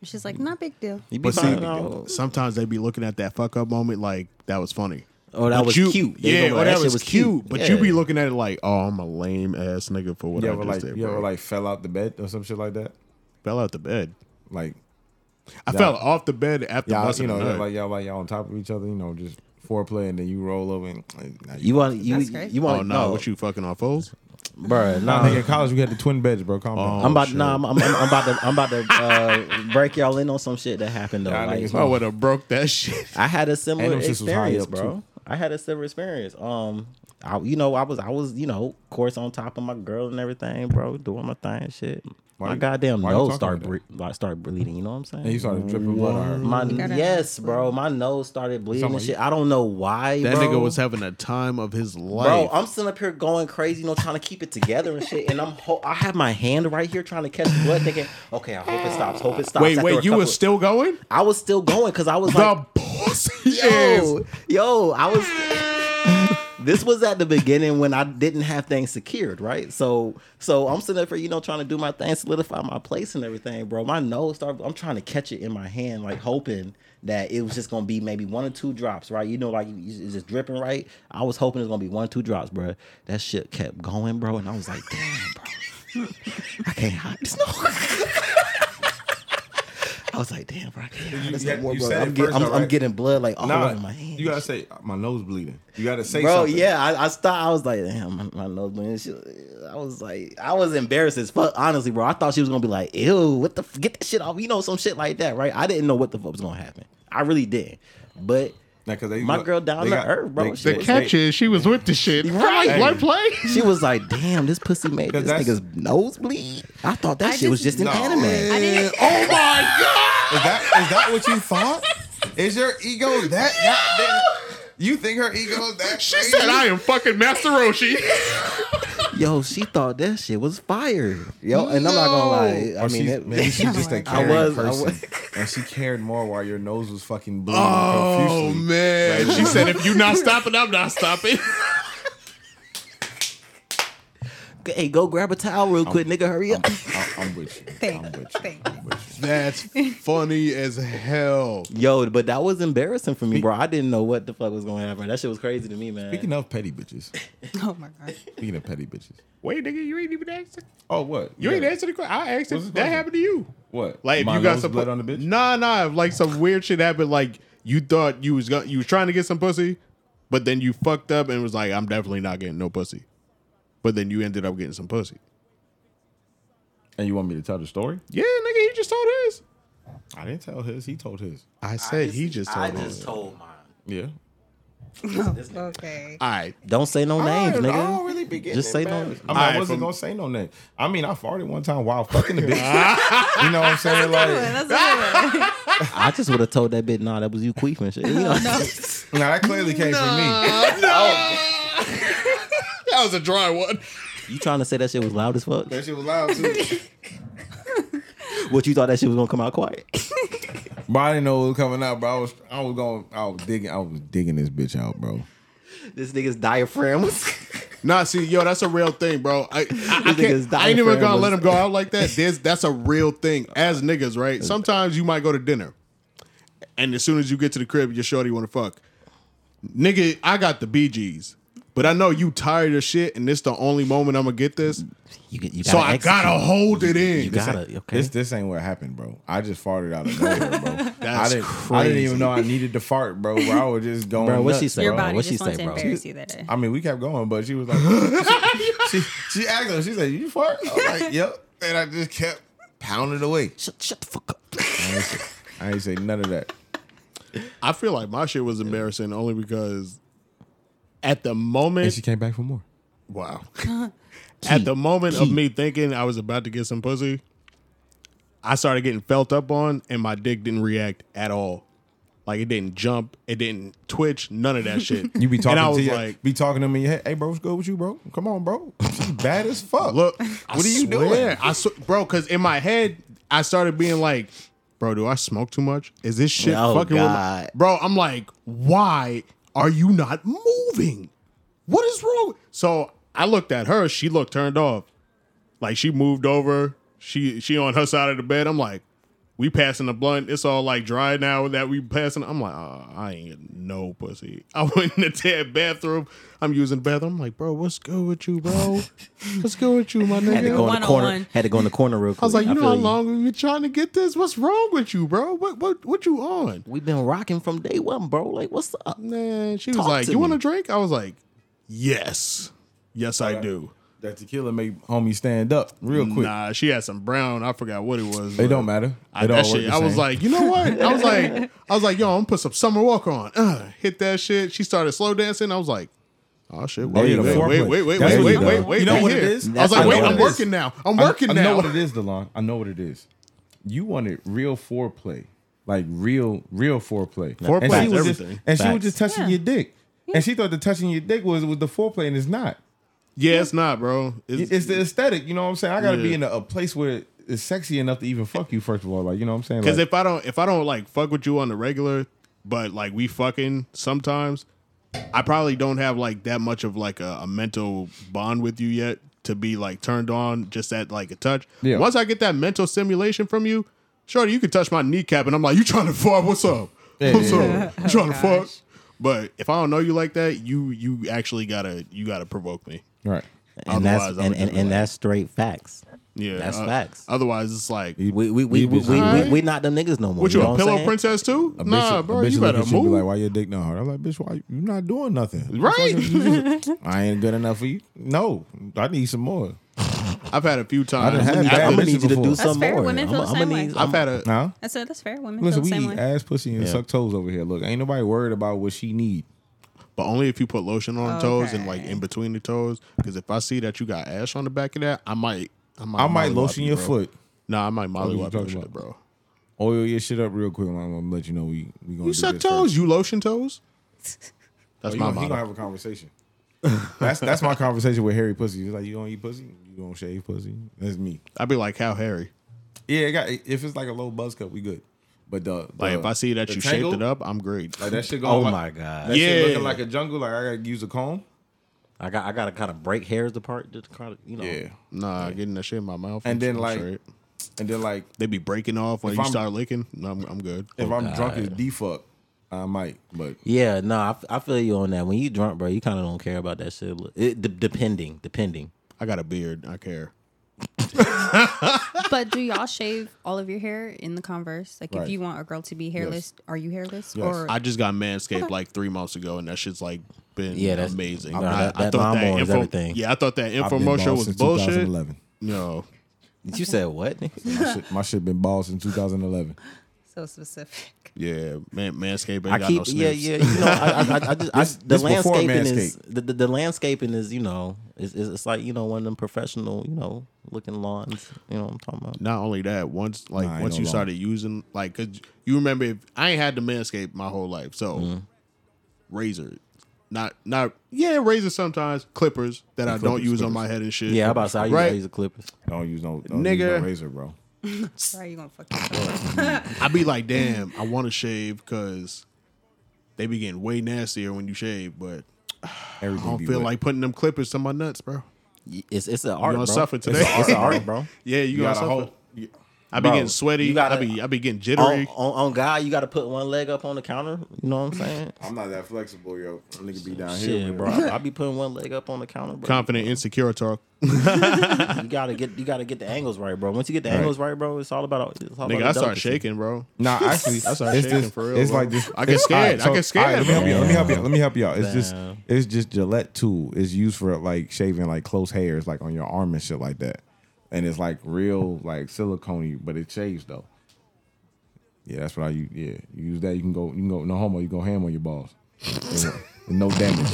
S5: It's just like not big deal.
S4: You be
S1: But see,
S4: fine, no.
S1: sometimes they be looking at that fuck up moment like that was funny.
S4: Oh, that
S1: But
S4: was
S1: you-
S4: cute. They
S1: Yeah,
S4: go,
S1: or that,
S4: shit
S1: was cute. But you
S4: Yeah.
S1: be looking at it like, oh, I'm a lame ass nigga for what
S2: You
S1: I
S2: ever
S1: just
S2: like
S1: did.
S2: you
S1: bro.
S2: ever like fell out the bed or some shit like that?
S1: fell out the bed.
S2: Like
S1: I
S2: Y'all-
S1: fell off the bed after
S2: y'all,
S1: busting
S2: you know,
S1: a nut.
S2: like y'all like y'all on top of each other, you know, just foreplay and then you roll over and like, nah,
S4: You want you
S5: That's crazy.
S4: you want
S1: oh no,
S4: no, Oh,
S1: what you fucking on foes?
S4: bruh,
S2: Nah,
S4: Nah,
S2: nigga, in college we had the twin beds, bro. Calm down.
S1: Oh,
S4: I'm about
S1: shit.
S4: nah, I'm, I'm, I'm about to I'm about to uh, break y'all in on some shit that happened though.
S2: Y'all
S4: Like,
S2: niggas
S1: I would have broke that <laughs> shit.
S4: I had a
S2: And
S4: similar
S2: them shits was high
S4: experience,
S2: up,
S4: bro.
S2: too.
S4: I had a similar experience. Um, I you know I was I was you know of course on top of my girl and everything, bro, doing my thing, and shit.
S2: Why
S4: my
S2: you-
S4: goddamn
S2: why you
S4: nose start
S2: talking
S4: ble-
S2: like
S4: like start bleeding. You know what I'm saying?
S2: And you started dripping blood on her.
S4: my
S5: gotta-
S4: yes, bro. My nose started bleeding and
S2: Somebody-
S4: shit. I don't know why.
S1: That
S4: bro.
S1: nigga was having a time of his
S4: Bro,
S1: life.
S4: I'm sitting up here going crazy, you know, trying to keep it together and shit. And I'm, ho- I have my hand right here trying to catch blood, thinking, okay, I hope it stops, hope it stops.
S1: wait,
S4: After a
S1: wait, you
S4: couple-
S1: were still going?
S4: I was still going because I was like,
S1: the pussy is.
S4: yo, yo, I was. this was at the beginning when I didn't have things secured, right? So, so I'm sitting there for you know trying to do my thing, solidify my place and everything, bro. My nose started. I'm trying to catch it in my hand, like hoping that it was just gonna be maybe one or two drops, right? You know, like you- it's just dripping, right? I was hoping it was gonna be one or two drops, bro. That shit kept going, bro, and I was like, damn, bro. I can't hide this no. <laughs> I was like, damn, bro, I can't hide
S2: You-
S4: this
S2: you-
S4: no more,
S2: you
S4: bro.
S2: said it
S4: I'm, get-
S2: first,
S4: I'm-
S2: though,
S4: I'm
S2: right?
S4: getting blood like all
S2: Nah,
S4: over my hand.
S2: you gotta say my nose bleeding. You gotta say
S4: bro,
S2: something.
S4: yeah, I, I stopped. I was like, damn, my, my nose bleeding. She, I was like, I was embarrassed as fuck, honestly, bro. I thought she was gonna be like, ew, what the, f- get that shit off, you know, some shit like that, right? I didn't know what the fuck was gonna happen. I really did, but
S2: Nah, 'cause they-
S4: My
S2: look,
S4: girl down
S2: they
S4: to
S2: got-
S4: earth, bro.
S2: they-
S4: She
S1: The
S2: they-
S4: was-
S1: catch is she was with the shit.
S4: <laughs> Right.
S1: Right. Why play?
S4: she was like, damn, this pussy made this
S2: 'Cause that's-
S4: nigga's nose bleed. I thought that
S5: I
S4: shit was
S5: just-
S4: just an
S2: No.
S4: anime.
S2: Eh,
S1: Oh my
S2: Is that is that what you thought? Is your ego that that big? You think her ego is that?
S1: She said I am fucking Master Roshi. <laughs>
S4: Yo, she thought that shit was fire. Yo, and I'm not gonna lie. I mean, it,
S2: maybe she's just
S4: <laughs>
S2: a
S4: I
S2: caring
S4: was- I
S2: person,
S4: was-
S2: and she cared more while your nose was fucking bleeding
S1: Oh
S2: profusely.
S1: man. She said if you not stopping, I'm not stopping.
S4: hey, go grab a towel real quick, nigga. Hurry up.
S2: I, I'm with you.
S5: Thank-
S2: I'm with you.
S5: thank-
S2: I'm with you.
S1: <laughs> That's funny as hell.
S4: Yo, but that was embarrassing for me, bro. I didn't know what the fuck was going to happen. That shit was crazy to me, man.
S2: Speaking of petty bitches,
S5: <laughs> Oh my god.
S2: speaking of petty bitches.
S1: Wait, nigga, you ain't even answer.
S2: Oh what?
S1: You ain't
S2: got-
S1: answer the question. I asked
S2: What's
S1: it. That
S2: the question?
S1: happened to you.
S2: What?
S1: Like if
S2: My
S1: you got
S2: nose
S1: some
S2: blood on the bitch.
S1: Nah, nah. If like some weird shit happened, like you thought you was going you was trying to get some pussy, but then you fucked up and was like, I'm definitely not getting no pussy. But then you ended up getting some pussy.
S2: And you want me to tell the story?
S1: Yeah, nigga, he just told his.
S2: I didn't tell his. He told his.
S1: I said he just told his.
S4: told mine.
S2: Yeah.
S5: Okay.
S1: All right,
S4: Don't say no names,
S2: I,
S4: nigga.
S2: I don't really be getting
S4: Just say no-
S2: embarrassed. I, mean,
S1: Alright,
S2: I wasn't
S1: from-
S2: gonna say no name. I mean, I farted one time while fucking the bitch. you know what I'm saying? Like,
S5: That's a good one.
S4: I just would have told that bitch, nah, that was you queefing shit. You know?
S2: now that clearly came from me.
S1: Uh, <laughs> oh. that was a dry one.
S4: you trying to say that shit was loud as fuck?
S2: That shit was loud too.
S4: What you thought that shit was gonna come out quiet?
S2: bro, I didn't know it was coming out, bro. I was, I was going, I was digging, I was digging this bitch out, bro.
S4: this nigga's diaphragm was
S1: Nah, see, yo, that's a real thing, bro.
S4: <laughs>
S1: I, I, I,
S4: nigga's
S1: can't, I ain't even
S4: diaphragm
S1: gonna
S4: was-
S1: let him go out like
S4: <laughs>
S1: that. There's, that's a real thing. As niggas, right? Sometimes you might go to dinner, and as soon as you get to the crib, your shorty want to fuck. Nigga, I got the BGs, but I know you tired of shit, and this the only moment I'm gonna get this.
S4: you, get- you
S1: So I
S4: execute.
S1: gotta hold it in.
S4: You gotta, okay.
S2: This this ain't what happened, bro. I just farted out of nowhere, bro. I
S1: That's
S2: didn't, I didn't
S1: crazy.
S2: even know I needed to fart, bro. bro I was just going.
S4: Bro, what she
S2: nuts,
S4: say,
S5: <laughs> Your
S4: bro?
S5: body
S4: What she
S5: just wants
S4: say,
S5: to
S4: bro?
S5: embarrass you that day.
S2: I mean, we kept going, but she was like, she, she asked her, she said, "You fart?" I was like, "Yep," and I just kept pounding away.
S4: shut, shut the fuck up.
S2: I ain't say, I ain't say none of that.
S1: I feel like my shit was embarrassing only because at the moment
S2: came back for more. <laughs>
S1: Wow. At the moment of me thinking I was about to get some pussy, I started getting felt up on, and my dick didn't react at all. Like it didn't jump, it didn't twitch, none of
S2: <laughs>
S1: that shit.
S2: You be talking
S1: and I
S2: to
S1: was
S2: your,
S1: like,
S2: be talking to me. Hey, hey, bro, what's good with you, bro? Come on, bro. <laughs> She bad as fuck. <laughs>
S1: "Look,
S2: what are you doing?
S1: I sw- bro, because in my head I started being like, "Bro, do I smoke too much? Is this shit
S4: Oh,
S1: fucking?" with my-"
S4: God.
S1: bro, I'm like, "Why are you not moving? What is wrong?" with-" So I looked at her. She looked turned off. Like she moved over. She she on her side of the bed. I'm like, we passing the blunt. It's all like dry now that we passing. I'm like, oh, I ain't getting no pussy. <laughs> I went in the tab bathroom. I'm using the bathroom. I'm like, bro, what's good with you, bro? What's good with you, my nigga?
S4: Had to go in the corner. Had to go in the corner real quick.
S1: I was like, you know
S4: feel
S1: how long we've been trying to get this? What's wrong with you, bro? What what what you on?
S4: We've been rocking from day one, bro. Like, what's up?
S1: Man, she was
S4: Talk
S1: like,
S4: to
S1: you want
S4: me.
S1: a drink? I was like, yes, yes, I do.
S2: That tequila make homie stand up real quick.
S1: Nah, she had some brown. I forgot what it was.
S2: It
S1: but
S2: don't matter.
S1: I,
S2: It all
S1: that
S2: work
S1: shit,
S2: the
S1: I was
S2: same.
S1: like, you know what? I was
S2: <laughs>
S1: like, I was like, yo, I'm gonna put some Summer Walker on. Uh, hit that shit. She started slow dancing. I was like, oh shit, wait,
S2: yeah,
S1: wait, wait,
S2: the foreplay.
S1: wait, wait,
S2: That's
S1: wait,
S2: what
S1: wait,
S2: it
S1: wait,
S2: does.
S1: wait.
S2: You know
S1: right
S2: what it
S1: here.
S2: is?
S1: I was
S4: I
S1: like,
S4: know
S1: wait,
S4: what
S1: I'm
S4: it is.
S1: working now. I'm
S2: I-
S1: working
S2: I,
S1: now.
S2: know what it is, Delon. I know what it is. You wanted real foreplay, like real, real foreplay.
S1: Foreplay
S2: and she
S1: is
S2: was
S1: everything.
S2: Just, and she was
S4: Facts.
S2: just touching
S5: Yeah.
S2: your dick, and she thought the touching your dick was was the foreplay, and it's not.
S1: Yeah, it's not, bro. It's,
S2: It's, the aesthetic. You know what I'm saying? I gotta be
S1: Yeah.
S2: in a, a place where it's sexy enough to even fuck you. First of all, like you know what I'm saying?
S1: Because
S2: Like,
S1: if I don't, if I don't like fuck with you on the regular, but like we fucking sometimes, I probably don't have like that much of like a, a mental bond with you yet to be like turned on just at like a touch.
S2: Yeah.
S1: Once I get that mental stimulation from you, shorty, you can touch my kneecap and I'm like, you trying to fuck? What's up?
S2: Yeah,
S1: What's
S2: yeah,
S1: up? You trying to fuck? But if I don't know you like that, you you actually gotta you gotta provoke me.
S2: right.
S4: And
S1: Otherwise,
S4: that's
S1: I would
S4: and,
S1: just
S4: and,
S1: be
S4: and
S1: like-
S4: that's straight facts.
S1: Yeah, uh,
S4: That's facts.
S1: Otherwise, it's like,
S4: We we we we, we,
S2: bitches
S4: we,
S1: alright.
S4: we not them niggas no more.
S1: what you,
S4: know
S1: a
S4: what I'm
S1: pillow
S4: saying?
S1: princess too?
S2: A bitch-
S1: nah,
S2: a
S1: bro,
S2: bitch
S1: you
S2: look
S1: better
S2: at you and be
S1: move.
S2: like, why your dick not hard? I'm like, bitch, why you you not doing nothing?
S1: Right.
S2: You
S1: <laughs>
S2: just- I ain't good enough for you. No, I need some more.
S1: I've had a few times.
S2: I done had
S1: After-
S2: bad
S4: I'm gonna need you to
S2: before.
S4: do
S2: That's
S4: some
S5: fair.
S4: more.
S5: Women feel
S4: I'm,
S5: the
S4: I'm
S5: same
S4: gonna
S5: way.
S4: need.
S1: I've had a.
S2: Huh?
S5: I said that's fair. Women feel
S2: Listen, we
S5: the same
S2: eat
S5: way.
S2: ass pussy and
S4: Yeah.
S2: suck toes over here. Look, ain't nobody worried about what she need.
S1: But only if you put lotion on the toes and like
S5: Okay.
S1: in between the toes. Because if I see that you got ash on the back of that, I might. I might,
S2: I might
S1: mollywop
S2: lotion
S1: you,
S2: your
S1: bro.
S2: foot,
S1: Nah, I might
S2: What
S1: molly
S2: you
S1: wop your
S2: talking
S1: shit,
S2: about?
S1: bro.
S2: oil your shit up real quick. and I'm gonna let you know we we gonna.
S1: You
S2: do
S1: suck
S2: this
S1: toes.
S2: first.
S1: You lotion toes. That's
S2: Oh, you
S1: my
S2: gonna, he gonna
S1: motto.
S2: have a conversation. <laughs> that's
S1: <laughs>
S2: that's my conversation with Harry Pussy. He's like, you gonna eat pussy? You gonna shave pussy? That's me.
S1: I'd be like, how hairy?
S2: Yeah, it got, if it's like a low buzz cut, we good. But the,
S1: Like
S2: the-
S1: if I see that
S2: the
S1: you
S2: tangle,
S1: shaped it up, I'm great.
S2: like that shit going.
S4: Oh
S2: like,
S4: my god.
S2: that
S1: Yeah.
S2: shit looking like a jungle. Like I gotta use a comb.
S4: I got I gotta kind of break hairs apart. Just kind of you know.
S1: Nah, getting that shit in my mouth.
S2: And then,
S1: I'm
S2: like,
S1: straight.
S2: and then like
S1: they be breaking off when
S2: if
S1: you
S2: I'm-
S1: start licking. No, I'm, I'm good.
S4: Oh
S2: if I'm drunk as D fuck, I might. But
S4: Yeah, no, I f I I, feel you on that. When you drunk, bro, you kind of don't care about that shit. It, de- depending, depending.
S1: I got a beard. I care.
S5: But do y'all shave all of your hair in the Converse? Like,
S2: Right.
S5: if you want a girl to be hairless, are you hairless?
S2: Yes.
S5: Or
S1: I just got Manscaped like three months ago, and that shit's like been
S4: Yeah, that's-
S1: amazing.
S4: nah,
S1: I,
S4: that-
S1: I thought
S4: that
S1: that
S4: lawnmower is
S1: info,
S4: everything.
S1: yeah, I thought that
S2: I've been
S1: infomercial
S2: bald
S1: was
S2: since
S1: bullshit.
S2: 2011.
S1: No,
S4: You said what? nigga?
S2: My shit, my shit been bald since 2011.
S5: so specific. <laughs>
S1: yeah, man, Manscaped ain't
S4: I
S1: got
S4: keep,
S1: no snips.
S4: yeah, yeah. You know, I, I, I, I just, I,
S2: This-
S4: the
S2: this before
S4: landscaping is
S2: Manscaped.
S4: the, the, the landscaping is you know it's, it's it's like you know one of them professional you know looking lawns. You know what I'm talking about.
S1: Not only that, once like
S2: Nah, ain't
S1: once
S2: no
S1: you
S2: lawn.
S1: started using like, cause you remember if I ain't had the Manscaped my whole life, so
S4: Mm-hmm.
S1: razor, not not yeah, razor sometimes clippers that I don't
S2: clippers,
S1: use on my
S2: clippers.
S1: head and shit.
S4: Yeah, I'm about to say I use,
S1: right.
S4: I use the clippers.
S2: Don't use no don't
S1: Nigga.
S2: use no razor, bro.
S5: Why are you gonna fuck yourself?
S1: I'd be like, damn, I want to shave because they be getting way nastier when you shave, but.
S2: Everything
S1: I don't
S2: be
S1: feel
S2: wet.
S1: like putting them clippers to my nuts, bro.
S4: It's it's an art,
S1: gonna
S4: bro.
S1: suffer
S4: It's
S1: today.
S4: a- It's an
S1: <laughs>
S4: art, bro.
S1: Yeah, you,
S2: you
S1: gotta
S2: got a
S1: suffer.
S2: whole.
S1: I be
S4: Bro,
S1: getting sweaty.
S4: you gotta-
S1: I be I be getting
S4: On,
S1: jittery.
S4: on, on guy, you got to put one leg up on the counter. You
S1: <laughs>
S4: know what I'm saying?
S2: I'm not that flexible, yo. Nigga be down
S4: Shit, bro. I be putting one leg up on the counter, bro.
S1: Confident, insecure talk.
S4: You gotta get you gotta get the angles right, bro. Once you get the angles right, bro, it's all about. It's all
S1: Nigga,
S4: about
S1: I
S4: the
S1: start
S4: delicacy.
S1: shaking, bro.
S2: Nah, actually,
S1: I started
S2: it's
S1: shaking
S2: just,
S1: for real,
S2: It's
S1: bro.
S2: like this.
S1: I get
S2: it's- all
S1: scared. I get
S2: all let me help you. Let me help you.
S4: scared.
S2: Let me help you out. It's just,
S4: Damn.
S2: it's just Gillette tool. It's used for like shaving like close hairs, like on your arm and shit like that. And it's like real, like silicone, but it shaves though. Yeah, that's what I use. Yeah, you use that. You can go. You can go. No homo. You go ham on your balls. And no damage.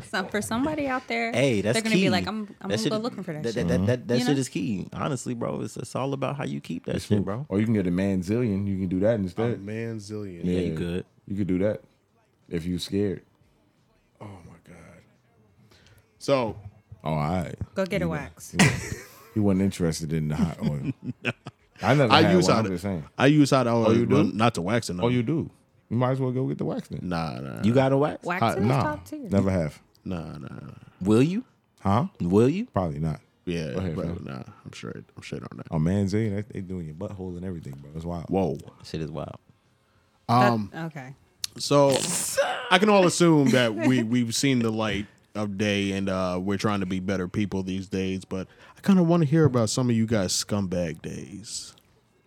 S5: Some, for somebody out there,
S4: Hey, that's
S5: they're gonna
S4: key.
S5: be like, I'm, I'm
S4: That
S5: gonna
S4: shit-
S5: go looking for that,
S4: That
S5: shit.
S4: that, that, that
S5: You
S4: shit
S5: know?
S4: is key. Honestly, bro, it's it's all about how you keep that shit, bro.
S2: Or you can get a manzillion. You can do that instead.
S1: Man, zillion.
S4: Yeah, you could.
S2: You could do that if you scared.
S1: So
S2: Oh, all right.
S5: Go get a wax.
S2: He wasn't interested in the hot
S1: <laughs>
S2: oil. I never.
S1: I
S2: had
S1: use
S2: one,
S1: how
S2: I'm just saying.
S1: I use how to always
S2: you do?
S1: well, not to wax it.
S2: Oh, you do. You might as well go get the wax then.
S1: nah nah
S4: You got a wax?
S5: Wax
S1: Hot-
S5: is
S2: Nah,
S5: top tier.
S2: never have.
S1: nah nah.
S4: Will you?
S2: Huh?
S4: Will you?
S2: Probably not.
S1: Yeah,
S2: Go ahead,
S1: bro.
S2: fam.
S1: Nah, I'm straight. I'm straight on that.
S2: Oh man, Zay, that, they doing your butthole and everything, bro. It's wild.
S1: Whoa,
S4: shit is wild.
S1: Um,
S5: okay.
S1: so I can all assume that we we've seen the light of day and uh, we're trying to be better people these days. But I kind of want to hear about some of you guys scumbag days,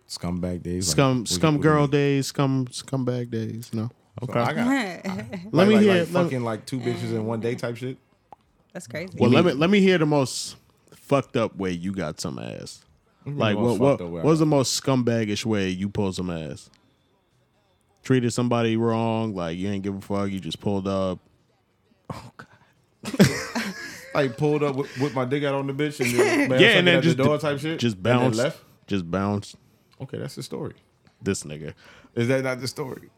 S2: Scumbag days, like,
S1: scum
S2: what do you-
S1: scum
S2: what do you
S1: girl
S2: mean?
S1: days, scum scumbag days. No,
S2: So I got,
S5: That's
S1: let
S2: like-
S1: me hear.
S2: like- like
S1: let-
S2: fucking like two bitches in one day type shit.
S5: crazy.
S1: well, let me let me hear the most fucked up way you got some ass. Like
S2: the
S1: what
S2: most
S1: what
S2: fucked up way I
S1: what's
S2: got?
S1: the most scumbagish way you pulled some ass? Treated somebody wrong, like you ain't give a fuck. You just pulled up.
S2: Like pulled up with, with my dick out on the bitch and
S5: <laughs>
S2: then, man,
S1: yeah, and then
S2: at
S1: just
S2: the door type shit.
S1: Just
S2: and then
S1: bounce.
S2: left.
S1: Just bounce.
S2: Okay, that's the story.
S1: This nigga.
S2: Is that not the story?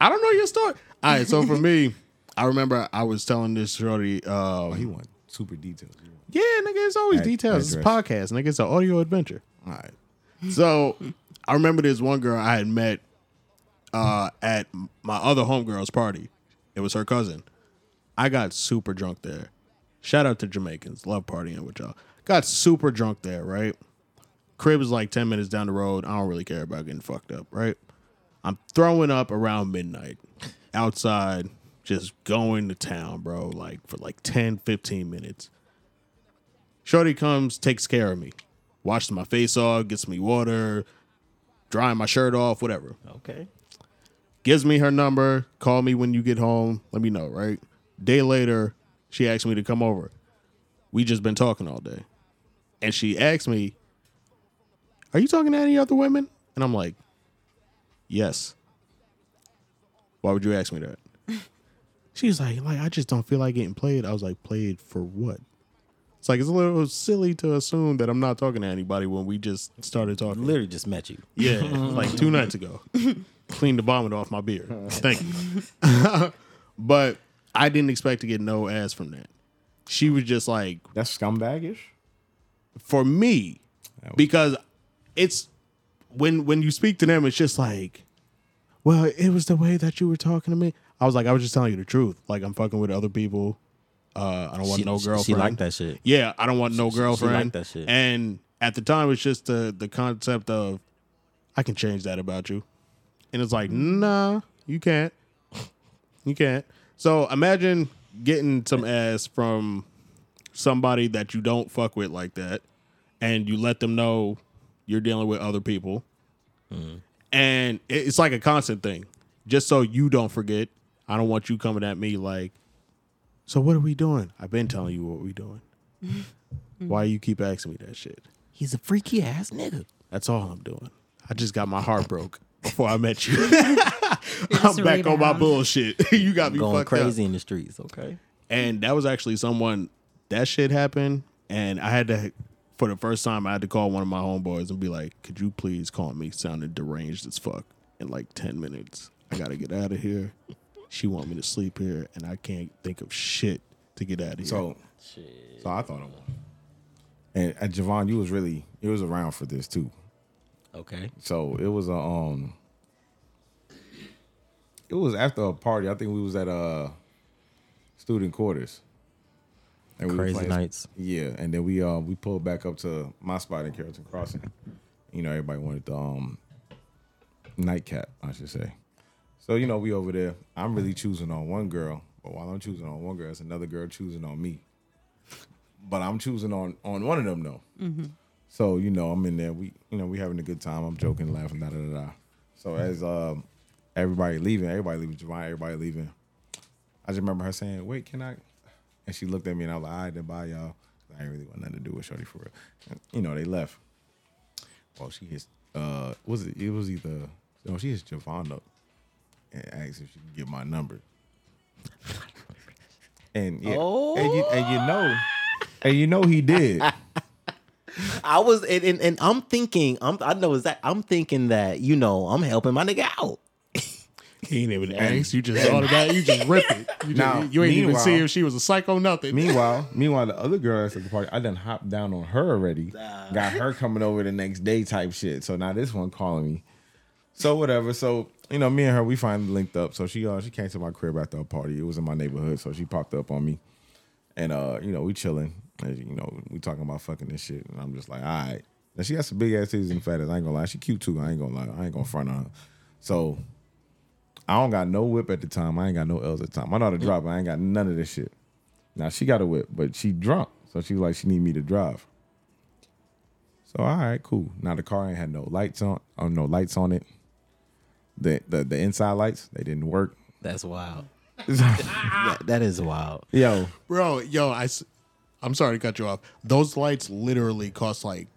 S1: I don't know your story. All right, so
S2: <laughs>
S1: for me, I remember I was telling this shorty. Uh,
S2: Oh, He want super details. He want-
S1: yeah, nigga, it's always
S2: Ad-
S1: details. It's a podcast,
S2: address.
S1: nigga. It's an audio adventure.
S2: All right.
S1: So I remember this one girl I had met uh, at my other homegirl's party. It was her cousin. I got super drunk there. Shout out to Jamaicans. Love partying with y'all. Got super drunk there, right? Crib is like 10 minutes down the road. I don't really care about getting fucked up, right? I'm throwing up around midnight outside, just going to town, bro, like for like 10, 15 minutes. Shorty comes, takes care of me, washes my face off, gets me water, drying my shirt off, whatever.
S4: Okay.
S1: Gives me her number, call me when you get home, let me know, right? Day later, she asked me to come over. We just been talking all day. And she asked me, Are you talking to any other women? And I'm like, Yes. Why would you ask me that? <laughs> She's like, like, I just don't feel like getting played. I was like, played for what? It's like it's a little silly to assume that I'm not talking to anybody when we just started talking.
S4: Literally just met you.
S1: Yeah, like two nights ago. Cleaned the vomit off my beard. Thank you. <laughs> but I didn't expect to get no ass from that. She was just like,
S2: That's scumbagish.
S1: for me, because it's when when you speak to them, it's just like, well, it was the way that you were talking to me. I was like, I was just telling you the truth. Like I'm fucking with other people. Uh, I don't want
S4: She-
S1: no
S4: she-
S1: girlfriend.
S4: She like that shit.
S1: Yeah, I don't want no
S4: she liked
S1: girlfriend.
S4: that shit.
S1: And at the time, it's just the the concept of I can change that about you, and it's like,
S4: Mm-hmm.
S1: nah, you can't, you can't. So imagine getting some ass from somebody that you don't fuck with like that, and you let them know you're dealing with other people, and it- it's like a constant thing. Just so you don't forget, I don't want you coming at me like, so what are we doing? I've been telling you what we doing. Why you keep asking me that shit?
S4: Mm-hmm. He's a freaky ass nigga.
S1: That's all I'm doing. I just got my heart broke before I
S4: <laughs>
S1: met you.
S5: You're
S1: <laughs> I'm
S5: just a
S1: back on my
S5: rebound.
S1: bullshit. <laughs> you got me
S4: Going
S1: fucked
S4: crazy
S1: up.
S4: in the streets. Okay.
S1: And that was actually someone that shit happened, and I had to. For the first time, I had to call one of my homeboys and be like, "Could you please call me?" Sounded deranged as fuck. In like ten minutes, I gotta get out of here. She want me to sleep here, and I can't think of shit to get out of here.
S2: So, so I thought of one. And uh, Javon, you was really you was around for this too.
S4: Okay.
S2: So it was a um, it was after a party. I think we was at uh student quarters. And were
S4: Crazy
S2: playing-
S4: nights.
S2: Yeah, and then we uh we pulled back up to my spot in Carrollton Crossing. You know, everybody wanted the um nightcap, I should say. So you know, we over there. I'm really choosing on one girl, but while I'm choosing on one girl, it's another girl choosing on me. But I'm choosing on on one of them though. So you know, I'm in there. We you know we having a good time. I'm joking, laughing, da da da. da. So as um everybody leaving, everybody leaving, Javon, everybody leaving. I just remember her saying, "Wait, can I?" And she looked at me, and I was like, "All right, then bye, y'all." I ain't really want nothing to do with Shorty for real. And, you know, they left. Well, Oh, she hits. Uh, was it? It was either. No, she hits Javon up and asked if she can get my number. And yeah, and, you, and you know, and you know he did.
S4: I was and, and, and I'm thinking I'm I know is that I'm thinking that you know I'm helping my nigga out.
S1: He ain't even ask. You just thought about it. You
S2: <laughs>
S1: just rip it. You, just,
S2: Now,
S1: you ain't even
S2: meanwhile-
S1: see if she was a psycho, nothing.
S2: Meanwhile, meanwhile, the other girl that's at the party, I done hopped down on her already. Got her coming over the next day type shit. So now this one calling me. So whatever. So you know, me and her, we finally linked up. So she uh she came to my crib after a party. It was in my neighborhood, so she popped up on me, and uh you know we chilling. As you know, we talking about fucking this shit, and I'm just like, all right. Now she has some big ass titties and fat ass. I ain't gonna lie, she cute too. I ain't gonna lie, I ain't gonna front on her. So I don't got no whip at the time. I ain't got no L's at the time. I know how to drive, but I ain't got none of this shit. Now she got a whip, but she drunk, so she was like she need me to drive. So all right, cool. Now the car ain't had no lights on, or no lights on it. The the the inside lights they didn't work.
S1: <laughs>
S4: That's wild.
S2: that,
S4: that is wild.
S2: Yo,
S1: bro, yo, I, am sorry to cut you off. Those lights literally cost like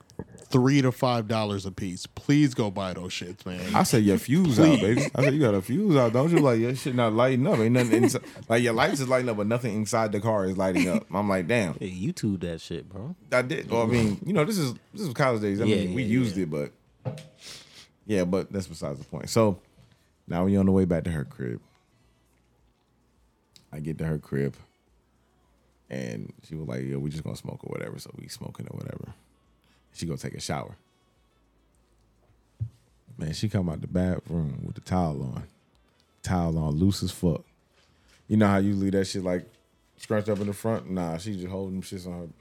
S1: three to five dollars a piece. Please go buy those shits, man.
S2: I said your fuse out, baby. I said you got a fuse out, don't you? Like your shit not lighting up. Ain't nothing inside. Like your lights is lighting up, but nothing inside the car is lighting up. I'm like, damn.
S4: Hey, YouTube that shit, bro.
S2: I did. Well, I mean, you know, this is this was college days. I
S4: Yeah,
S2: mean, we
S4: yeah,
S2: used it, but yeah, but that's besides the point. So now we on the way back to her crib. I get to her crib, and she was like, "Yo, we just gonna smoke or whatever." So we smoking or whatever. She gonna take a shower. Man, she come out the bathroom with the towel on, towel on, loose as fuck. You know how you leave that shit like scrunched up in the front? Nah, she just holding them shits on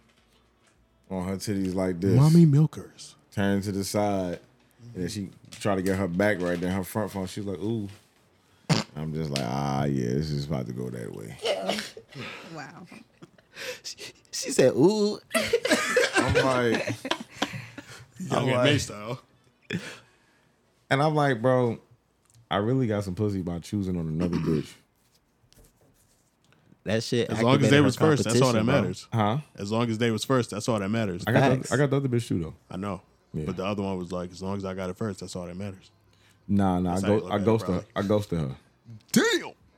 S2: her on her titties like this.
S1: Mommy milkers.
S2: Turn to the side. And then she try to get her back right there, her front phone. She's like, ooh. I'm just like, ah, yeah, this is about to go that way.
S5: Wow.
S4: She said, "Ooh,
S2: I'm like,
S1: Young and May style.
S2: and I'm like, bro, I really got some pussy by choosing on another bitch.
S4: that shit."
S1: As long as they
S4: activated
S1: was
S4: her
S1: first, that's all that
S4: competition, bro.
S1: matters.
S2: Huh?
S1: As long as they was first, that's all that matters.
S2: I got,
S4: Facts.
S2: the, I got the other bitch too though.
S1: I know.
S2: Yeah.
S1: But the other one was like, as long as I got it first, that's all that matters.
S2: Nah, nah, I
S1: That's how you
S2: go,
S1: look
S2: I
S1: at it,
S2: ghosted
S1: bro.
S2: her. I ghosted her.
S1: Damn.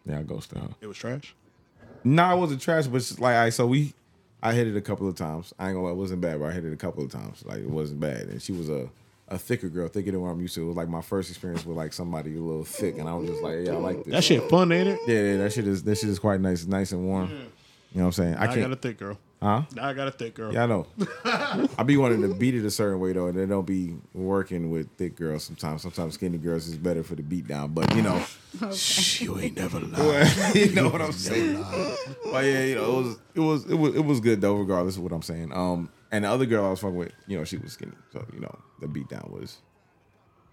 S2: Yeah, I ghosted her.
S1: It was trash.
S2: Nah, it wasn't trash, but it's just like, all right, so we, I hit it a couple of times. I ain't gonna lie, it wasn't bad, but I hit it a couple of times. Like, it wasn't bad. And she was a, a thicker girl, thicker than what I'm used to. It was like my first experience with like somebody a little thick, and I was just like, yeah, I like this.
S1: That shit fun, ain't it?
S2: Yeah, yeah, that shit is that shit is quite nice, nice and warm. You know what I'm saying? I
S1: I, got
S2: can't.
S1: a thick girl.
S2: huh?
S1: Now I got a thick girl.
S2: Yeah, I know. <laughs> I be wanting to beat it a certain way though, and it don't be working with thick girls sometimes. Sometimes skinny girls is better for the beat down, but you <laughs> know,
S1: Shh, you ain't
S2: <laughs>
S1: never lied.
S2: Well, you know what I'm saying? But yeah, you know, it was it was it was it was good though, regardless of what I'm saying. Um and the other girl I was fucking with, you know, she was skinny. So, you know, the beatdown was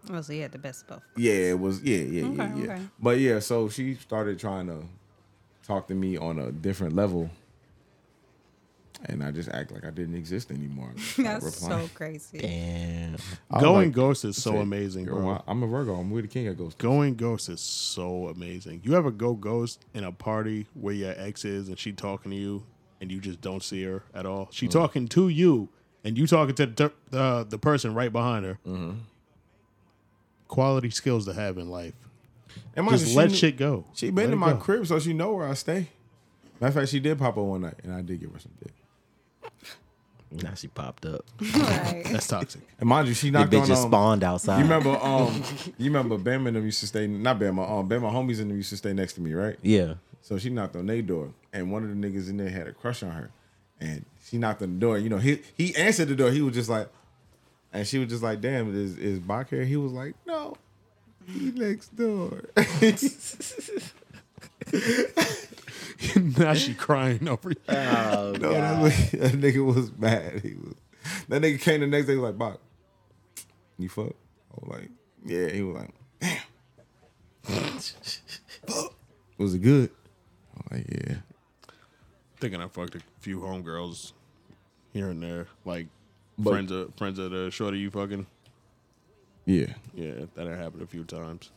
S5: Well, so you had the best of both.
S2: yeah, it was yeah, yeah, yeah,
S5: Okay,
S2: yeah.
S5: okay.
S2: But yeah, so she started trying to talk to me on a different level. And I just act like I didn't exist
S5: <laughs>
S2: anymore. I just stopped
S5: That's so
S2: <laughs> replying.
S5: crazy.
S4: Damn.
S2: I was
S1: Going
S2: like,
S1: Ghost is so
S2: "Shit,
S1: amazing,
S2: girl,
S1: bro.
S2: I- I'm a Virgo. I'm with the king of ghosts.
S1: Going ghost is so amazing. You ever go ghost in a party where your ex is and she talking to you and you just don't see her at all? She talking to you and you talking to the the, the person right behind her. Quality skills to have in life.
S2: And mind you,
S1: Just
S2: she
S1: let
S2: knew-
S1: shit go.
S2: She been
S1: Let
S2: in
S1: it
S2: my
S1: go.
S2: crib, so she know where I stay. Matter of fact, she did pop up one night, and I did give her some dick.
S4: Now she popped up.
S5: Right.
S1: That's <laughs> toxic.
S2: And mind you, she
S4: The
S2: knocked
S4: bitch
S2: on.
S4: just
S2: um,
S4: spawned outside.
S2: You remember? <laughs> Um, you remember Bama and them used to stay. Not Bama. Um, Bama homies and them used to stay next to me, right?
S4: Yeah.
S2: So she knocked on their door, and one of the niggas in there had a crush on her, and she knocked on the door. You know, he he answered the door. He was just like, and she was just like, "Damn, is is Bach here?" He was like, "No, he next door."
S1: now <laughs> she crying over you.
S2: No, that, was, <laughs> that nigga was mad. He was that nigga came the next day he was like, "Bop, you fuck." I was like, "Yeah." He was like, "Damn, Fuck. <laughs> was it good?" I'm like, "Yeah."
S1: Thinking I fucked a few homegirls here and there, like
S2: But-
S1: friends of friends of the shorty you fucking.
S2: Yeah,
S1: Yeah, that had happened a few times.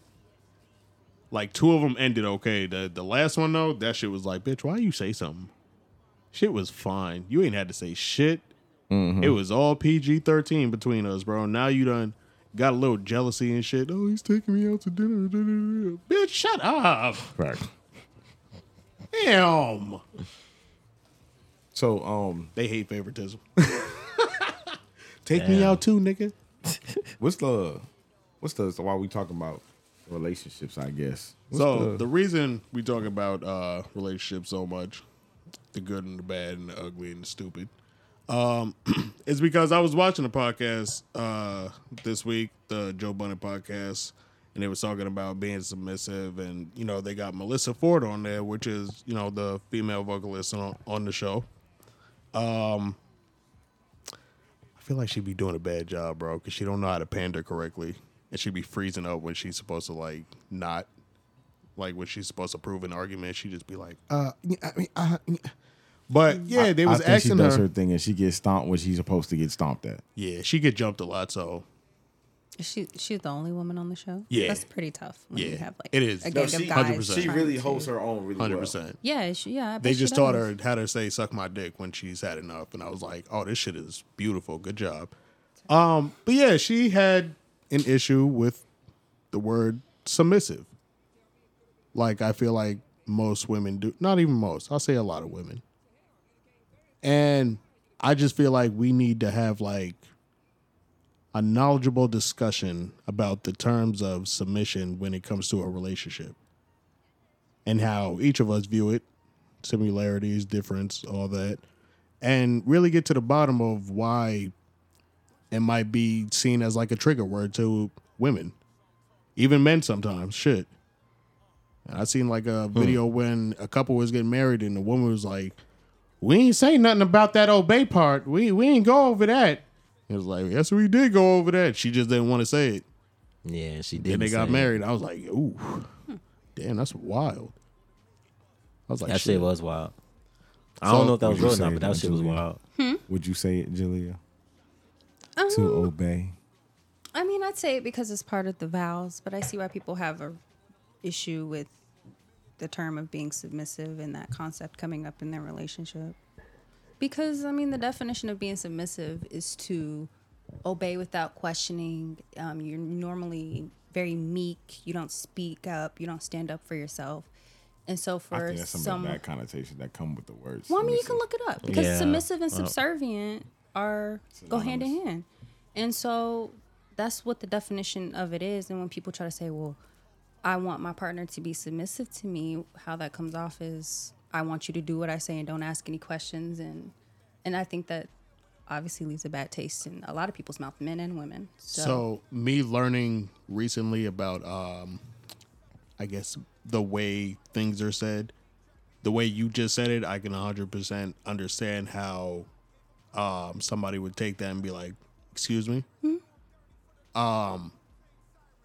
S1: Like two of them ended okay. The the last one though, that shit was like, bitch, why you say something? Shit was fine. You ain't had to say shit. It was all PG thirteen between us, bro. Now you done got a little jealousy and shit. Oh, he's taking me out to dinner. Bitch, shut up.
S2: correct.
S1: Damn.
S2: So, um,
S1: They hate favoritism. <laughs> Take me
S4: Damn.
S1: out too, nigga.
S2: what's the what's the so while we talking about relationships? I guess. What's
S1: So the reason we talk about uh relationships so much, the good and the bad and the ugly and the stupid, um, <clears throat> is because I was watching a podcast uh this week, the Joe Bunny podcast, and they was talking about being submissive and you know, they got Melissa Ford on there, which is, you know, the female vocalist on on the show. Um I feel like she be doing a bad job, bro, because she don't know how to pander correctly, and she be freezing up when she's supposed to like not, like when she's supposed to prove an argument. She just be like, uh, yeah, I mean, uh, yeah. but yeah, they was
S2: I think
S1: asking
S2: she does
S1: her.
S2: her thing and she gets stomped when she's supposed to get stomped at.
S1: Yeah, she get jumped a lot, so
S5: Is she she's the only woman on the show.
S1: Yeah.
S5: that's pretty tough. When
S1: Yeah.
S5: you have like
S1: It is.
S5: a
S1: No,
S5: gang
S1: she-
S5: of guys.
S1: 100%.
S2: She
S5: trying
S2: really
S5: to-
S2: holds her own really
S1: hundred
S2: well.
S1: percent.
S5: Yeah, she, yeah. I bet
S1: They
S5: she
S1: just taught
S5: does.
S1: her how to say "suck my dick" when she's had enough, and I was like, "Oh, this shit is beautiful. Good job." Um, but yeah, she had an issue with the word submissive. Like I feel like most women do, not even most. I'll say a lot of women, and I just feel like we need to have like a knowledgeable discussion about the terms of submission when it comes to a relationship and how each of us view it similarities difference all that and really get to the bottom of why it might be seen as like a trigger word to women even men sometimes shit and i seen like a video when a couple was getting married and the woman was like we ain't say nothing about that obey part we we ain't go over that it was like yes we did go over that she just didn't want to say it
S4: Yeah, she did.
S1: then they
S4: the
S1: got
S4: same.
S1: married. I was like, ooh, damn, that's wild. I was like,
S4: That
S1: shit.
S4: shit was wild. I
S1: So-
S4: don't know if that was
S2: Would you
S4: real or not,
S2: say
S4: but that
S2: that,
S4: shit was
S2: Julia?
S4: wild.
S2: Would you say it, Jalea?
S5: Um,
S2: To obey.
S5: I mean, I'd say it because it's part of the vows, but I see why people have a issue with the term of being submissive and that concept coming up in their relationship. Because I mean, the definition of being submissive is to obey without questioning. Um, you're normally very meek. You don't speak up. You don't stand up for yourself. And so
S2: I
S5: for
S2: think that's some,
S5: some,
S2: of the bad connotations that come with the words.
S5: well, I mean, you can look it up because
S4: Yeah.
S5: submissive and
S4: Well-
S5: subservient are go hand in hand, and so that's what the definition of it is. And when people try to say, "Well, I want my partner to be submissive to me," how that comes off is, "I want you to do what I say and don't ask any questions," and and I think that obviously leaves a bad taste in a lot of people's mouth, men and women. So,
S1: So me learning recently about, um, I guess the way things are said, the way you just said it, I can 100% understand how um, somebody would take that and be like, "Excuse me." Um,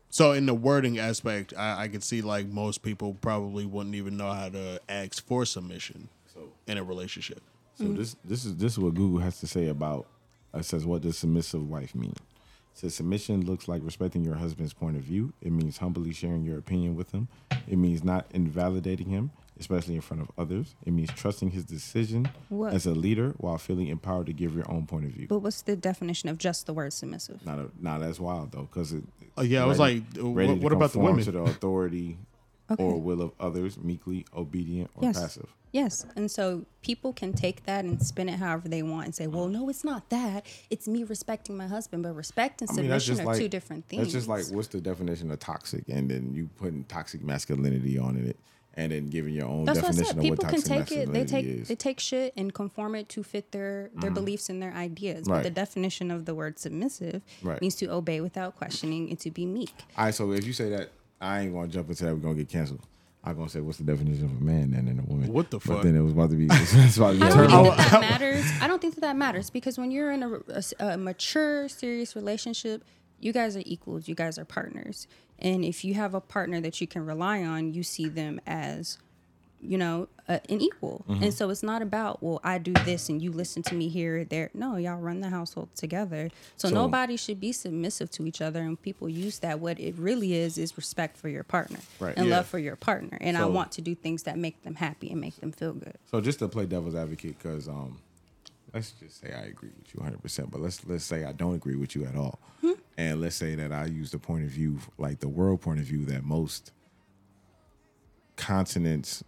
S1: so in the wording aspect, I, I could see like most people probably wouldn't even know how to ask for submission in a relationship.
S2: So this this is this is what Google has to say about it says what does submissive wife mean? It says submission looks like respecting your husband's point of view. It means humbly sharing your opinion with him. It means not invalidating him, especially in front of others. It means trusting his decision
S5: What?
S2: as a leader while feeling empowered to give your own point of view.
S5: but what's the definition of just the word submissive?
S2: Not a, nah, that's wild though, because it.
S1: Oh, yeah, I was like, uh, what-
S2: to
S1: what about the
S2: conform
S1: women?
S2: To the
S5: <laughs>
S2: authority or will of others, meekly obedient or
S5: Yes.
S2: passive.
S5: Yes. And so people can take that and spin it however they want and say, well, no, it's not that. It's me respecting my husband. But respect and
S2: I mean, that's
S5: submission
S2: just
S5: are
S2: like
S5: two different things.
S2: That's just like what's the definition of toxic, and then you putting toxic masculinity on it, and then giving your own
S5: That's what I
S2: definition
S5: said.
S2: of
S5: People
S2: what
S5: can
S2: toxic
S5: take it.
S2: masculinity
S5: They take
S2: is. Mm.
S5: they take shit and conform it to fit their their beliefs and their ideas. But
S2: Right.
S5: the definition of the word submissive
S2: Right.
S5: means to obey without questioning and to be meek.
S2: All right, so if you say that, I ain't gonna jump into that. We're gonna get canceled. I'm gonna say what's the definition of a man then and a woman.
S1: What the fuck?
S2: But then it was about to be. <laughs> It's about to be
S5: I don't
S2: turned
S5: think
S2: off.
S5: that, that matters. I don't think that that matters because when you're in a, a s- a mature, serious relationship, you guys are equals. You guys are partners, and if you have a partner that you can rely on, you see them as, you know, uh, an equal.
S2: Mm-hmm.
S5: And so it's not about well, I do this and you listen to me here, there. No, y'all run the household together. So,
S2: So-
S5: nobody should be submissive to each other. And people use that. What it really is is respect for your partner
S2: Right.
S5: and
S2: Yeah.
S5: love for your partner. And I
S2: So-
S5: want to do things that make them happy and make them feel good.
S2: So just to play devil's advocate, because um, let's just say I agree with you 100, percent but let's let's say I don't agree with you at all,
S5: Hmm?
S2: and let's say that I use the point of view, like the world point of view, that most continents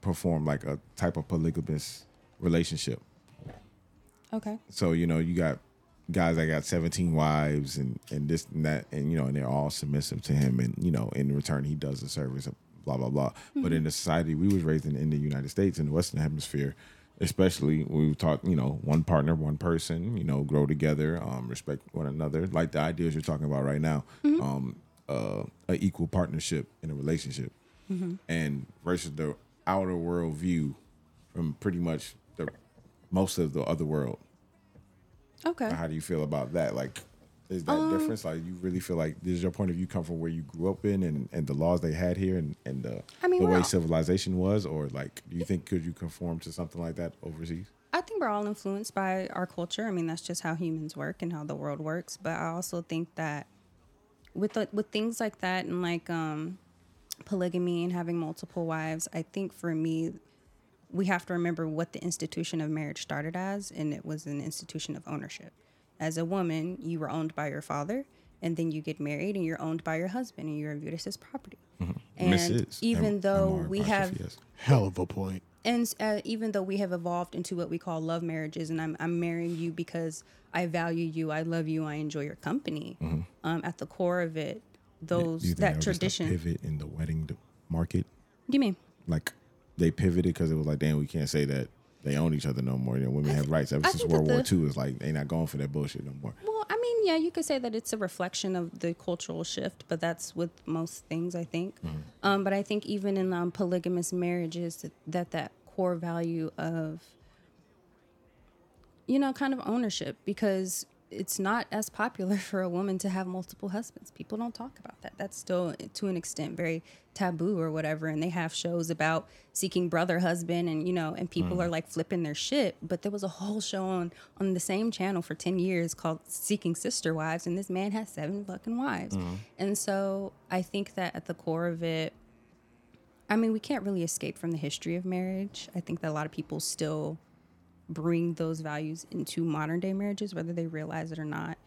S2: perform like a type of polygamous relationship.
S5: Okay.
S2: So you know you got guys that got 17 wives and and this and that and you know and they're all submissive to him and you know in return he does the service of blah blah blah. But in the society we was raised in in the United States in the Western Hemisphere, especially we were taught you know one partner one person you know grow together um, respect one another like the ideas you're talking about right now um uh, a equal partnership in a relationship and versus the outer world view from pretty much the most of the other world
S5: Okay.
S2: Now, how do you feel about that? Like, is that
S5: Um,
S2: difference? Like, you really feel like does your point of view come from where you grew up in and, and the laws they had here and and the,
S5: I mean,
S2: the
S5: we're
S2: way
S5: all-
S2: civilization was, or like, do you think could you conform to something like that overseas?
S5: I think we're all influenced by our culture. I mean, that's just how humans work and how the world works. But I also think that with the, with things like that and like um, polygamy and having multiple wives, I think for me, we have to remember what the institution of marriage started as, and it was an institution of ownership. As a woman, you were owned by your father, and then you get married, and you're owned by your husband, and you're viewed as his property. And
S2: Mrs.
S5: even
S2: Mm-hmm. M-
S5: though
S2: MR
S5: we
S2: apostrophe
S5: have
S2: S.
S1: Hell of a point.
S5: and uh, even though we have evolved into what we call love marriages and i'm, I'm marrying you because i value you i love you i enjoy your company um, at the core of it those
S2: Do Mm-hmm. you think
S5: that
S2: was just a
S5: tradition
S2: pivot in the wedding d- market,
S5: what do you mean
S2: like they pivoted because it was like, damn, we can't say that they own each other no more. You know, women have rights ever
S5: I
S2: since
S5: think that
S2: World War
S5: the-
S2: II. It's like they not going for that bullshit no more.
S5: well i mean yeah you could say that it's a reflection of the cultural shift but that's with most things i think
S2: Mm-hmm.
S5: um, but i think even in um, polygamous marriages that, that that core value of you know, kind of ownership because it's not as popular <laughs> for a woman to have multiple husbands. People don't talk about that. That's still, to an extent, very taboo or whatever. And they have shows about seeking brother husband, and you know, and people are like flipping their shit. But there was a whole show on on the same channel for ten years called Seeking Sister Wives, and this man has seven fucking wives. And so I think that at the core of it, I mean, we can't really escape from the history of marriage. I think that a lot of people still bring those values into modern day marriages, whether they realize it or not.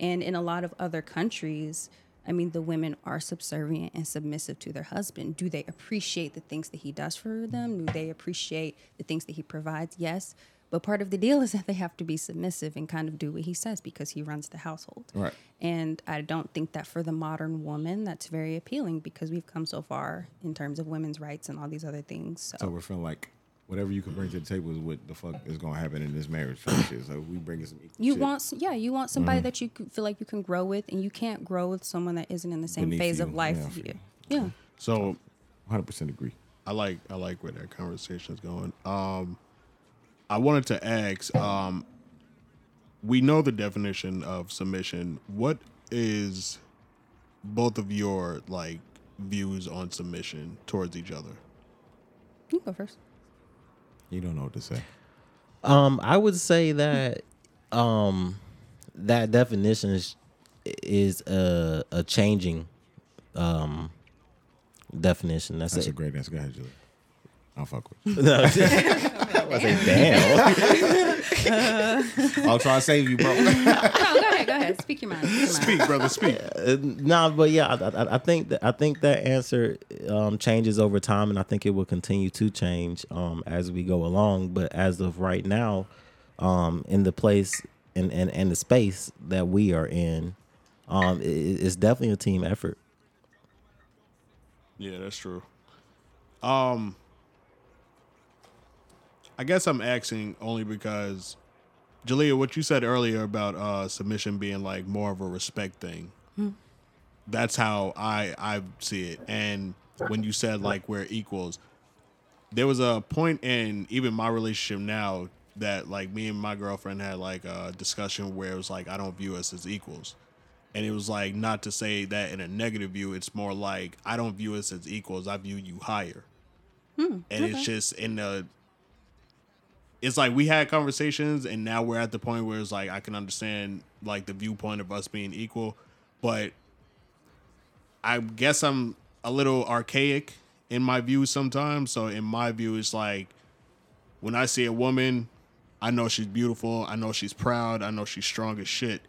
S5: And in a lot of other countries, I mean, the women are subservient and submissive to their husband. Do they appreciate the things that he does for them? Do they appreciate the things that he provides? Yes. But part of the deal <laughs> is that they have to be submissive and kind of do what he says because he runs the household.
S2: Right.
S5: And I don't think that for the modern woman, that's very appealing because we've come so far in terms of women's rights and all these other things. So,
S2: So we're feeling like whatever you can bring to the table is what the fuck is gonna happen in this marriage type shit. So we bring some equal
S5: you
S2: shit Mm.
S5: want, s- yeah, you want somebody that you c- feel like you can grow with, and you can't grow with someone that isn't in the same
S2: Beneath
S5: phase
S2: you,
S5: of life
S2: yeah, I
S5: as
S2: feel
S5: you.
S2: you.
S5: Yeah.
S1: So
S2: 100 percent agree.
S1: I like I like where that conversation is going. Um, I wanted to ask. Um, we know the definition of submission. What is both of your like views on submission towards each other?
S5: You go first.
S2: You don't know what to say.
S4: Um, I would say that um that definition is is a a changing um definition. That's,
S2: That's
S4: it.
S2: a great answer. Go ahead, Julie. I'll fuck with you.
S4: No, I say, damn.
S2: I'll try to save you, bro.
S5: No, go ahead. Go ahead. Speak your mind. Speak. Your mind.
S1: <laughs> Speak, brother. Speak.
S4: Uh, nah, but yeah, I, I, I think that I think that answer um, changes over time, and I think it will continue to change um, as we go along. But as of right now, um, in the place and and and the space that we are in, um, i i- it's definitely a team effort.
S1: Yeah, that's true. Um, I guess I'm asking only because, Jalea, what you said earlier about uh, submission being like more of a respect thing. That's how I I see it. And when you said like we're equals, there was a point in even my relationship now that like me and my girlfriend had like a discussion where it was like I don't view us as equals. And it was like not to say that in a negative view, it's more like I don't view us as equals, I view you higher. and it's just in the it's like we had conversations and now we're at the point where it's like I can understand like the viewpoint of us being equal, but I guess I'm a little archaic in my view sometimes. So in my view, it's like when I see a woman, I know she's beautiful, I know she's proud, I know she's strong as shit.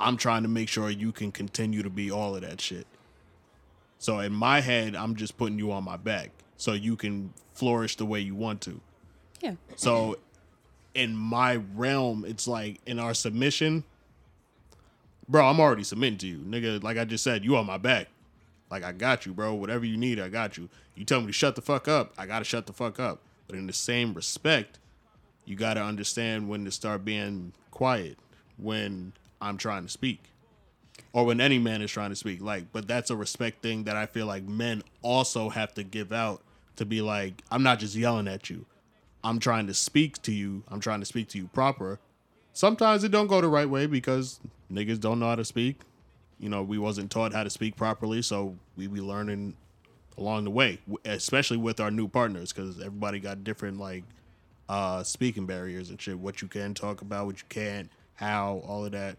S1: I'm trying to make sure you can continue to be all of that shit. So in my head, I'm just putting you on my back so you can flourish the way you want to.
S5: Yeah.
S1: So in my realm, it's like in our submission, bro, I'm already submitting to you. Nigga, like I just said, you on my back. Like I got you, bro. Whatever you need, I got you. You tell me to shut the fuck up, I gotta shut the fuck up. But in the same respect, you gotta understand when to start being quiet when I'm trying to speak. Or when any man is trying to speak. Like, but that's a respect thing that I feel like men also have to give out to be like, I'm not just yelling at you. I'm trying to speak to you. I'm trying to speak to you proper. Sometimes it don't go the right way because niggas don't know how to speak. You know, we wasn't taught how to speak properly, so we be learning along the way, w- especially with our new partners, because everybody got different like uh speaking barriers and shit. What you can talk about, what you can't, how, all of that.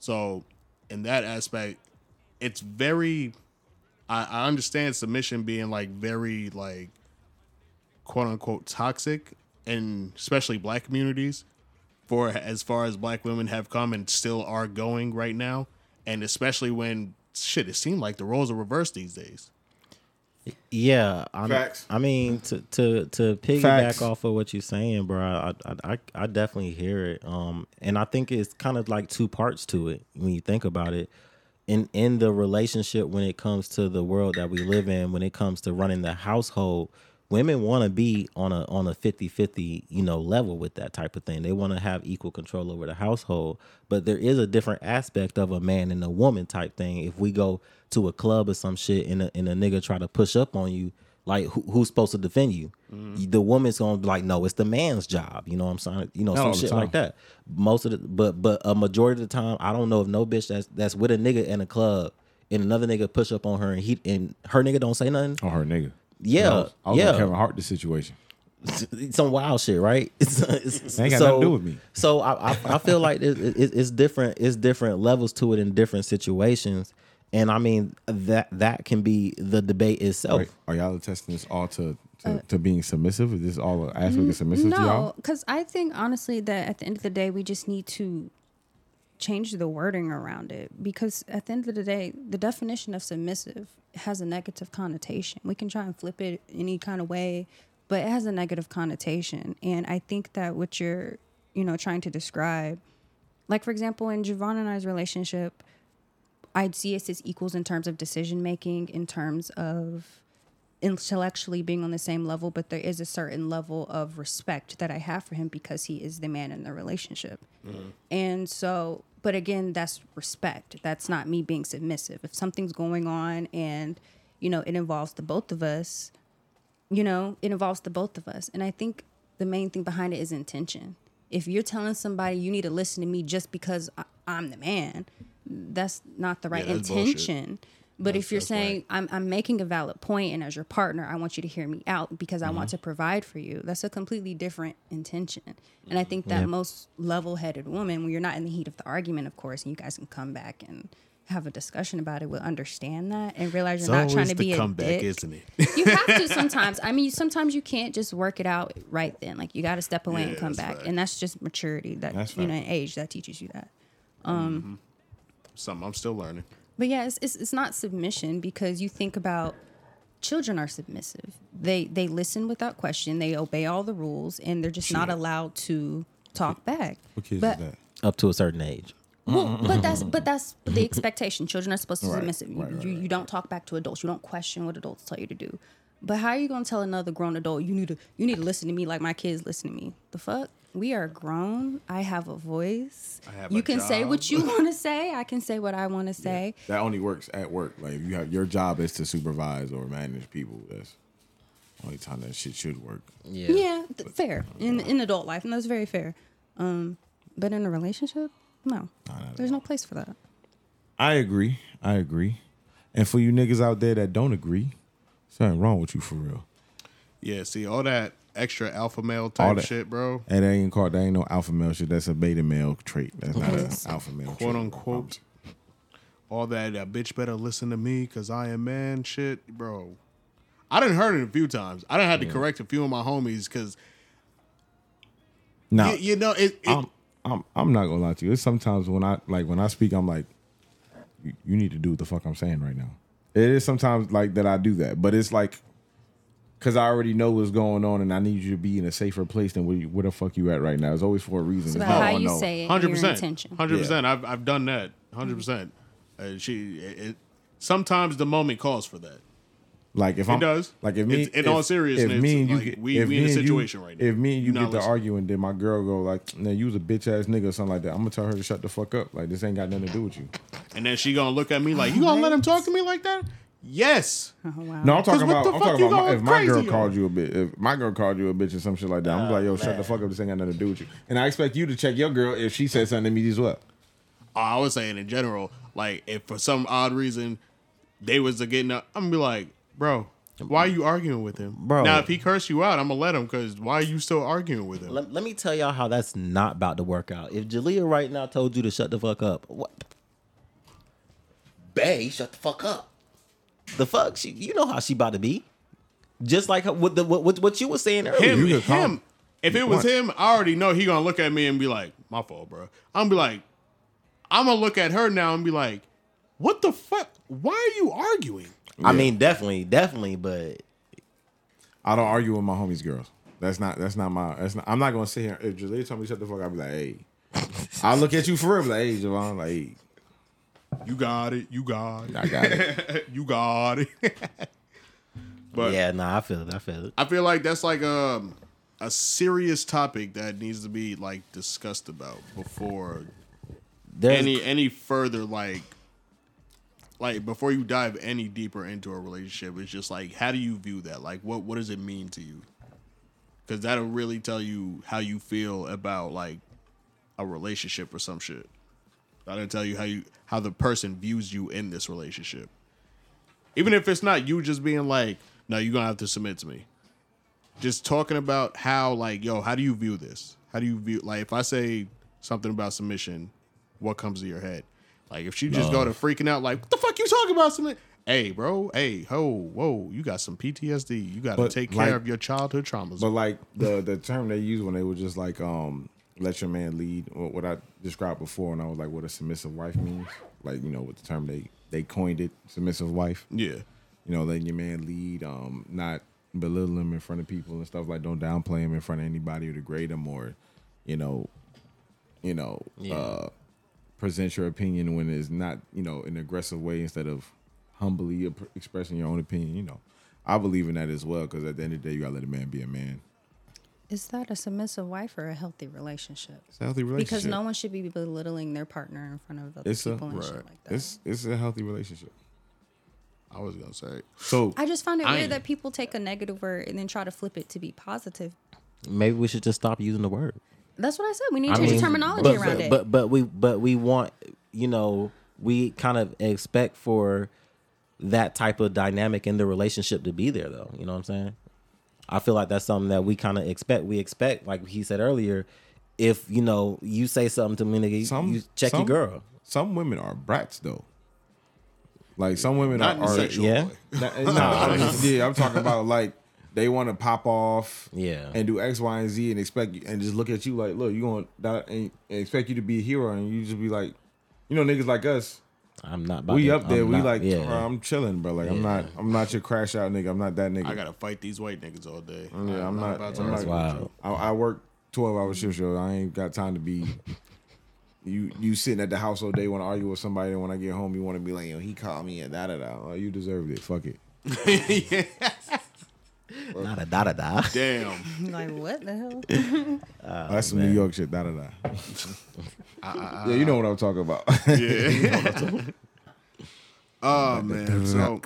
S1: So, in that aspect, it's very. I, I understand submission being like very like quote unquote toxic, and especially black communities, for as far as black women have come and still are going right now, and especially when shit, it seemed like the roles are reversed these days.
S4: Yeah, I'm,
S2: Facts.
S4: I mean to to to piggyback
S2: Facts.
S4: off of what you're saying, bro. I, I I I definitely hear it. Um, and I think it's kind of like two parts to it when you think about it. In in the relationship, when it comes to the world that we live in, when it comes to running the household, women want to be on a on a 50-50, you know, level with that type of thing. They want to have equal control over the household, but there is a different aspect of a man and a woman type thing. If we go to a club or some shit and a, and a nigga try to push up on you, like who, who's supposed to defend you?
S2: Mm-hmm.
S4: You- The woman's gonna be like, no, it's the man's job. You know what I'm saying? You know,
S2: Not all
S4: some
S2: the
S4: shit like
S2: time.
S4: that. Most of the but but a majority of the time, I don't know of no bitch that's that's with a nigga in a club and another nigga push up on her and he and her nigga don't say nothing.
S2: Oh, her nigga.
S4: Yeah,
S2: I was, I was
S4: yeah.
S2: Like Kevin Hart the situation.
S4: <laughs> some wild shit, right? <laughs> It's, it's,
S2: Ain't got nothing to do with me.
S4: So I, I, I feel like it, it, it's different. It's different levels to it in different situations, and I mean that that can be the debate itself.
S2: Wait, are y'all attesting this all to to,
S4: Uh,
S2: to being submissive? Is this all an aspect of submissive to
S5: No,
S2: y'all?
S5: because I think honestly that at the end of the day, we just need to change the wording around it because at the end of the day, the definition of submissive has a negative connotation. We can try and flip it any kind of way, but it has a negative connotation. And I think that what you're, you know, trying to describe, like for example, in Javon and I's relationship, I'd see us as equals in terms of decision making, in terms of intellectually being on the same level, but there is a certain level of respect that I have for him because he is the man in the relationship. And so, but again, that's respect. That's not me being submissive. If something's going on and, you know, it involves the both of us, you know, it involves the both of us. And I think the main thing behind it is intention. If you're telling somebody you need to listen to me just because I, I'm the man, that's not the right
S1: that's bullshit.
S5: intention. But
S1: That's-
S5: if you're
S1: that's whack.
S5: saying I'm, I'm making a valid point, and as your partner, I want you to hear me out because I
S1: Mm-hmm.
S5: want to provide for you. That's a completely different intention. And I think that most level headed woman, when you're not in the heat of the argument, of course, and you guys can come back and have a discussion about it, will understand that and realize you're not trying to be a dick.
S1: isn't it?
S5: you have to sometimes. I mean, you, sometimes you can't just work it out right then. Like you got to step away and
S1: Yeah,
S5: come
S1: that's
S5: back,
S1: fact.
S5: and that's just maturity. That
S2: That's
S5: you know,
S2: fact.
S5: in age that teaches you that.
S1: Something I'm still learning.
S5: But yeah, it's, it's, it's not submission because you think about children are submissive. They they listen without question. They obey all the rules, and they're just not allowed to talk back.
S2: What kids
S5: but,
S2: is that?
S4: Up to a certain age,
S5: Well, but that's but that's the expectation. Children are supposed to be
S2: Right,
S5: submissive. You,
S2: right, right,
S5: you, you don't talk back to adults. You don't question what adults tell you to do. But how are you gonna tell another grown adult you need to you need to listen to me like my kids listen to me? The fuck? We are grown. I have a voice.
S1: I have
S5: you
S1: a
S5: can say what
S1: job.
S5: you want to say. I can say what I want to say.
S2: That only works at work. Like if you have your job is to supervise or manage people. That's only time that shit should work.
S4: yeah.
S5: Yeah, th- fair in in adult life, and that's very fair. Um, but in a relationship, no, there's no place for that.
S2: I agree. I agree. And for you niggas out there that don't agree, something wrong with you for real.
S1: Yeah, see all that extra alpha male
S2: All
S1: type
S2: that.
S1: shit, bro.
S2: And that ain't called. That ain't no alpha male shit. That's a beta male trait. That's not an alpha male. trait,
S1: Quote
S2: I
S1: unquote.
S2: promise.
S1: All that uh, bitch better listen to me because I am man shit, bro. I didn't heard it a few times. I done had to correct a few of my homies because
S2: Now
S1: you, know it. it
S2: I'm, I'm I'm not gonna lie to you. It's sometimes when I like when I speak, I'm like, you, you need to do what the fuck I'm saying right now. It is sometimes like that I do that, but it's like because I already know what's going on, and I need you to be in a safer place than where, you, where the fuck you at right now. It's always for a reason.
S5: It's
S2: It's
S5: about
S2: not
S5: how
S2: on
S5: you
S2: no-
S5: say it, and
S1: hundred
S5: your
S1: percent,
S5: intention. Mm-hmm.
S1: hundred percent. I've I've done that, hundred percent. Uh, she, it, it, sometimes the moment calls for that.
S2: Like if
S1: It
S2: I'm,
S1: does.
S2: Like if me,
S1: It's- in all seriousness,
S2: if me and you
S1: like,
S2: get,
S1: we-
S2: if
S1: we
S2: me
S1: in a
S2: and you-
S1: situation right now.
S2: If me and you
S1: You're
S2: get
S1: not
S2: to
S1: listening.
S2: arguing, then my girl go like, "Nah, you was a bitch ass nigga" or something like that. I'm gonna tell her to shut the fuck up. Like this ain't got nothing to do with you.
S1: And then she gonna look at me like, "You gonna let him talk to me like that? Yes.
S5: wow.
S2: No, I'm talking
S1: 'Cause what
S2: about,
S1: the
S2: I'm
S1: fuck
S2: talking
S1: you
S2: about my-
S1: going
S2: if my girl
S1: crazy on? Uh,
S2: called you a bitch, if my girl called you a bitch or some shit like that, I'm like, yo, shut the fuck up. This ain't got nothing to do with you. And I expect you to check your girl if she said something to me as well.
S1: I was saying in general, like if for some odd reason they was to getting up, I'm gonna be like, bro, why are you arguing with him,
S4: Bro.
S1: Now if he cursed you out, I'm gonna let him because why are you still arguing with him?
S4: Let, let me tell y'all how that's not about to work out. If Jalea right now told you to shut the fuck up, what? Bay, shut the fuck up. The fuck? She, you know how she about to be. Just like her- what the what what, what you were saying earlier.
S1: him,
S2: You could call
S1: him.
S2: him.
S1: If it was him, I already know he gonna look at me and be like, "My fault, bro." I'm gonna be like, "I'm gonna look at her now and be like, what the fuck? Why are you arguing?"
S4: I mean, definitely, definitely, but
S2: I don't argue with my homies' girls. That's not that's not my that's not I'm not gonna sit here. If Jalea told me shut the fuck up, I'll be like,
S1: <laughs>
S2: hey. I'll look at you for real, be like, hey, Javon, like, hey,
S1: You got it. You got it.
S2: I got it.
S1: <laughs> you got it. <laughs> but
S4: yeah, nah, I feel it. I feel it.
S1: I feel like that's like um a serious topic that needs to be like discussed about before
S4: There's,
S1: any any further like like before you dive any deeper into a relationship it's just like how do you view that like what what does it mean to you because that'll really tell you how you feel about like a relationship or some shit that'll tell you how you how the person views you in this relationship even if it's not you just being like no you're gonna have to submit to me just talking about how like yo how do you view this how do you view like if i say something about submission what comes to your head like if she just go to freaking out like what the fuck you talking about submit hey bro hey ho whoa you got some ptsd you gotta
S2: But,
S1: take
S2: like-
S1: care of your childhood traumas
S2: But like the the term they used when they were just like um let your man lead what, what I described before, and I was like, what a submissive wife means. Like you know what the term they they coined it, submissive wife.
S1: yeah
S2: You know, letting your man lead, um, not belittle him in front of people and stuff like don't downplay him in front of anybody or degrade him or, you know, you know, uh, present your opinion when it's not you know in an aggressive way instead of humbly ap- expressing your own opinion. You know, I believe in that as well because at the end of the day, you gotta let a man be a man.
S5: Is that a submissive wife or a healthy relationship?
S2: It's a healthy relationship.
S5: Because no one should be belittling their partner in front of other
S2: It's a
S5: people and shit like that.
S2: it's it's a healthy relationship.
S1: i was gonna say
S2: So
S5: I just find it
S1: I
S5: weird
S1: ain't-
S5: that people take a negative word and then try to flip it to be positive.
S4: maybe we should just stop using the word.
S5: That's what I said. We need to
S4: I
S5: change
S4: mean,
S5: the terminology
S4: but,
S5: around
S4: but,
S5: it.
S4: But but we but we want you know we kind of expect for that type of dynamic in the relationship to be there though. You know what I'm saying? I feel like that's something that we kind of expect. We expect like he said earlier, if you know you say something to me, nigga, you-
S2: some
S4: you check
S2: some-
S4: your girl.
S2: Some women are brats though. Like some women
S1: not in
S2: are,
S1: a
S2: are
S1: sexual
S4: yeah.
S1: way
S2: <laughs> Nah, nah,
S1: <laughs>
S2: I'm just- yeah, I'm talking about like they want to pop off,
S4: Yeah.
S2: and do X, Y, and Z, and expect you, and just look at you like, look, you going that and, and expect you to be a hero, and you just be like, you know, niggas like us,
S4: I'm not. About
S2: we
S4: to-
S2: up there,
S4: I'm
S2: we
S4: not-
S2: like,
S4: yeah.
S2: "Bruh,
S1: uh,
S2: I'm chilling, bro, like I'm not, I'm not your crash out nigga, I'm not that nigga.
S1: i gotta fight these white niggas all day
S2: Yeah, I'm not.
S1: about to
S2: I'm
S1: argue
S2: not
S4: that's wild.
S2: I, I work twelve hour shifts, yo. I ain't got time to be. <laughs> You you sitting at the house all day, want to argue with somebody, and when I get home, you want to be like, yo, he called me and da da da. Oh, you deserved it. Fuck it.
S4: <laughs>
S1: <laughs>
S2: <laughs>
S4: not a da da da.
S1: damn
S5: <laughs> like, what the
S2: <laughs>
S5: hell?
S2: Oh, that's some New York shit. Da da <laughs> da. yeah, you know what I'm talking about.
S1: <laughs> oh man so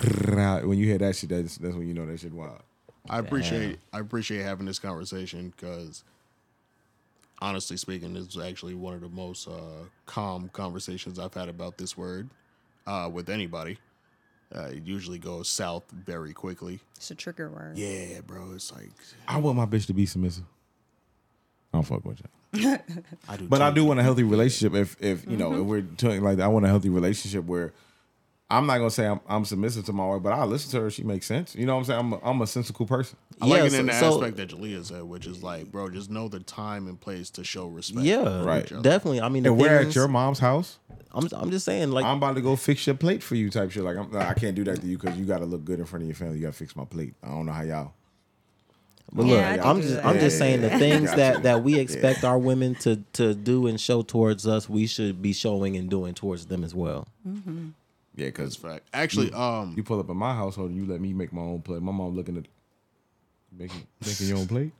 S2: <laughs> when you hear that shit, that's that's when you know that shit wild.
S1: I appreciate I appreciate having this conversation because honestly speaking, this is actually one of the most uh, calm conversations I've had about this word uh, with anybody. Uh, it usually goes south very quickly.
S5: It's a trigger word.
S1: Yeah, bro. It's like
S2: I want my bitch to be submissive. I don't fuck with you.
S1: I do,
S2: But I
S1: too.
S2: do want a healthy relationship. If if you know if we're doing like that, I want a healthy relationship where I'm not gonna say I'm, I'm submissive to my wife, but I listen to her. She makes sense. You know what I'm saying? I'm a, I'm a sensical person.
S1: I like
S4: Yeah,
S1: it in the
S4: so- so-
S1: aspect that Jalea said, which is like, bro, just know the time and place to show respect.
S4: Yeah,
S2: Right.
S4: Definitely. I mean, the
S2: And we're at
S4: things-
S2: your mom's house.
S4: I'm I'm just saying like
S2: I'm about to go fix your plate for you, type shit. Like I'm, I can't do that to you because you got to look good in front of your family. You got to fix my plate. I don't know how y'all.
S4: But
S5: Yeah,
S4: look,
S5: I do
S4: I'm
S5: do
S4: just
S5: that.
S4: I'm just
S2: Yeah,
S4: saying
S2: yeah,
S4: the
S2: yeah.
S4: things
S2: Gotcha.
S4: that that we expect our women to to do and show towards us, we should be showing and doing towards them as well.
S2: Yeah,
S1: That's
S2: because
S1: a fact. Actually, um,
S2: you pull up in my household and you let me make my own plate. My mom looking at making making your own plate.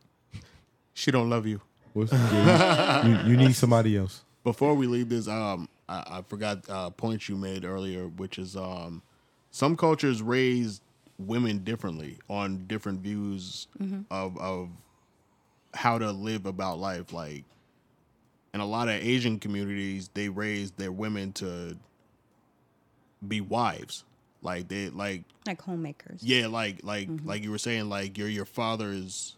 S1: she don't love you.
S2: What's, yeah, you, you, you need somebody else.
S1: before we leave this, um, I, I forgot uh, a point you made earlier, which is um, some cultures raise women differently on different views
S11: Mhm.
S1: of of how to live about life. Like in a lot of Asian communities, they raise their women to be wives. Like they like
S5: like homemakers.
S1: yeah, like like
S5: Mhm.
S1: like you were saying, like your your father's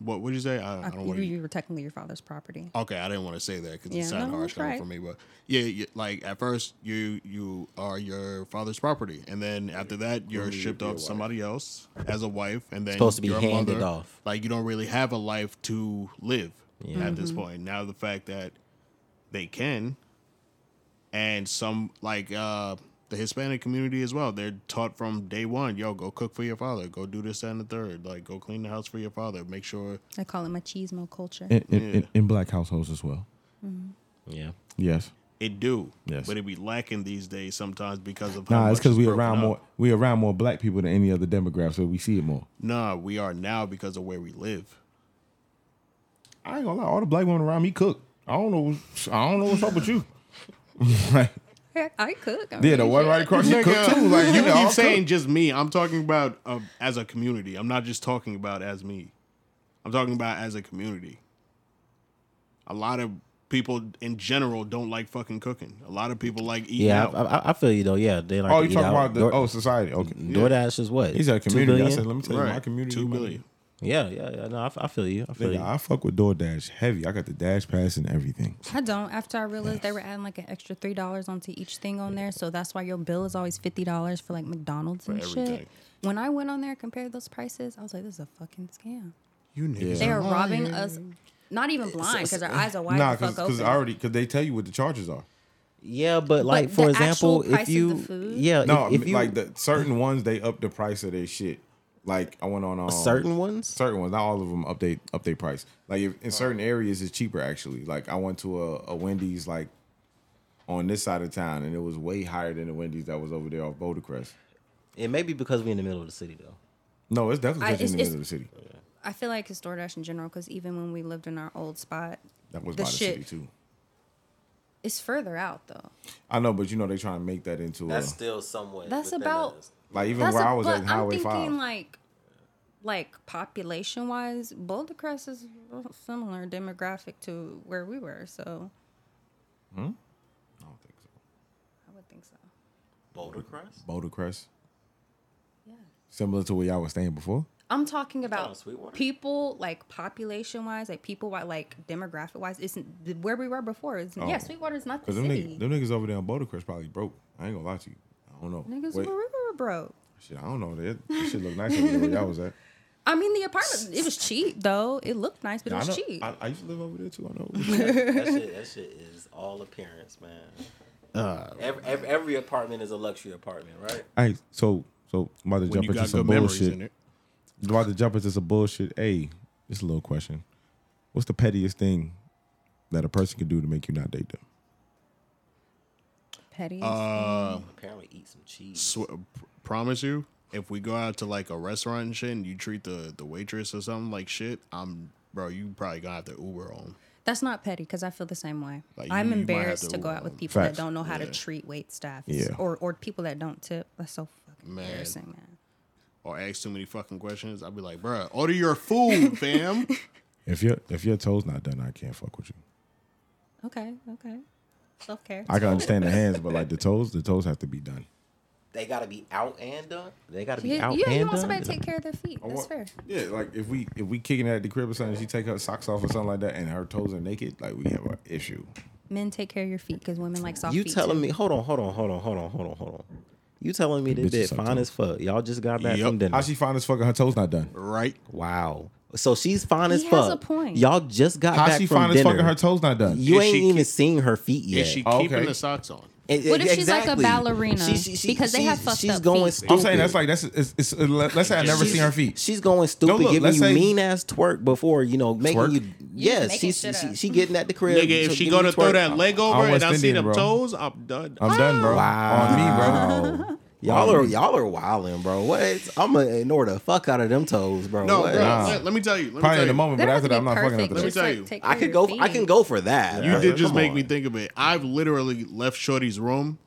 S1: what would you say? I, I
S5: Uh,
S1: don't
S5: you,
S1: want to
S5: you were technically your father's property.
S1: Okay, I didn't want to say that because
S5: Yeah,
S1: it sounded
S5: no,
S1: harsh
S5: it's
S1: coming
S5: right.
S1: from me, but yeah, you, like at first you you are your father's property, and then after that you're
S4: Only you
S1: shipped
S4: be a
S1: off to
S4: wife.
S1: somebody else as a wife, and then
S4: Supposed to be
S1: your
S4: handed
S1: mother.
S4: off.
S1: Like you don't really have a life to live
S4: Yeah.
S1: at this
S5: Mm-hmm.
S4: Mhm.
S1: point. Now the fact that they can, and some like uh the Hispanic community as well, they're taught from day one, yo, go cook for your father, go do this that, and the third, like go clean the house for your father, make sure
S5: I call it machismo culture.
S2: in, in, in, in black households as well.
S5: Mhm.
S4: Yeah.
S2: Yes.
S1: It do.
S2: Yes.
S1: But it be lacking these days sometimes because of how
S2: Nah, it's
S1: much
S2: because we
S1: broken
S2: around
S1: up.
S2: more we around more black people than any other demographic, so we see it more.
S1: Nah, we are now because of where we live.
S2: I ain't gonna lie, all the black women around me cook. I don't know. I don't know what's up with <laughs> you. Like,
S5: Heck, I cook. I
S2: Yeah, the
S5: mean,
S2: one
S5: shit.
S2: right across the cook too.
S1: <laughs>
S2: Like
S1: you
S2: they all
S1: keep
S2: cook.
S1: saying just me. I'm talking about uh, as a community. I'm not just talking about as me. I'm talking about as a community. A lot of people in general don't like fucking cooking. A lot of people like eating
S4: Yeah,
S1: out.
S4: I, I, I feel you though. Yeah, they like.
S1: Oh,
S4: to
S1: you
S4: eat
S1: talking
S4: out.
S1: about the-
S4: Door-
S1: oh, society. Okay.
S4: DoorDash is what?
S2: He said
S4: Two
S2: community. I
S4: billion?
S2: said, let me tell you, my Right. community Two money. billion.
S4: Yeah, yeah, yeah. No, I, f- I feel you. I feel
S2: Nigga,
S4: you.
S2: I fuck with DoorDash heavy. I got the dash pass and everything.
S5: I don't. After I realized they were adding like an extra three dollars onto each thing on there, so that's why your bill is always fifty dollars for like McDonald's
S1: For
S5: and
S1: everything.
S5: shit. When I went on there and compared those prices, I was like, "This is a fucking scam."
S1: You
S2: niggas
S5: They are
S2: are
S5: robbing
S2: lying.
S5: us. Not even blind because their eyes are wide
S2: Nah,
S5: the fuck
S2: because
S5: open.
S2: already because they tell you what the charges are.
S4: Yeah, but like
S5: the
S4: for
S5: actual
S4: example,
S5: price of
S4: if
S5: the
S4: you
S5: food?
S4: yeah,
S2: no,
S4: if, if you
S2: like the certain ones they up the price of their shit. Like I went on um,
S4: Certain ones,
S2: certain ones, not all of them update update price. Like if, in certain areas, it's cheaper actually. Like I went to a, a Wendy's like on this side of town, and it was way higher than the Wendy's that was over there off Boulder Crest.
S4: it may be because we're in the middle of the city though.
S2: No, it's
S5: I-
S2: definitely 'cause
S5: it's-
S2: you're in the
S5: it's-
S2: middle of the city.
S5: I feel like it's DoorDash in general because even when we lived in our old spot,
S2: That was
S5: the
S2: by the
S5: shit
S2: city too.
S5: is further out though.
S2: I know, but you know they trying to make that into
S4: That's
S2: a
S4: still somewhat.
S5: That's about
S2: like even
S5: That's
S2: where
S5: a-
S2: I was
S5: but
S2: at Highway
S5: I'm thinking
S2: Five.
S5: like, like population wise, Boulder Crest is real similar demographic to where we were, so
S2: hmm?
S5: I would think so.
S4: Boulder Crest.
S2: Boulder Crest,
S5: Yeah,
S2: similar to where y'all was staying before.
S5: I'm talking
S4: Oh,
S5: about
S4: Sweetwater?
S5: people like population wise, like people wi- like demographic wise. Isn't the- where we were before? Is
S2: Oh.
S5: yeah, Sweetwater's not the
S2: Cause them
S5: city.
S2: niggas, them niggas over there on Boulder Crest probably broke. I ain't gonna lie to you. I don't know.
S5: Niggas
S2: Wait,
S5: were, we were broke.
S2: shit, I don't know. That that shit look nice over there where y'all was at.
S5: I mean, the apartment it was cheap though. It looked nice, but <laughs>
S2: Yeah,
S5: it
S2: I
S5: was
S2: know-
S5: cheap.
S2: I, I used to live over there too. I know.
S5: <laughs>
S4: that, shit, that shit is all appearance, man.
S1: Uh,
S4: every, every, every apartment is a luxury apartment, right?
S2: Hey, so so I'm about to
S4: When
S2: jump
S4: you
S2: into
S4: got
S2: some
S4: good memories
S2: bullshit.
S4: in it.
S2: I'm about to jump into some bullshit. Hey, it's a little question. What's the pettiest thing that a person can do to make you not date them?
S5: Petty.
S1: Uh,
S4: Apparently, eat some cheese.
S1: sw- pr- promise you, if we go out to like a restaurant and shit, and you treat the the waitress or something like shit, I'm bro, you probably gonna have to Uber home.
S5: That's not petty because I feel the same way.
S1: Like,
S5: I'm
S1: you- you might have
S5: embarrassed
S1: to
S5: to, go out
S1: overwhelm
S5: with
S1: them.
S5: people
S1: Facts.
S5: that don't know how to
S1: Yeah.
S5: treat wait staff.
S1: Yeah.
S5: Or or people that don't tip. That's so fucking
S1: Man.
S5: embarrassing, man.
S1: Or ask too many fucking questions. I'd be like, bruh, order your
S2: <laughs>
S1: food, fam.
S2: If your if your toes not done, I can't fuck with you.
S5: Okay, okay. Self care.
S2: I can understand the hands, but like the toes, the toes have to be done.
S4: They gotta be out and done. They gotta be
S5: Yeah,
S4: out
S5: yeah you
S4: and
S5: want
S4: done.
S5: somebody to take care of their feet. That's fair.
S2: Yeah, like if we if we kicking it at the crib or something, she take her socks off or something like that, and her toes are naked, like we have an issue.
S5: Men take care of your feet because women like soft
S4: You
S5: feet.
S4: telling
S5: too.
S4: me? Hold on, hold on, hold on, hold on, hold on, hold on. You telling me they
S2: Bitches
S4: did
S2: suck
S4: fine as fuck? Y'all just got back from dinner.
S2: How she find this fucking her toes not done?
S1: Right.
S4: Wow. So she's fine
S5: He
S4: as
S5: has
S4: fuck.
S5: a point.
S4: Y'all just got
S2: How
S4: back
S2: she
S4: from
S2: fine as
S4: dinner.
S2: fucking her toes not done?
S4: You
S2: Is
S4: ain't
S2: she
S4: even seen her feet yet.
S1: Is she
S2: Oh,
S1: keeping the socks on?
S5: What if she's like a ballerina? Because they have fucked
S4: she's
S5: up
S4: going
S5: feet.
S4: stupid.
S2: I'm saying that's like that's it's, it's, let's say I never
S4: She's-
S2: seen her feet.
S4: She's going stupid,
S2: No, look,
S4: giving
S2: let's
S4: you
S2: say-
S4: mean ass twerk before you know making
S2: Twerk?
S4: you.
S2: You
S4: Yes,
S5: making
S4: she's
S5: shit
S4: she,
S5: up.
S4: she getting at the crib.
S1: Nigga, if
S4: so
S1: she
S4: give
S1: go
S4: me
S1: to throw
S4: twerk.
S1: that leg over
S2: I'm
S1: and
S2: West
S1: I see
S2: Indian,
S1: them
S2: bro.
S1: toes, I'm done.
S2: I'm done, bro. On me, bro.
S4: Wow. Y'all
S1: um,
S4: are y'all are wilding, bro. What? I'm gonna ignore the fuck out of them toes, bro.
S1: No,
S4: What?
S1: bro, let, let me tell you. Let me
S2: Probably
S1: tell
S2: in the
S1: you.
S2: moment, but
S5: They don't have
S2: after that,
S5: to
S2: I'm
S5: be
S2: not fucking
S5: perfect,
S2: with
S1: Let
S5: just,
S2: this.
S1: me
S5: like,
S1: tell you.
S5: take
S4: I
S5: care
S4: could
S5: of
S4: go.
S5: your
S4: I
S5: feet.
S4: can go for that.
S1: You
S4: bro.
S1: did just
S4: Come
S1: make
S4: on.
S1: me think of it. I've literally left Shorty's room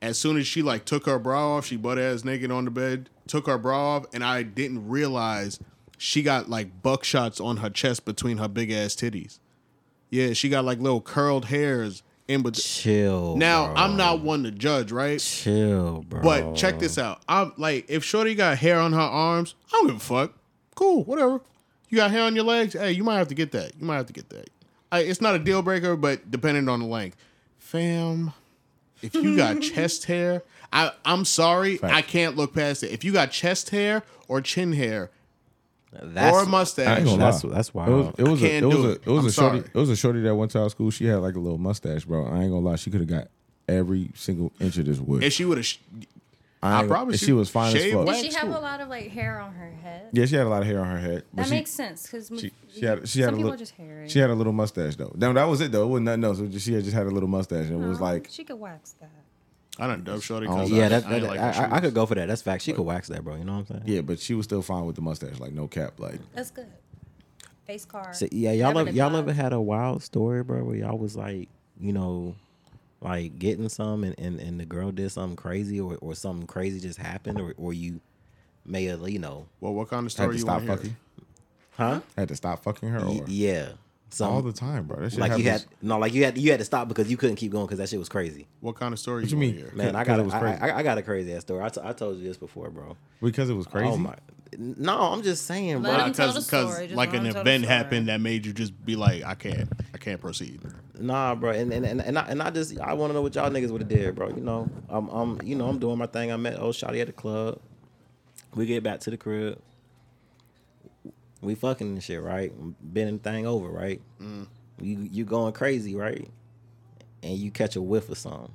S1: As soon as she like took her bra off, she butt ass naked on the bed, took her bra off, and I didn't realize she got like buckshots on her chest between her big ass titties. Yeah, she got like little curled hairs in between.
S4: Chill.
S1: Now
S4: bro.
S1: I'm not one to judge, right?
S4: chill, bro.
S1: But check this out. I'm like, if Shorty got hair on her arms, I don't give a fuck. Cool, whatever. You got hair on your legs? Hey, you might have to get that. You might have to get that. I, it's not a deal breaker, but depending on the length. Fam, if you
S4: <laughs>
S1: got chest hair, I, I'm sorry, I can't look past it. If you got chest hair or chin hair
S4: That's,
S1: or a mustache,
S4: That's- that's
S2: It was,
S4: wild.
S2: it was
S1: I
S2: a,
S1: can't
S2: it was
S1: do
S2: a,
S1: it.
S2: it was
S1: I'm
S2: a shorty,
S1: sorry.
S2: it was a shorty that went to our school. She had like a little mustache, bro. I ain't gonna lie, she could have got every single inch of this wood.
S1: if she would have,
S2: I,
S1: I probably
S2: and she
S1: should
S2: was fine as
S1: shave
S2: fuck.
S1: whack.
S11: Did she have
S1: Cool.
S11: a lot of like hair on her head?
S2: Yeah, she had a lot of hair on her head. but
S11: That
S2: she-
S11: makes sense because
S2: She, she had she had
S11: some
S2: a
S11: people
S2: little
S11: just hair. it.
S2: she had a little mustache though. No, that was it though. It wasn't nothing else. It was just, she had just had a little mustache and it was
S11: No,
S2: like
S11: she could wax that.
S1: I done dub Shorty
S2: I don't
S1: because
S2: know.
S1: I,
S4: Oh, yeah, that,
S1: I,
S4: that,
S1: ain't like her
S4: I, I, I
S1: shoes.
S4: could go for that. That's fact. She could wax that, bro. You know what I'm saying?
S2: yeah, but she was still fine with the mustache, like no cap, like
S11: That's good. Face card.
S4: So, yeah, y'all
S11: Never
S4: ever, y'all
S11: decline.
S4: ever had a wild story, bro, where y'all was like, you know, like getting some and, and, and the girl did something crazy or, or something crazy just happened or, or you may have, you know,
S1: Well, what kind of
S2: had
S1: story
S2: to
S1: you
S2: stop
S1: want to
S2: fucking.
S1: hear?
S4: huh?
S2: Had to stop fucking her
S4: Y-
S2: or
S4: yeah. Some,
S2: all the time, bro. That shit
S4: like you had
S2: happens.
S4: no, like you had you had to stop because you couldn't keep going because that shit was crazy.
S1: What kind of story
S2: What
S1: you
S2: you
S1: want
S2: mean?
S1: to hear?
S4: Man, I
S2: 'Cause
S4: got
S2: it
S4: a,
S2: was
S4: I-
S2: crazy.
S4: I, I got a crazy ass story. I, t- I told you this before, bro.
S2: because it was crazy.
S4: Oh my, no, I'm just saying, bro.
S11: Let him tell the
S1: because
S11: story. Just
S1: like
S11: let
S1: an
S11: him tell the
S1: event
S11: story.
S1: happened that made you just be like, I can't, I can't proceed.
S4: Nah, bro, and and and, and, I, and I just I want to know what y'all niggas would have did, bro. You know, I'm I'm you know I'm doing my thing. I met old Shotty at the club. We get back to the crib. We fucking and shit, right? Bending the thing over, right?
S2: Mm.
S4: You you going crazy, right? And you catch a whiff of something.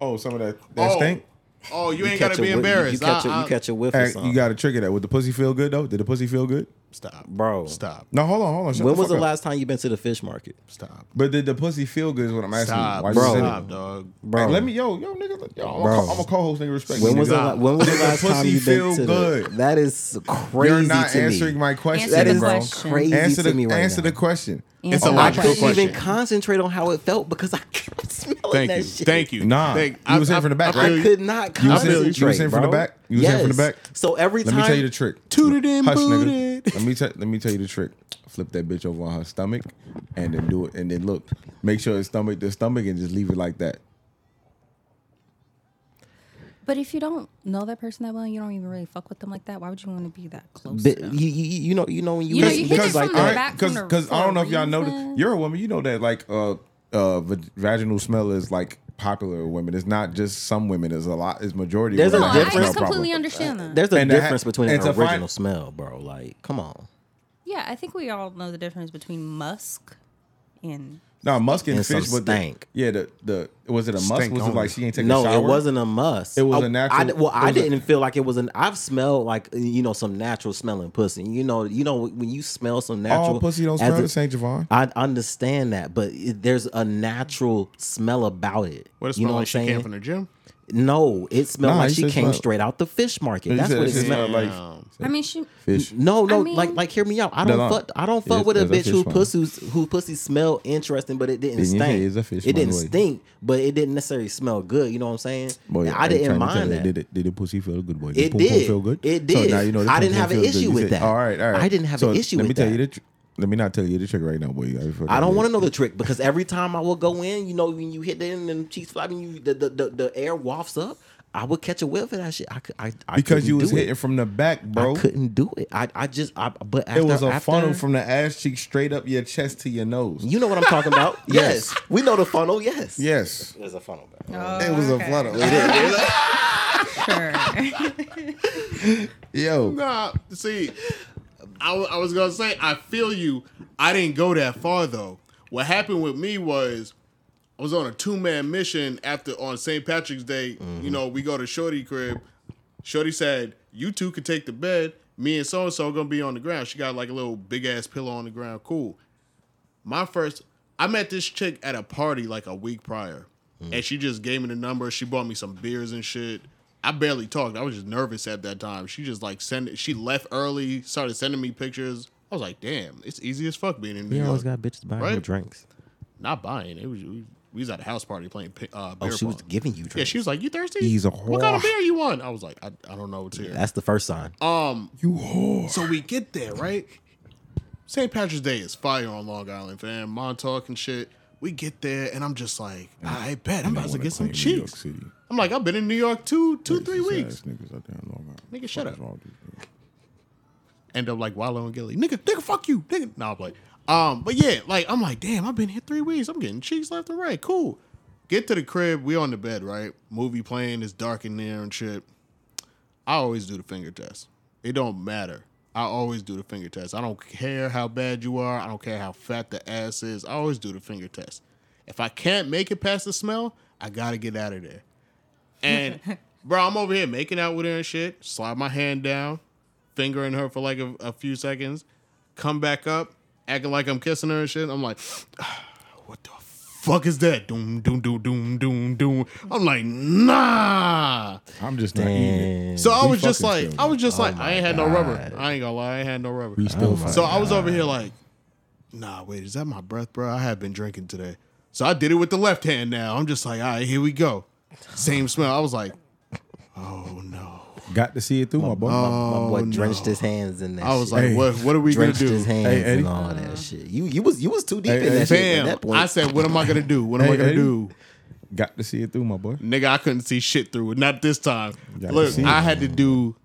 S2: Oh, some of that that
S1: Oh,
S2: stink.
S1: Oh, you,
S4: You
S1: ain't
S4: catch
S1: gotta
S4: a
S1: be
S4: whiff- you-
S1: embarrassed.
S4: You, catch a,
S1: I-
S4: you
S1: I-
S4: catch a whiff
S2: Hey,
S4: of something,
S2: you got to trigger that. Would the pussy feel good though? Did the pussy feel good?
S1: stop,
S4: bro.
S1: Stop,
S2: No, hold on, hold on. Shut
S4: When
S2: the
S4: was
S2: fuck
S4: the
S2: up.
S4: last time you been to the fish market,
S1: stop,
S2: But did the pussy feel good? Is what I'm asking. you.
S1: stop,
S2: Why you
S4: bro.
S2: said it?
S1: stop, dog.
S4: bro?
S2: Hey, let me, yo, yo, nigga, yo, I'm,
S4: Bro.
S2: A, co- I'm a co-host, nigga. Respect.
S4: When
S2: me,
S4: was the,
S2: nigga.
S4: la- when was the
S2: <laughs> Did the
S4: last time
S2: pussy
S4: you
S2: feel
S4: been to
S2: good?
S4: the? That is crazy.
S2: You're not
S4: to me.
S2: answering my question.
S4: That
S5: the
S4: is
S2: bro.
S5: question.
S4: crazy
S2: Answer the
S4: to me right
S2: answer
S4: now.
S2: the question.
S1: It's a
S5: Oh,
S4: I
S1: logical
S4: couldn't
S1: question.
S4: even concentrate on how it felt because <laughs> I kept smelling
S1: Thank
S4: that
S1: you,
S4: shit.
S1: thank you.
S2: Nah,
S1: Thank-
S2: you was in from the back,
S1: I
S2: right?
S1: feel
S4: I
S1: you.
S4: could not
S2: You was in- you was in
S4: concentrate.
S2: from the
S4: bro.
S2: back? You was in from the back?
S4: So every
S2: Let
S4: time,
S2: me tell you the trick.
S1: Tooted and
S2: Hush, nigga.
S1: booted.
S2: Let me tell let me tell you the trick. Flip that bitch over on her stomach, and then do it. And then look, make sure it's stomach the stomach, and just leave it like that.
S11: But if you don't know that person that well, and you don't even really fuck with them like that. Why would you want to be that close?
S4: But
S11: to them?
S4: you, you, you know, you know when you,
S11: You know,
S4: with
S11: you hit
S4: bitches
S11: it from
S4: like
S11: the
S4: that.
S11: back.
S2: because
S11: from the-
S2: because I don't know if
S11: for a
S2: y'all know this.
S11: reason.
S2: You're a woman. You know that like uh uh vag- vaginal smell is like popular with women. It's not just some women. It's a lot. It's majority.
S4: There's a
S2: of
S11: no,
S2: women
S11: I
S2: have
S4: difference. Uh,
S2: smell
S11: I completely
S2: problem.
S11: understand that.
S4: There's a
S2: And to ha-
S4: difference between an
S2: and to
S4: original
S2: find-
S4: smell, bro. Like, come on.
S11: Yeah, I think we all know the difference between musk and
S2: No, musk and,
S4: And some
S2: fish, but the-
S4: stank.
S2: yeah, the the was it a musk?
S1: Stank
S2: Was it
S1: only.
S2: like she ain't taking a
S4: No,
S2: shower?
S4: it wasn't a must.
S2: It was
S4: a
S2: a natural-
S4: well,
S2: it
S4: I
S2: was a-
S4: didn't feel like it was an. I've smelled like you know some natural smelling pussy. You know, you know when you smell some natural
S2: All pussy don't
S4: as
S2: smell
S4: a-
S2: the same, Javon.
S4: I understand that, but it, there's a natural smell about it.
S1: What it
S4: you
S1: smell
S4: know
S1: like?
S4: what
S1: She
S4: I'm
S1: came
S4: saying?
S1: from the gym.
S4: No, it smelled
S2: Nah,
S4: like
S2: you
S4: she
S2: said
S4: came
S2: smell-
S4: straight out the fish market. That's
S2: said
S4: what it
S2: that shit
S4: smelled.
S2: smelled
S1: Damn.
S11: I mean she
S2: Fish.
S4: No, no,
S11: I mean-
S4: like, like, hear me out. I
S2: No,
S4: don't
S2: no.
S4: fuck. I don't
S2: It
S4: fuck
S2: is-
S4: with a
S2: it's a
S4: bitch
S2: fish
S4: who
S2: smell.
S4: pussy's who pussy smell interesting, but it didn't
S2: Then you
S4: stink.
S2: say it's a fish
S4: it didn't
S2: smell, boy.
S4: stink, but it didn't necessarily smell good. You know what I'm saying?
S2: Boy,
S4: I
S2: are
S4: didn't
S2: you trying to tell
S4: mind
S2: me
S4: that.
S2: Did it, did the pussy feel good, boy?
S4: It
S2: the pum pum
S4: did.
S2: feel good.
S4: It
S2: So
S4: did.
S2: now you know. the
S4: I
S2: pum
S4: didn't
S2: pum
S4: have an
S2: feels good.
S4: issue
S2: You
S4: with
S2: said-
S4: that.
S2: All right, all right.
S4: I didn't have an
S2: So
S4: issue
S2: let
S4: with
S2: me Tell
S4: that.
S2: you the tr- let me not tell you the trick right now, boy.
S4: I don't want to know the trick because every time I will go in, you know, when you hit it and then cheeks flopping, you the, the, the, the air wafts up. I would catch a whiff of that shit. I could, I, I
S2: because
S4: couldn't
S2: you was
S4: do it.
S2: hitting from the back, bro.
S4: I couldn't do it. I, I just, I, but after,
S2: It was a
S4: after,
S2: funnel from the ass cheek straight up your chest to your nose.
S4: You know what I'm talking about? <laughs> yes. we know the funnel. Yes.
S2: yes,
S4: There's a funnel. Bro.
S2: it was a funnel.
S4: <laughs>
S5: Sure.
S2: Yo,
S1: Nah, see, I, wa- I was gonna say I feel you. I didn't go that far though. What happened with me was I was on a two man mission after on St. Patrick's Day. You know, we go to Shorty crib. Shorty said, "You two could take the bed. Me and so and so gonna be on the ground." She got like a little big ass pillow on the ground. Cool. My first, I met this chick at a party like a week prior, and she just gave me the number. She bought me some beers and shit. I barely talked. I was just nervous at that time. She just like sent. She left early. Started sending me pictures. I was like, "Damn, it's easy as fuck being in New
S4: You
S1: York."
S4: always got bitches buying
S1: Right?
S4: drinks.
S1: Not buying. It was we, We was at a house party playing pi- uh,
S4: Oh,
S1: beer
S4: she was
S1: pong.
S4: giving you
S1: Yeah,
S4: drinks.
S1: she was like, "You thirsty?
S4: He's a
S1: What kind
S4: whore.
S1: of beer you want?" I was like, "I, I don't know what's here."
S4: That's the first sign.
S1: Um, you whore. So we get there, right? St. Patrick's Day is fire on Long Island, fam. Montauk and shit. We get there, and I'm just like, I bet I'm about to get some cheeks. I'm like, I've been in New York two, two, three weeks. Nigga, shut up. End up like Wallow and Gilly. Nigga, nigga, fuck you. Nigga. Nah, I'm like, um, but yeah, like I'm like, damn, I've been here three weeks. I'm getting cheeks left and right. Cool. Get to the crib. We on the bed, right? Movie playing. It's dark in there and shit. I always do the finger test. It don't matter. I always do the finger test. I don't care how bad you are. I don't care how fat the ass is. I always do the finger test. If I can't make it past the smell, I gotta get out of there. And bro, I'm over here making out with her and shit. Slide my hand down, fingering her for like a, a few seconds. Come back up, acting like I'm kissing her and shit. I'm like, <sighs> what the fuck is that? Doom, doom, doom, doom, doom, doom. I'm like, nah.
S2: I'm just not eating it.
S1: So I
S2: We
S1: was just
S2: fucking
S1: like,
S2: still.
S1: I was just
S2: Oh
S1: like, I ain't had no rubber. I ain't gonna lie, I ain't had no rubber.
S2: We still Oh my
S1: so I was over here like, nah, wait, is that my breath, bro? I have been drinking today. So I did it with the left hand now. I'm just like, all right, here we go. Same smell. I was like, oh,
S2: Got to see it through my, boy.
S4: My, my boy drenched his hands in that.
S1: I was
S4: shit.
S1: like, what- what are we gonna
S4: drenched
S1: do?
S4: His hands
S1: Hey, Eddie.
S4: and all that shit. You you was you was too deep
S1: Hey,
S4: in
S1: hey,
S4: that shit at
S1: fam.
S4: that point.
S1: I said, what am I gonna do? What am I
S2: Hey,
S1: gonna
S2: Eddie.
S1: do?
S2: Got to see it through my boy.
S1: Nigga, I couldn't see shit through it. Not this time.
S2: Gotta
S1: Look,
S2: see
S1: I
S2: it.
S1: had to do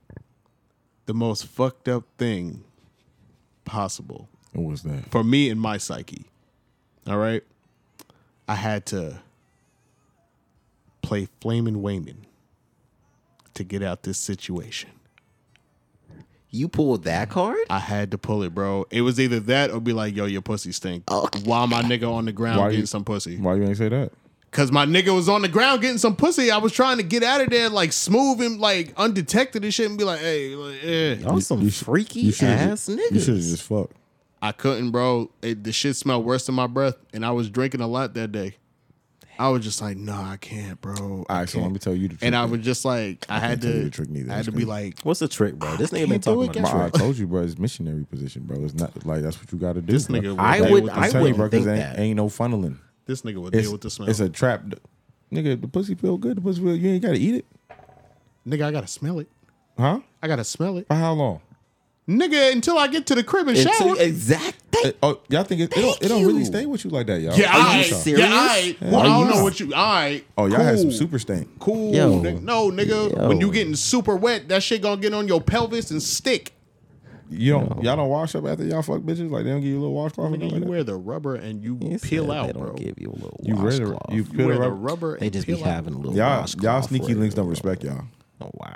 S1: the most fucked up thing possible.
S2: What was that?
S1: For me and my psyche. All right. I had to play Flamin' Wayman to get out this situation.
S4: You pulled that card?
S1: I had to pull it, bro. It was either that or be like, yo, your pussy stink. While my nigga on the ground
S2: Oh. Why
S1: getting
S2: you-
S1: some pussy.
S2: Why you ain't say that?
S1: Cause my nigga was on the ground getting some pussy. I was trying to get out of there like smooth and like undetected and shit and be like, hey, like, eh.
S4: Y'all some freaky ass niggas.
S2: You should have just fucked.
S1: I couldn't, bro. It, the shit smelled worse than my breath. And I was drinking a lot that day. I was just like, nah, I can't, bro. All
S2: right, so let me tell you the trick.
S1: and I
S2: then.
S1: was just like, I,
S2: I
S1: had
S2: can't tell you
S1: to,
S2: the trick neither.
S1: I had
S2: It's
S1: to be
S2: crazy.
S1: like,
S4: What's the trick, bro? This nigga
S1: can't
S4: been
S1: do
S4: talking
S1: it,
S4: about
S1: guess
S2: Bro, I
S4: the trick.
S2: told you, bro. It's missionary position, bro. It's not like that's what you got to do.
S1: This
S2: bro.
S1: nigga would
S4: I
S1: deal
S4: would-
S1: with the
S4: I
S2: I'm
S1: smell.
S2: telling you, bro,
S4: wouldn't
S2: because
S4: think
S2: ain't,
S4: that.
S2: ain't no funneling.
S1: This nigga would
S2: It's,
S1: deal with the smell.
S2: it's a trap, nigga. The pussy feel good. The pussy feel. You ain't got to eat it,
S1: nigga, I gotta smell it.
S2: huh?
S1: I gotta smell it.
S2: For how long?
S1: Nigga, until I get to the crib and shower.
S4: exact.
S2: Uh, oh, y'all think it, it, don't, it don't really
S4: you.
S2: stay with you like that, y'all?
S1: Yeah,
S2: Oh,
S1: I,
S2: y'all-
S1: yeah, I,
S2: Yeah,
S1: well, I don't
S2: you
S1: know
S2: saw.
S1: what you. All right.
S2: Oh, y'all had some
S1: cool.
S2: super stain.
S1: Cool.
S4: Yo.
S1: nigga. No, nigga.
S4: Yo.
S1: When you getting super wet, that shit gonna get on your pelvis and stick.
S2: You don't, y'all don't wash up after y'all fuck bitches. Like they don't give you a little washcloth. or
S1: Nigga,
S2: nothing
S1: you
S2: like that?
S1: wear the rubber and you
S4: He said
S1: peel
S4: They
S1: out,
S4: don't
S1: bro.
S4: give you a little
S2: You wear the-
S4: washcloth.
S2: you
S1: You
S2: peel
S1: wear
S2: the
S1: the
S2: rubber.
S1: rubber and
S4: They just be
S1: peel out.
S4: having a little
S2: Y'all,
S4: washcloth.
S2: y'all
S4: for
S2: sneaky
S4: it.
S2: links don't respect y'all.
S4: Oh, wow.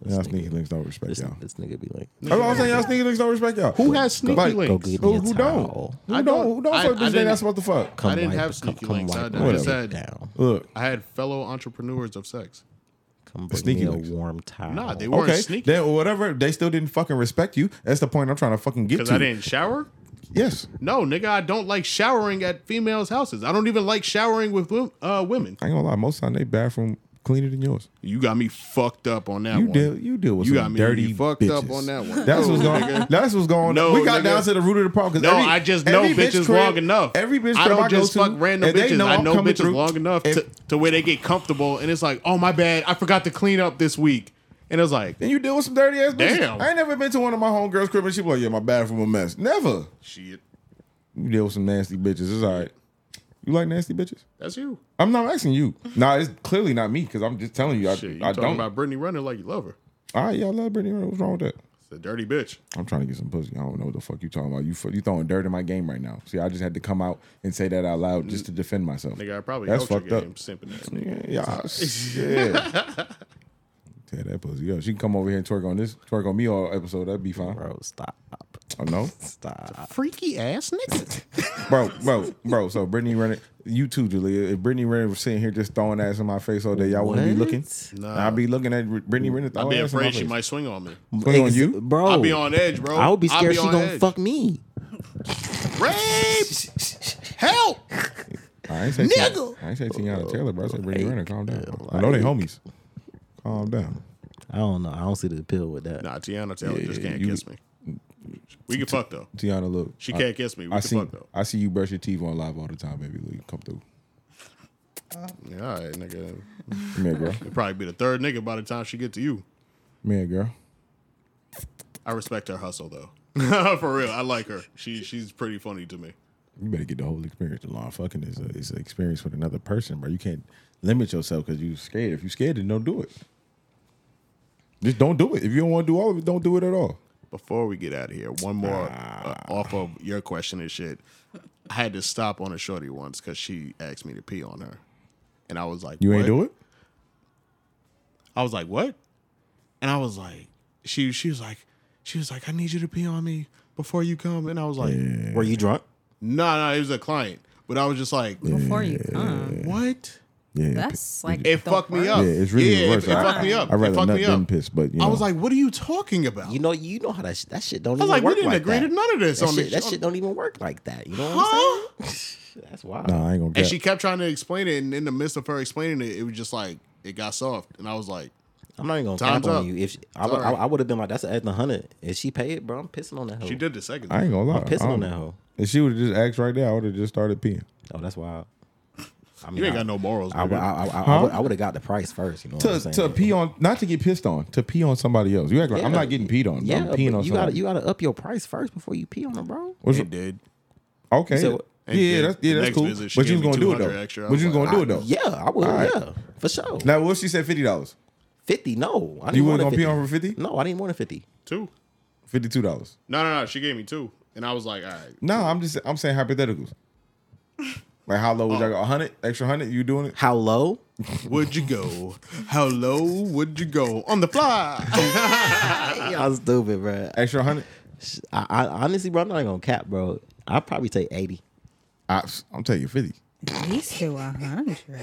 S4: This
S2: Y'all
S4: nigga-
S2: sneaky links don't respect
S4: this,
S2: y'all.
S4: this nigga be like,
S2: That's what I'm saying. Y'all sneaky links don't respect y'all.
S1: Who has
S4: go-
S1: sneaky
S2: Like,
S1: links?
S4: Go get me
S2: Who,
S4: a towel.
S2: who don't?
S1: I
S2: Who
S1: don't-
S2: don't? Who don't
S1: I-
S2: fuck
S1: I
S2: bitches they
S1: didn't-
S2: not supposed to fuck?
S4: Come
S1: I didn't
S4: wipe-
S1: have
S4: come-
S1: sneaky
S4: come
S1: links. I,
S4: wipe
S1: I
S4: my
S1: just
S2: Whatever.
S1: had
S4: dick down.
S2: Look,
S1: I had fellow entrepreneurs of sex.
S4: Come bring
S2: sneaky
S4: me a
S2: links.
S4: warm towel.
S1: Nah, they weren't
S2: okay,
S1: sneaky
S2: then whatever. They still didn't fucking respect you. That's the point I'm trying to fucking get
S1: because
S2: to.
S1: I didn't shower.
S2: Yes,
S1: No, nigga, I don't like showering at females' houses. I don't even like showering with wom- uh, women.
S2: I ain't gonna lie. Most time they bathroom cleaner than yours.
S1: You got me fucked up on that
S2: You
S1: one.
S2: deal. You deal with
S1: You
S2: some
S1: got me
S2: dirty
S1: fucked
S2: bitches.
S1: up on that one.
S2: That's
S1: No, <laughs>
S2: what's going.
S1: nigga.
S2: That's what's going.
S1: No,
S2: on. we got
S1: nigga.
S2: down to the root of the problem. 'cause
S1: No,
S2: every-
S1: I just know
S2: every bitch
S1: bitches
S2: crib-
S1: long enough.
S2: Every bitch
S1: I
S2: crib
S1: don't
S2: go
S1: just
S2: to,
S1: fuck random
S2: if they
S1: bitches. I
S2: I'm
S1: know
S2: coming
S1: bitches
S2: through-
S1: long enough
S2: if-
S1: to, to where they get comfortable, and it's like, oh my bad, I forgot to clean up this week, and it's like,
S2: Then you deal with some dirty ass bitches.
S1: Damn.
S2: I ain't never been to one of my homegirls' crib and she be like, yeah, my bathroom a mess. Never.
S1: shit,
S2: You deal with some nasty bitches. It's all right. You like nasty bitches?
S1: that's you.
S2: I'm not asking you. Nah, it's clearly not me because I'm just telling you. I,
S1: Shit, you
S2: I
S1: talking
S2: don't.
S1: about Brittany running like you love her?
S2: all right, yeah, I love Brittany. Renner. What's wrong with that?
S1: It's a dirty bitch.
S2: I'm trying to get some pussy. I don't know what the fuck you talking about. You fu- you throwing dirt in my game right now. See, I just had to come out and say that out loud just to defend myself.
S1: Nigga, I probably
S2: That's
S1: ultra
S2: fucked
S1: game
S2: up.
S1: simping ass nigga.
S2: Yeah,
S4: <laughs>
S2: yeah, shit. Tear that pussy up. She can come over here and twerk on this, twerk on me all episode. That'd be fine.
S4: Bro, stop.
S2: Oh no,
S4: Stop.
S1: Freaky ass <laughs> nigga.
S2: bro, bro, bro. So Brittany Renner, you too, Julia. If Brittany Renner was sitting here just throwing ass in my face all day, y'all wouldn't be
S4: What?
S2: looking. I'd be looking at Brittany Renner.
S1: I'd
S2: throwing
S1: be
S2: ass in my
S1: afraid she
S2: face.
S1: might swing on
S2: <laughs>
S1: me.
S2: Put it on
S4: Ex-
S2: you.
S4: Bro.
S1: I'd be on edge, bro.
S4: I would be
S1: I'd
S4: scared she
S1: on
S4: gonna
S1: edge.
S4: fuck me.
S1: Rape! Help!
S2: I ain't say Nigga.
S1: Nigga.
S2: I ain't say Tiana
S1: Oh,
S2: Taylor, bro. I said Brittany
S4: Like,
S2: Renner. Calm down. I know they homies. Calm down.
S4: I don't know. I don't see the appeal with that.
S1: Nah, Tiana Taylor
S2: Yeah,
S1: just
S2: yeah,
S1: can't
S2: you-
S1: kiss me. We can fuck though.
S2: Tiana, look.
S1: She
S2: I-
S1: can't kiss me. We
S2: I
S1: can
S2: see.
S1: fuck though.
S2: I see you brush your teeth on live all the time, baby. Look, come through.
S1: Yeah, all right, nigga.
S2: Come
S1: <laughs>
S2: here, girl.
S1: It'd probably be the third nigga by the time she get to you.
S2: Man, girl.
S1: I respect her hustle though. <laughs> For real, I like her. She she's pretty funny to me.
S2: You better get the whole experience. Law fucking is a, is an experience with another person, bro. You can't limit yourself because you scared. If you scared, then don't do it. Just don't do it. If you don't want to do all of it, don't do it at all.
S1: Before we get out of here, one more uh, off of your question and shit. I had to stop on a shorty once because she asked me to pee on her, and I was like,
S2: You ain't
S1: "What?"
S2: do it.
S1: I was like, "What?" And I was like, "She she was like, she was like, I need you to pee on me before you come." And I was like,
S4: Were you drunk?
S1: "No, no, it was a client." But I was just like,
S5: Before you come.
S1: What?
S2: Yeah,
S5: That's like
S1: It
S5: the
S1: fucked me
S5: worst.
S1: up.
S2: Yeah, it's really
S1: Uh, Yeah, it-
S2: reverse.
S1: it
S2: I-
S1: fucked me up.
S2: I'd
S1: It
S2: rather
S1: fucked
S2: nut
S1: me
S2: than
S1: up.
S2: piss, but you know.
S1: I was like, "What are you talking about?"
S4: You know, you know how that shit, that shit don't.
S1: I was
S4: even
S1: like, we
S4: work
S1: didn't
S4: like
S1: agree
S4: that.
S1: to none of this
S4: That
S1: on
S4: shit,
S1: the-
S4: that
S1: on-
S4: shit don't even work like that. You know what
S1: Huh?
S4: I'm saying? That's wild.
S2: nah, I ain't gonna.
S1: And
S2: cap.
S1: she kept trying to explain it, and in the midst of her explaining it, it was just like it got soft, and I was like,
S4: I'm not even gonna
S1: Time's
S4: cap on
S1: up.
S4: you. If she, I,
S1: It's
S4: would- I,
S1: alright.
S4: would have been like, that's an extra hundred. If she paid it, bro, I'm pissing on that hoe.
S1: "She did the second.
S2: I ain't gonna lie.
S4: I'm pissing
S2: I
S4: on
S2: don't-
S4: that hoe.
S2: If she would have just asked right there, I would have just started peeing.
S4: Oh, that's wild. I
S1: You ain't
S4: I-
S1: got no morals."
S4: I,
S1: nigga.
S2: Huh?
S4: would have got the price first. You know what
S2: To,
S4: I'm saying?
S2: to pee on, not to get pissed on, to pee on somebody else. You act like I'm
S4: Yeah.
S2: not getting peed on.
S4: yeah,
S2: I'm
S4: but
S2: peeing on
S4: you
S2: somebody.
S4: gotta you gotta up your price first before you pee on them, bro.
S2: What's
S1: it did.
S2: Okay.
S4: So-
S1: And
S2: yeah,
S1: then
S2: that's
S1: the
S2: yeah, that's
S1: next
S2: cool.
S1: visit, she
S2: but you was
S1: gave me
S2: gonna do it
S1: 200
S2: though.
S1: extra. I
S2: But you was
S1: was
S2: gonna do it
S4: I-
S2: though.
S4: yeah, I would.
S2: All right.
S4: Yeah, for sure.
S2: Now what if she said fifty dollars?
S4: Fifty? No, I didn't
S2: You
S4: want a
S2: wasn't gonna pee
S4: 50.
S2: on for fifty?
S4: No, I didn't want a fifty.
S1: two.
S2: Fifty two dollars.
S1: No, no, no. She gave me two, and I was like, "All right."
S2: No, I'm just I'm
S4: <laughs>
S2: saying hypotheticals. Like how low would
S4: Oh.
S2: y'all go? hundred? Extra hundred? You doing it?
S4: How
S2: <laughs>
S4: low?
S1: Would you go? How low would you go on the fly?
S4: Y'all stupid, bro.
S2: Extra hundred?
S4: I, I honestly, bro, I'm not even gonna cap, bro. I'd probably take eighty.
S2: I'm telling you fifty.
S5: At least to
S1: <laughs>
S5: 100.
S2: No,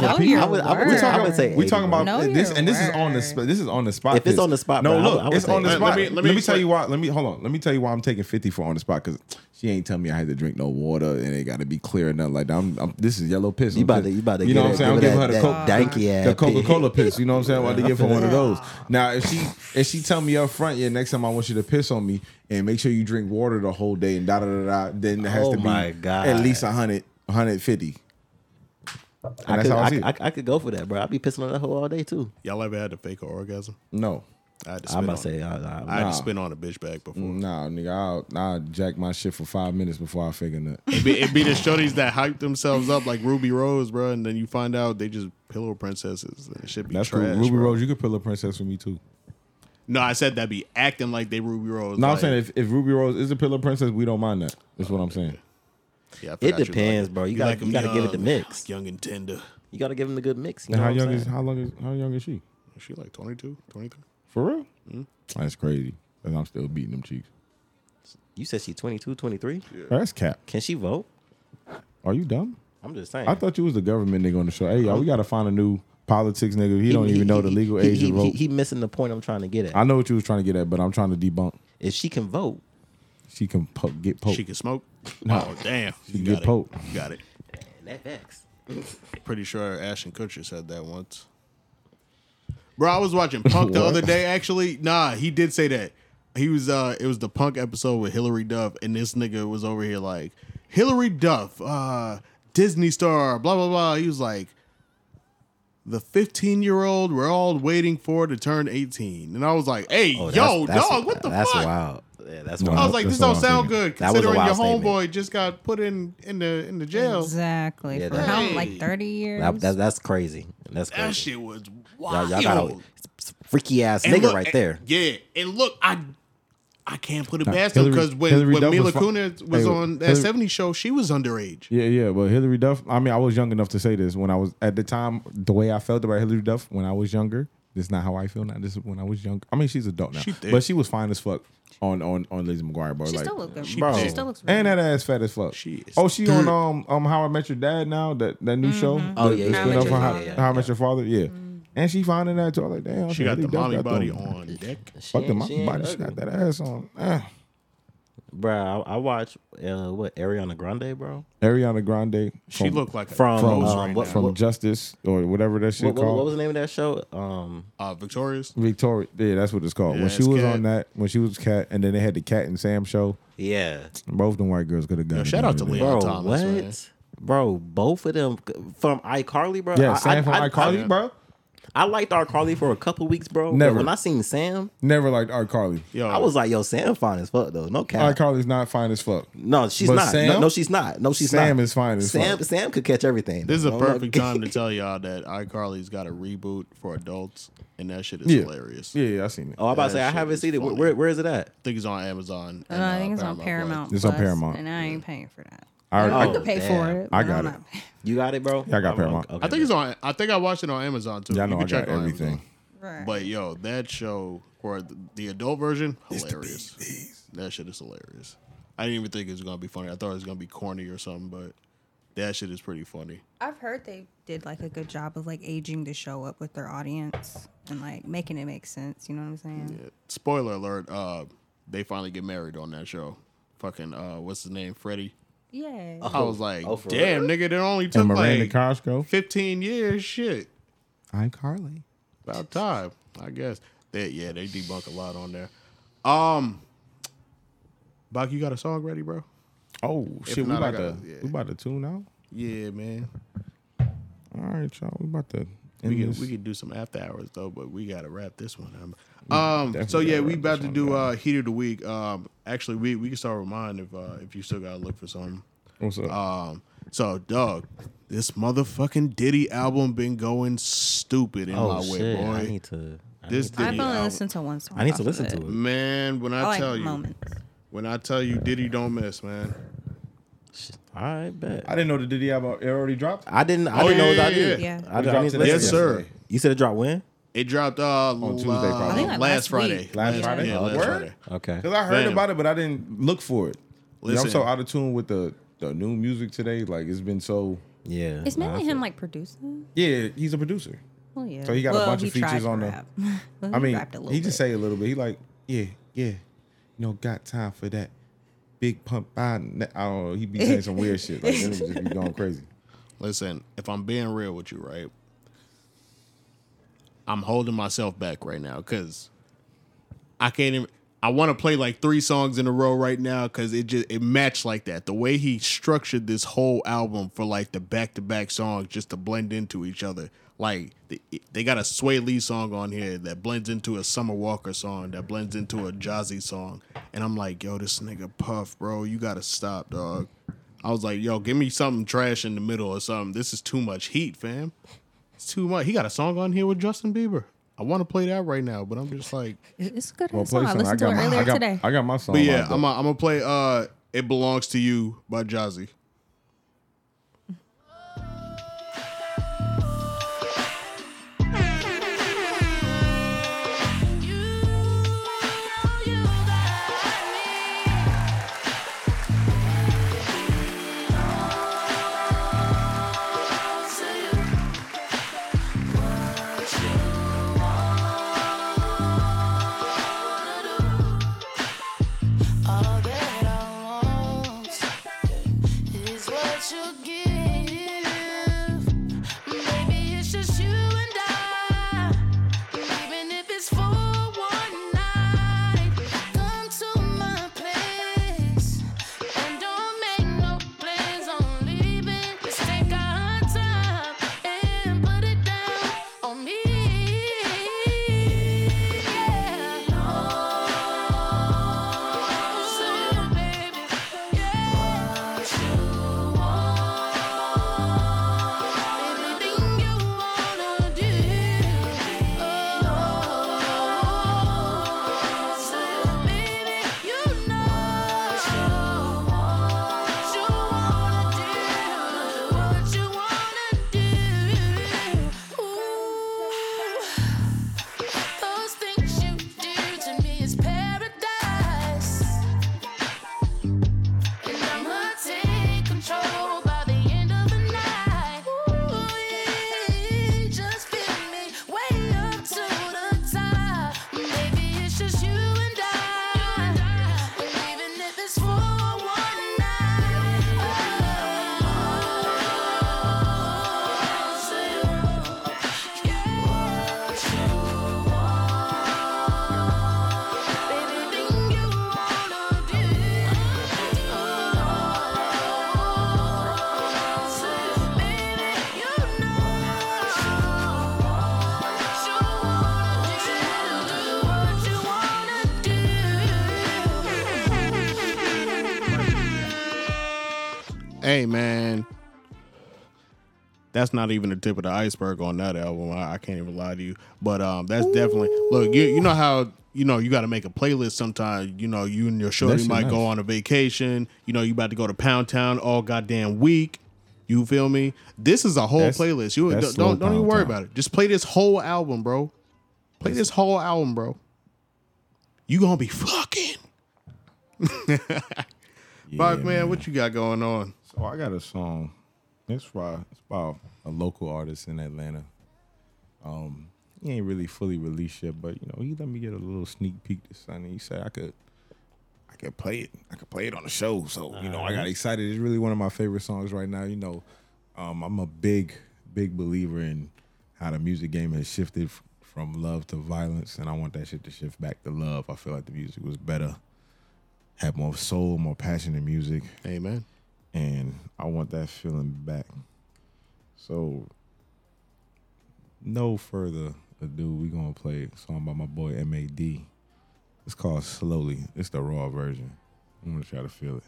S5: Know your
S4: I would- I would-
S5: worth.
S4: I would say
S2: We talking about
S5: Know
S2: this,
S5: your
S2: and this is on the
S5: worth.
S2: spot. This is on the spot.
S4: If it's
S2: piss.
S4: on the spot,
S2: no,
S4: bro, I
S2: look,
S4: would- I would
S2: it's
S4: say-
S2: on the
S4: Let-
S2: spot.
S1: let me-
S2: Let me,
S1: let me
S2: tell
S1: explain-
S2: you why. Let me hold on. Let me tell you why I'm taking fifty for on the spot because she ain't telling me I had to drink no water and it got to be clear or nothing like that. I'm, I'm, this is yellow piss.
S4: You
S2: I'm
S4: about to,
S2: pissed.
S4: you about to.
S2: You know what I'm
S4: get
S2: saying? I'm
S4: that-
S2: giving her the
S4: that
S2: Coke.
S4: danky ass
S2: the Coca Cola
S4: pig.
S2: piss. You know what I'm saying? Why to
S4: I
S2: get from
S4: feel
S2: one of
S4: that.
S2: those? Now, if she if she tell me up front, yeah, next time I want you to piss on me and make sure you drink water the whole day and da da da da, then it has
S4: Oh
S2: to be
S4: my God.
S2: at least 100, 150. And
S4: I
S2: that's
S4: could,
S2: how I,
S4: I,
S2: see
S4: could- I,
S2: it.
S4: could- I could go for that, bro. I'd be pissing on that hoe all day too.
S1: Y'all ever had to fake an orgasm?
S2: No,
S1: I had to spit
S4: I'm about
S1: on.
S4: to say, I, I,
S1: I had
S2: nah. Mm.
S1: to spit on a bitch bag before.
S2: nah, nigga, I'll, I'll jack my shit for five minutes before I figure that.
S1: It be, it be the shorties that hype themselves up like Ruby Rose, bro, and then you find out they just pillow princesses. And it should be
S2: That's
S1: trash.
S2: cool. Ruby
S1: bro.
S2: Rose, you could pill a princess with me too.
S1: No, I said that be acting like they Ruby Rose.
S2: No, I'm
S1: like-
S2: saying if, if Ruby Rose is a pillow princess, we don't mind that. That's what I'm saying.
S1: Yeah, I
S4: It
S1: forgot you
S4: depends,
S1: like-
S4: bro. You gotta-
S1: like 'em
S4: you gotta give it the
S1: young,
S4: mix.
S1: young and tender.
S4: you got to give him the good mix. You
S2: And
S4: know
S2: how
S4: what I'm
S2: young
S4: saying?
S2: is how long is how young is she?
S1: Is she like 22, 23?
S2: For real? That's crazy. And I'm still beating them cheeks.
S4: You said she's 22, 23.
S2: That's cap.
S4: Can she vote?
S2: Are you dumb?
S4: I'm just saying.
S2: I thought you was the government nigga on the show. Hey, y'all, we gotta find a new politics nigga. He, don't even know the legal
S4: he-
S2: age
S4: he,
S2: to vote.
S4: He, he missing the point I'm trying to get at.
S2: I know what you was trying to get at, but I'm trying to debunk.
S4: if she can vote,
S2: She can po- get poked.
S1: She can smoke.
S2: No.
S1: Oh damn,
S2: She
S1: you
S2: get
S1: got
S2: poked.
S1: it. You got it.
S4: that facts.
S1: Pretty sure Ashton Kutcher said that once. Bro, I was
S4: <laughs>
S1: watching Punk the other day. Actually, nah, he did say that. He was. uh It was the Punk episode with Hillary Duff, and this nigga was over here like Hillary Duff, uh, Disney star, blah blah blah. He was like. The 15 year old we're all waiting for to turn 18. And I was like, hey, yo, dog, what the
S4: Oh, that's
S1: fuck?
S4: wild. Yeah, that's
S2: No,
S4: wild.
S1: I was like,
S2: That's
S1: this don't
S2: what I'm
S1: sound
S2: thinking.
S1: good
S4: That was a
S1: considering your
S4: wild
S1: homeboy
S4: statement.
S1: just got put in in the in the jail.
S5: Exactly.
S4: Yeah,
S5: For
S4: that-
S5: how,
S1: Hey.
S5: like 30 years?
S4: That, that, that's crazy. That's crazy.
S1: That shit was
S4: Y'all,
S1: wild.
S4: y'all got a it's a freaky ass
S1: And
S4: nigga
S1: look-
S4: right
S1: and-
S4: there.
S1: Yeah, and look, I I can't put it
S2: Nah,
S1: past him
S2: Hillary-
S1: because when,
S2: Hillary
S1: when
S2: Duff was
S1: Mila
S2: fu-
S1: Kunis was
S2: Hey,
S1: on that
S2: Hillary-
S1: 70 show, she was underage.
S2: Yeah, yeah, but Hillary Duff. I mean, I was young enough to say this when I was at the time. The way I felt about Hillary Duff when I was younger. This is not how I feel now. This is when I was younger. I mean, she's adult now,
S1: She thick.
S2: but she was fine as fuck on on on Lizzie McGuire, bro.
S5: she
S2: like,
S5: still look good.
S1: she
S5: She,
S1: Bro. did.
S5: still looks really
S2: and that ass fat as fuck.
S1: She is
S2: oh, she
S1: thick.
S2: on um um How I Met Your Dad now that that new show.
S4: Oh,
S2: The-
S4: yeah,
S2: the
S4: yeah,
S2: spin-off
S5: yeah, yeah,
S2: on How,
S5: yeah,
S2: How I Met Your Father. Yeah,
S4: Mm-hmm.
S2: and she finding that too. I was like, damn,
S1: She got
S2: Hillary
S1: the
S2: Duff
S1: mommy
S2: got
S1: body
S2: them-
S1: on deck.
S2: Fuck the
S4: ain't-
S2: mommy
S4: ain't
S2: body. She
S4: ugly.
S2: got that ass on. Ah.
S4: Bruh, I, I watch uh, what Ariana Grande, bro.
S2: Ariana Grande.
S1: She
S2: from- uh,
S1: looked like a
S4: From,
S1: rose
S4: um,
S1: right
S4: what-
S1: now.
S2: from Justice or whatever that shit
S4: What, what,
S2: called.
S4: what was the name of that show? Um,
S1: uh, Victorious.
S2: Victoria. Yeah, that's what it's called.
S1: Yeah,
S2: when she
S1: it's
S2: was
S1: Cat.
S2: on that, when she was Cat, and then they had the Cat and Sam show.
S4: yeah,
S2: Both them white girls could have gotten.
S1: shout out to Leon
S4: bro,
S1: Thomas,
S4: what?
S1: man.
S4: Bro, both of them from iCarly, bro.
S2: Yeah, Sam from iCarly, bro.
S4: I liked iCarly for a couple weeks, bro. but
S2: Never. Oh.
S4: When I seen Sam,
S2: Never liked iCarly.
S4: I was like, yo, Sam fine as fuck though. No cap.
S2: iCarly's not fine as fuck.
S4: no, she's
S2: But
S4: not. no,
S2: Sam-
S4: no, she's not. No, she's not.
S2: Sam is fine as
S4: Sam,
S2: fuck.
S4: Sam could catch everything.
S1: This is a
S4: Don't
S1: perfect
S4: let- <laughs>
S1: time to tell y'all that iCarly's got a reboot for adults, and that shit is
S2: Yeah.
S1: hilarious.
S2: Yeah, yeah, I seen it.
S4: Oh, I'm about to say I
S1: That shit
S4: haven't
S1: is
S4: seen it. Where,
S1: funny.
S4: where- where is it at?
S1: I think it's on Amazon.
S11: Uh, I think it's on Paramount.
S1: Paramount.
S2: It's on
S11: Plus,
S2: Paramount.
S11: And I ain't paying for that.
S2: I already-
S11: I
S2: Oh,
S11: could pay
S4: damn.
S11: for it.
S2: I
S11: but
S2: got
S11: I'm
S2: it.
S11: not-
S4: You got it, bro.
S2: Yeah, I got Paramount.
S4: Okay,
S1: I think it's on. I think I watched it on Amazon too.
S2: Y'all
S1: You
S2: know I
S1: can check
S2: got
S1: on Amazon.
S2: everything.
S11: Right.
S1: But yo, that show for th- the adult version, hilarious. That shit is hilarious. I didn't even think it was gonna be funny. I thought it was gonna be corny or something, but that shit is pretty funny.
S5: I've heard they did like a good job of like aging the show up with their audience and like making it make sense. You know what I'm saying?
S1: Spoiler alert: uh, they finally get married on that show. Fucking uh, what's his name, Freddie?
S5: Yeah.
S1: I was like,
S4: oh, for
S1: damn, nigga, it only took
S2: And Miranda
S1: like
S2: Cosgrove.
S1: fifteen years. Shit,
S2: iCarly.
S1: about time, I guess. That yeah, they debunk a lot on there. Um, Bach, you got a song ready, bro?
S2: Oh shit,
S1: not,
S2: we
S1: I
S2: about
S1: gotta-
S2: to
S1: yeah.
S2: we about to tune out.
S1: Yeah, man.
S2: All right, y'all. We about to end
S1: We could,
S2: this.
S1: we could do some after hours though, but we gotta wrap this one. up. Um, so
S2: definitely
S1: yeah,
S2: gotta
S1: we
S2: wrap
S1: about
S2: this
S1: to
S2: one
S1: do
S2: down.
S1: uh, heat of the week. Um, actually, we we can start with mine if uh, if you still gotta look for something.
S2: What's up?
S1: Um, so dog, this motherfucking Diddy album been going stupid in
S4: Oh
S1: my way,
S4: shit!
S1: boy.
S4: I need to. I
S1: this
S4: need to-
S1: Diddy
S11: I've only
S1: album-
S11: listened to one song.
S4: I need
S11: off
S4: to
S11: of
S4: listen
S11: it.
S4: to it.
S1: man. When I,
S5: I like
S1: tell you,
S5: moments.
S1: when I tell you, Diddy don't miss, man.
S4: All right, bet.
S2: I didn't know the Diddy album it already dropped.
S4: I didn't.
S1: Oh,
S4: I didn't know
S1: yeah,
S4: what I
S1: yeah,
S4: did.
S5: yeah.
S4: I, I
S2: It
S4: need to
S2: dropped
S4: listen
S2: today.
S4: to
S1: Yes,
S4: it.
S1: sir.
S2: yesterday.
S4: You said it dropped when?
S1: It dropped uh, on
S2: Tuesday, probably. I think,
S11: like,
S1: last,
S11: last
S1: Friday.
S11: week.
S2: Last
S11: Yeah.
S2: Friday.
S1: Yeah, last
S2: Word?
S1: Friday.
S4: Okay.
S2: Cause I heard
S1: Fam.
S2: about it, but I didn't look for it. Yeah, I'm
S1: Listen.
S2: so out of tune with the the new music today. Like it's been so.
S4: Yeah.
S11: It's
S4: nah, I
S11: mainly
S4: feel-
S11: him like producing.
S2: Yeah, he's a producer.
S11: Well, yeah.
S2: So Oh, he got a bunch
S5: he
S2: of features
S5: tried to
S2: on the.
S5: rap. <laughs> Well,
S2: I mean,
S5: rapped a little
S2: he just
S5: bit.
S2: say a little bit. He like, yeah, yeah, you know, got time for that big pump. I, ne- I don't know. He be saying some weird shit. Like, then he just
S11: <laughs>
S2: be going crazy.
S1: Listen, if I'm being real with you, right? I'm holding myself back right now because I can't even. I want to play like three songs in a row right now because it just it matched like that. The way he structured this whole album for like the back to back songs just to blend into each other. Like they, they got a Sway Lee song on here that blends into a Summer Walker song that blends into a Jazzy song, and I'm like, yo, this nigga Puff, bro, you gotta stop, dog. I was like, yo, give me something trash in the middle or something. This is too much heat, fam. It's too much. He got a song on here with Justin Bieber. I want to play that right now, but I'm just like,
S11: It- It's a good
S2: Well,
S11: song.
S2: play
S11: I
S2: some. I
S11: listened to
S2: got
S11: it
S2: my. I
S11: earlier
S2: got,
S11: today.
S2: I got my song.
S1: but yeah,
S2: lined up.
S1: I'm i I'm gonna play uh "It Belongs to You" by Jazzy.
S7: Oh,
S12: All that I want
S7: Oh,
S1: Hey man, that's not even the tip of the iceberg on that album. I, I can't even lie to you. But um, that's definitely look. You you know how you know you got to make a playlist sometimes. You know you and your shorty
S2: shit
S1: might go
S2: nice.
S1: on a vacation. You know you about to go to Pound Town all goddamn week. You feel me? This is a whole
S2: That's-
S1: playlist. You
S2: that's
S1: don't
S2: slow
S1: don't, don't even
S2: Pound
S1: worry
S2: Town.
S1: about it. Just play this whole album, bro. Play this whole album, bro. You gonna be fucking. <laughs> Fuck man, what you got going on?
S2: So oh, I got a song. It's by it's by a local artist in Atlanta. Um, he ain't really fully released yet, but you know he let me get a little sneak peek to Sunday. He said I could, I could play it. I could play it on the show. So you know I got excited. It's really one of my favorite songs right now. You know, um, I'm a big big believer in how the music game has shifted f- from love to violence, and I want that shit to shift back to love. I feel like the music was better, had more soul, more passion in music.
S1: Amen.
S2: And I want that feeling back. So, no further ado, we gonna play a song by my boy M.A.D. It's called Slowly. It's the raw version. I'm gonna try to feel it.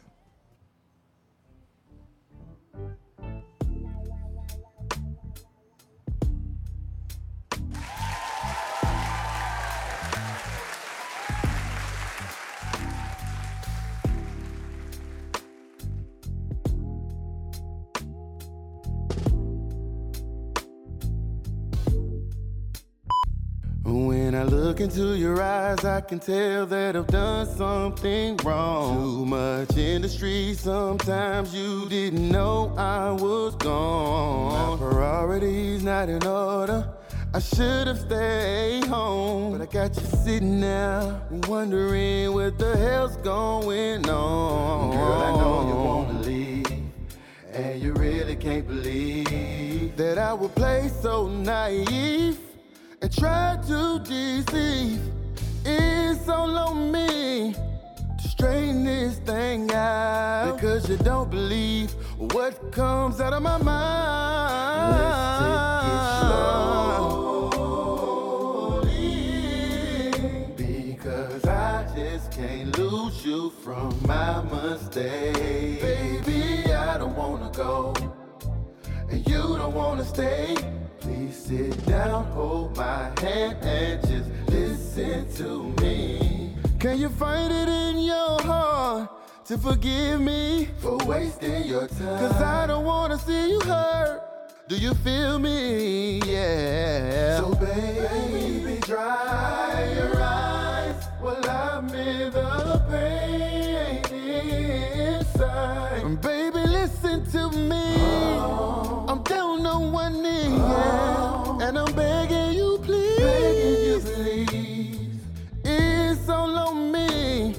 S12: When I look into your eyes, I can tell that I've done something wrong. Too much in the street, sometimes you didn't know I was gone. My priorities not in order. I should have stayed home, but I got you sitting now, wondering what the hell's going on. Girl, I know you wanna leave. And you really can't believe that I would play so naive and try to deceive. It's all on me to straighten this thing out because you don't believe what comes out of my mind. Because I just can't lose you from my mistake. Baby, I don't wanna go. And you don't wanna stay. Please sit down, hold my hand, and just listen to me. Can you find it in your heart to forgive me for wasting your time? Cause I don't wanna see you hurt. Do you feel me? Yeah. So, baby, dry your eyes while I'm in the pain inside. And Baby, listen to me. I'm down on one knee, yeah. And I'm begging you, please. It's all on me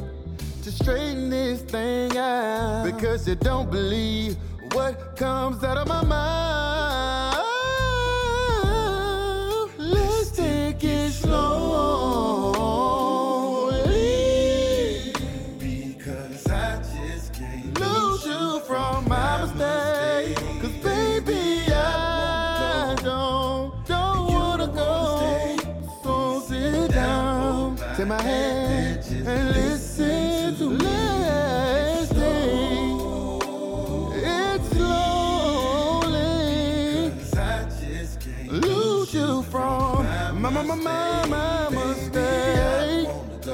S12: to straighten this thing out because you don't believe what comes out of my mouth. Let's take it slowly because I just can't lose you from my mistake. Cause baby, I don't don't wanna go. So sit down, take my hand and listen to me. It's slowly. Lose you from my my my my my mistake. I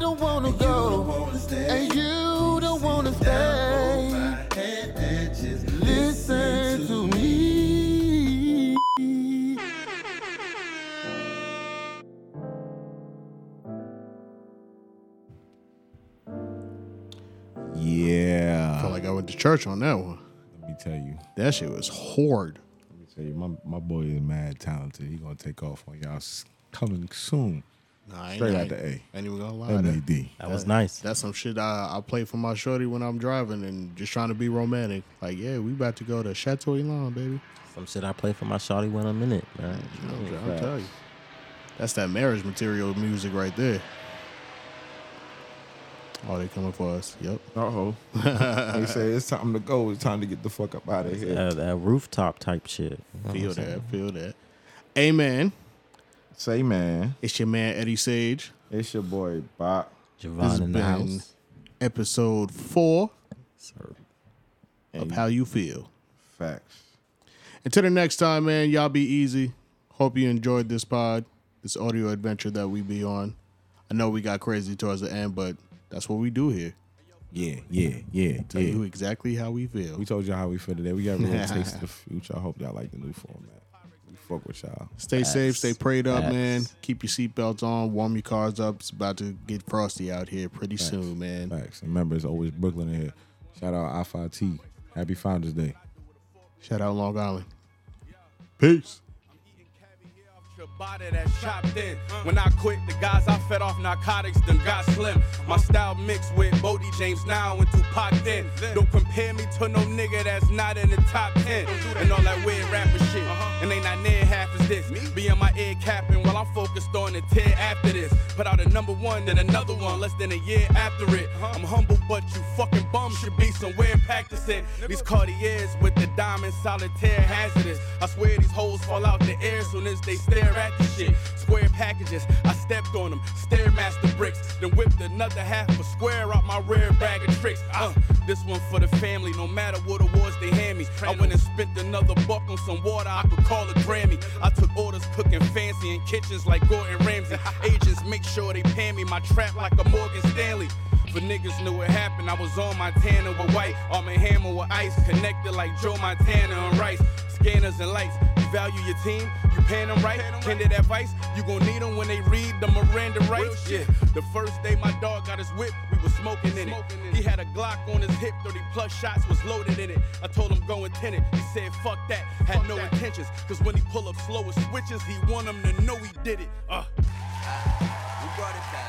S12: don't wanna go, and you don't wanna stay. Listen to me.
S2: Yeah.
S1: Felt like I went to church on that one.
S2: Let me tell you.
S1: That shit was hard.
S2: Let me tell you, my, my boy is mad talented. He gonna take off on y'all s- coming soon.
S1: Nah, I ain't-
S2: Straight
S1: I
S2: out
S1: ain't-
S2: the A.
S1: I ain't even gonna lie.
S2: M.A.D.
S1: That's some shit I, I play for my shorty when I'm driving and just trying to be romantic. Like, yeah, we about to go to Chateau Elan, baby.
S4: Some shit I play for my shawty when I'm in it, man.
S1: I'm, tell- I'm telling you. That's that marriage material music right there. Oh, they coming for us. Yep.
S2: Uh oh. they say it's time to go. It's time to get the fuck up out of here.
S4: Uh, that rooftop type shit.
S1: Feel that. Feel that. Amen.
S2: Say man.
S1: It's your man Eddie Sage.
S2: It's your boy Bop.
S1: This has been episode four. of how you feel.
S2: Facts.
S1: Until the next time, man, y'all be easy. Hope you enjoyed this pod, this audio adventure that we be on. I know we got crazy towards the end, but that's what we do here.
S2: Yeah, yeah, yeah.
S1: Tell
S2: yeah.
S1: you exactly how we feel.
S2: We told y'all how we feel today. We got a <laughs> little taste of the future. I hope y'all like the new format. We fuck with y'all.
S1: Stay safe, stay prayed up, man. Keep your seatbelts on, warm your cars up. It's about to get frosty out here pretty
S2: Facts.
S1: soon, man.
S2: Facts. And remember, it's always Brooklyn in here. Shout out I5T. Happy Founders Day.
S1: Shout out Long Island. Peace.
S13: Your body that's chopped in. When I quit, the guys I fed off narcotics then got slim. My style mixed with Bodie James now and Tupac then. Don't compare me to no nigga that's not in the top ten. And all that weird rapper shit. And they not near half as this. Be in my ear capping while I'm focused on the tear after this. Put out a number one, then another one less than a year after it. I'm humble, but you fucking bum should be somewhere practicing. These Cartiers with the diamond solitaire hazardous. I swear these hoes fall out the air soon as they stare at the shit. Square packages, I stepped on them. Stairmaster bricks, then whipped another half a square out my rear bag of tricks. Uh, this one for the family, no matter what awards they hand me. I went and spent another buck on some water I could call a Grammy. I took orders cooking fancy in kitchens like Gordon Ramsay. Agents make sure they pay me my trap like a Morgan Stanley. But niggas knew what happened. I was on Montana with white, on my hammer with ice, connected like Joe Montana and Rice. Scanners and lights, you value your team, you paying them right, tender that vice, you gon' need them when they read the Miranda rights. Yeah, the first day my dog got his whip, we was smoking in it. He had a Glock on his hip, 30 plus shots was loaded in it. I told him go and tend it, he said fuck that, had no intentions, cause when he pull up slow with switches, he want 'em to know he did it. Uh.
S14: We brought it back.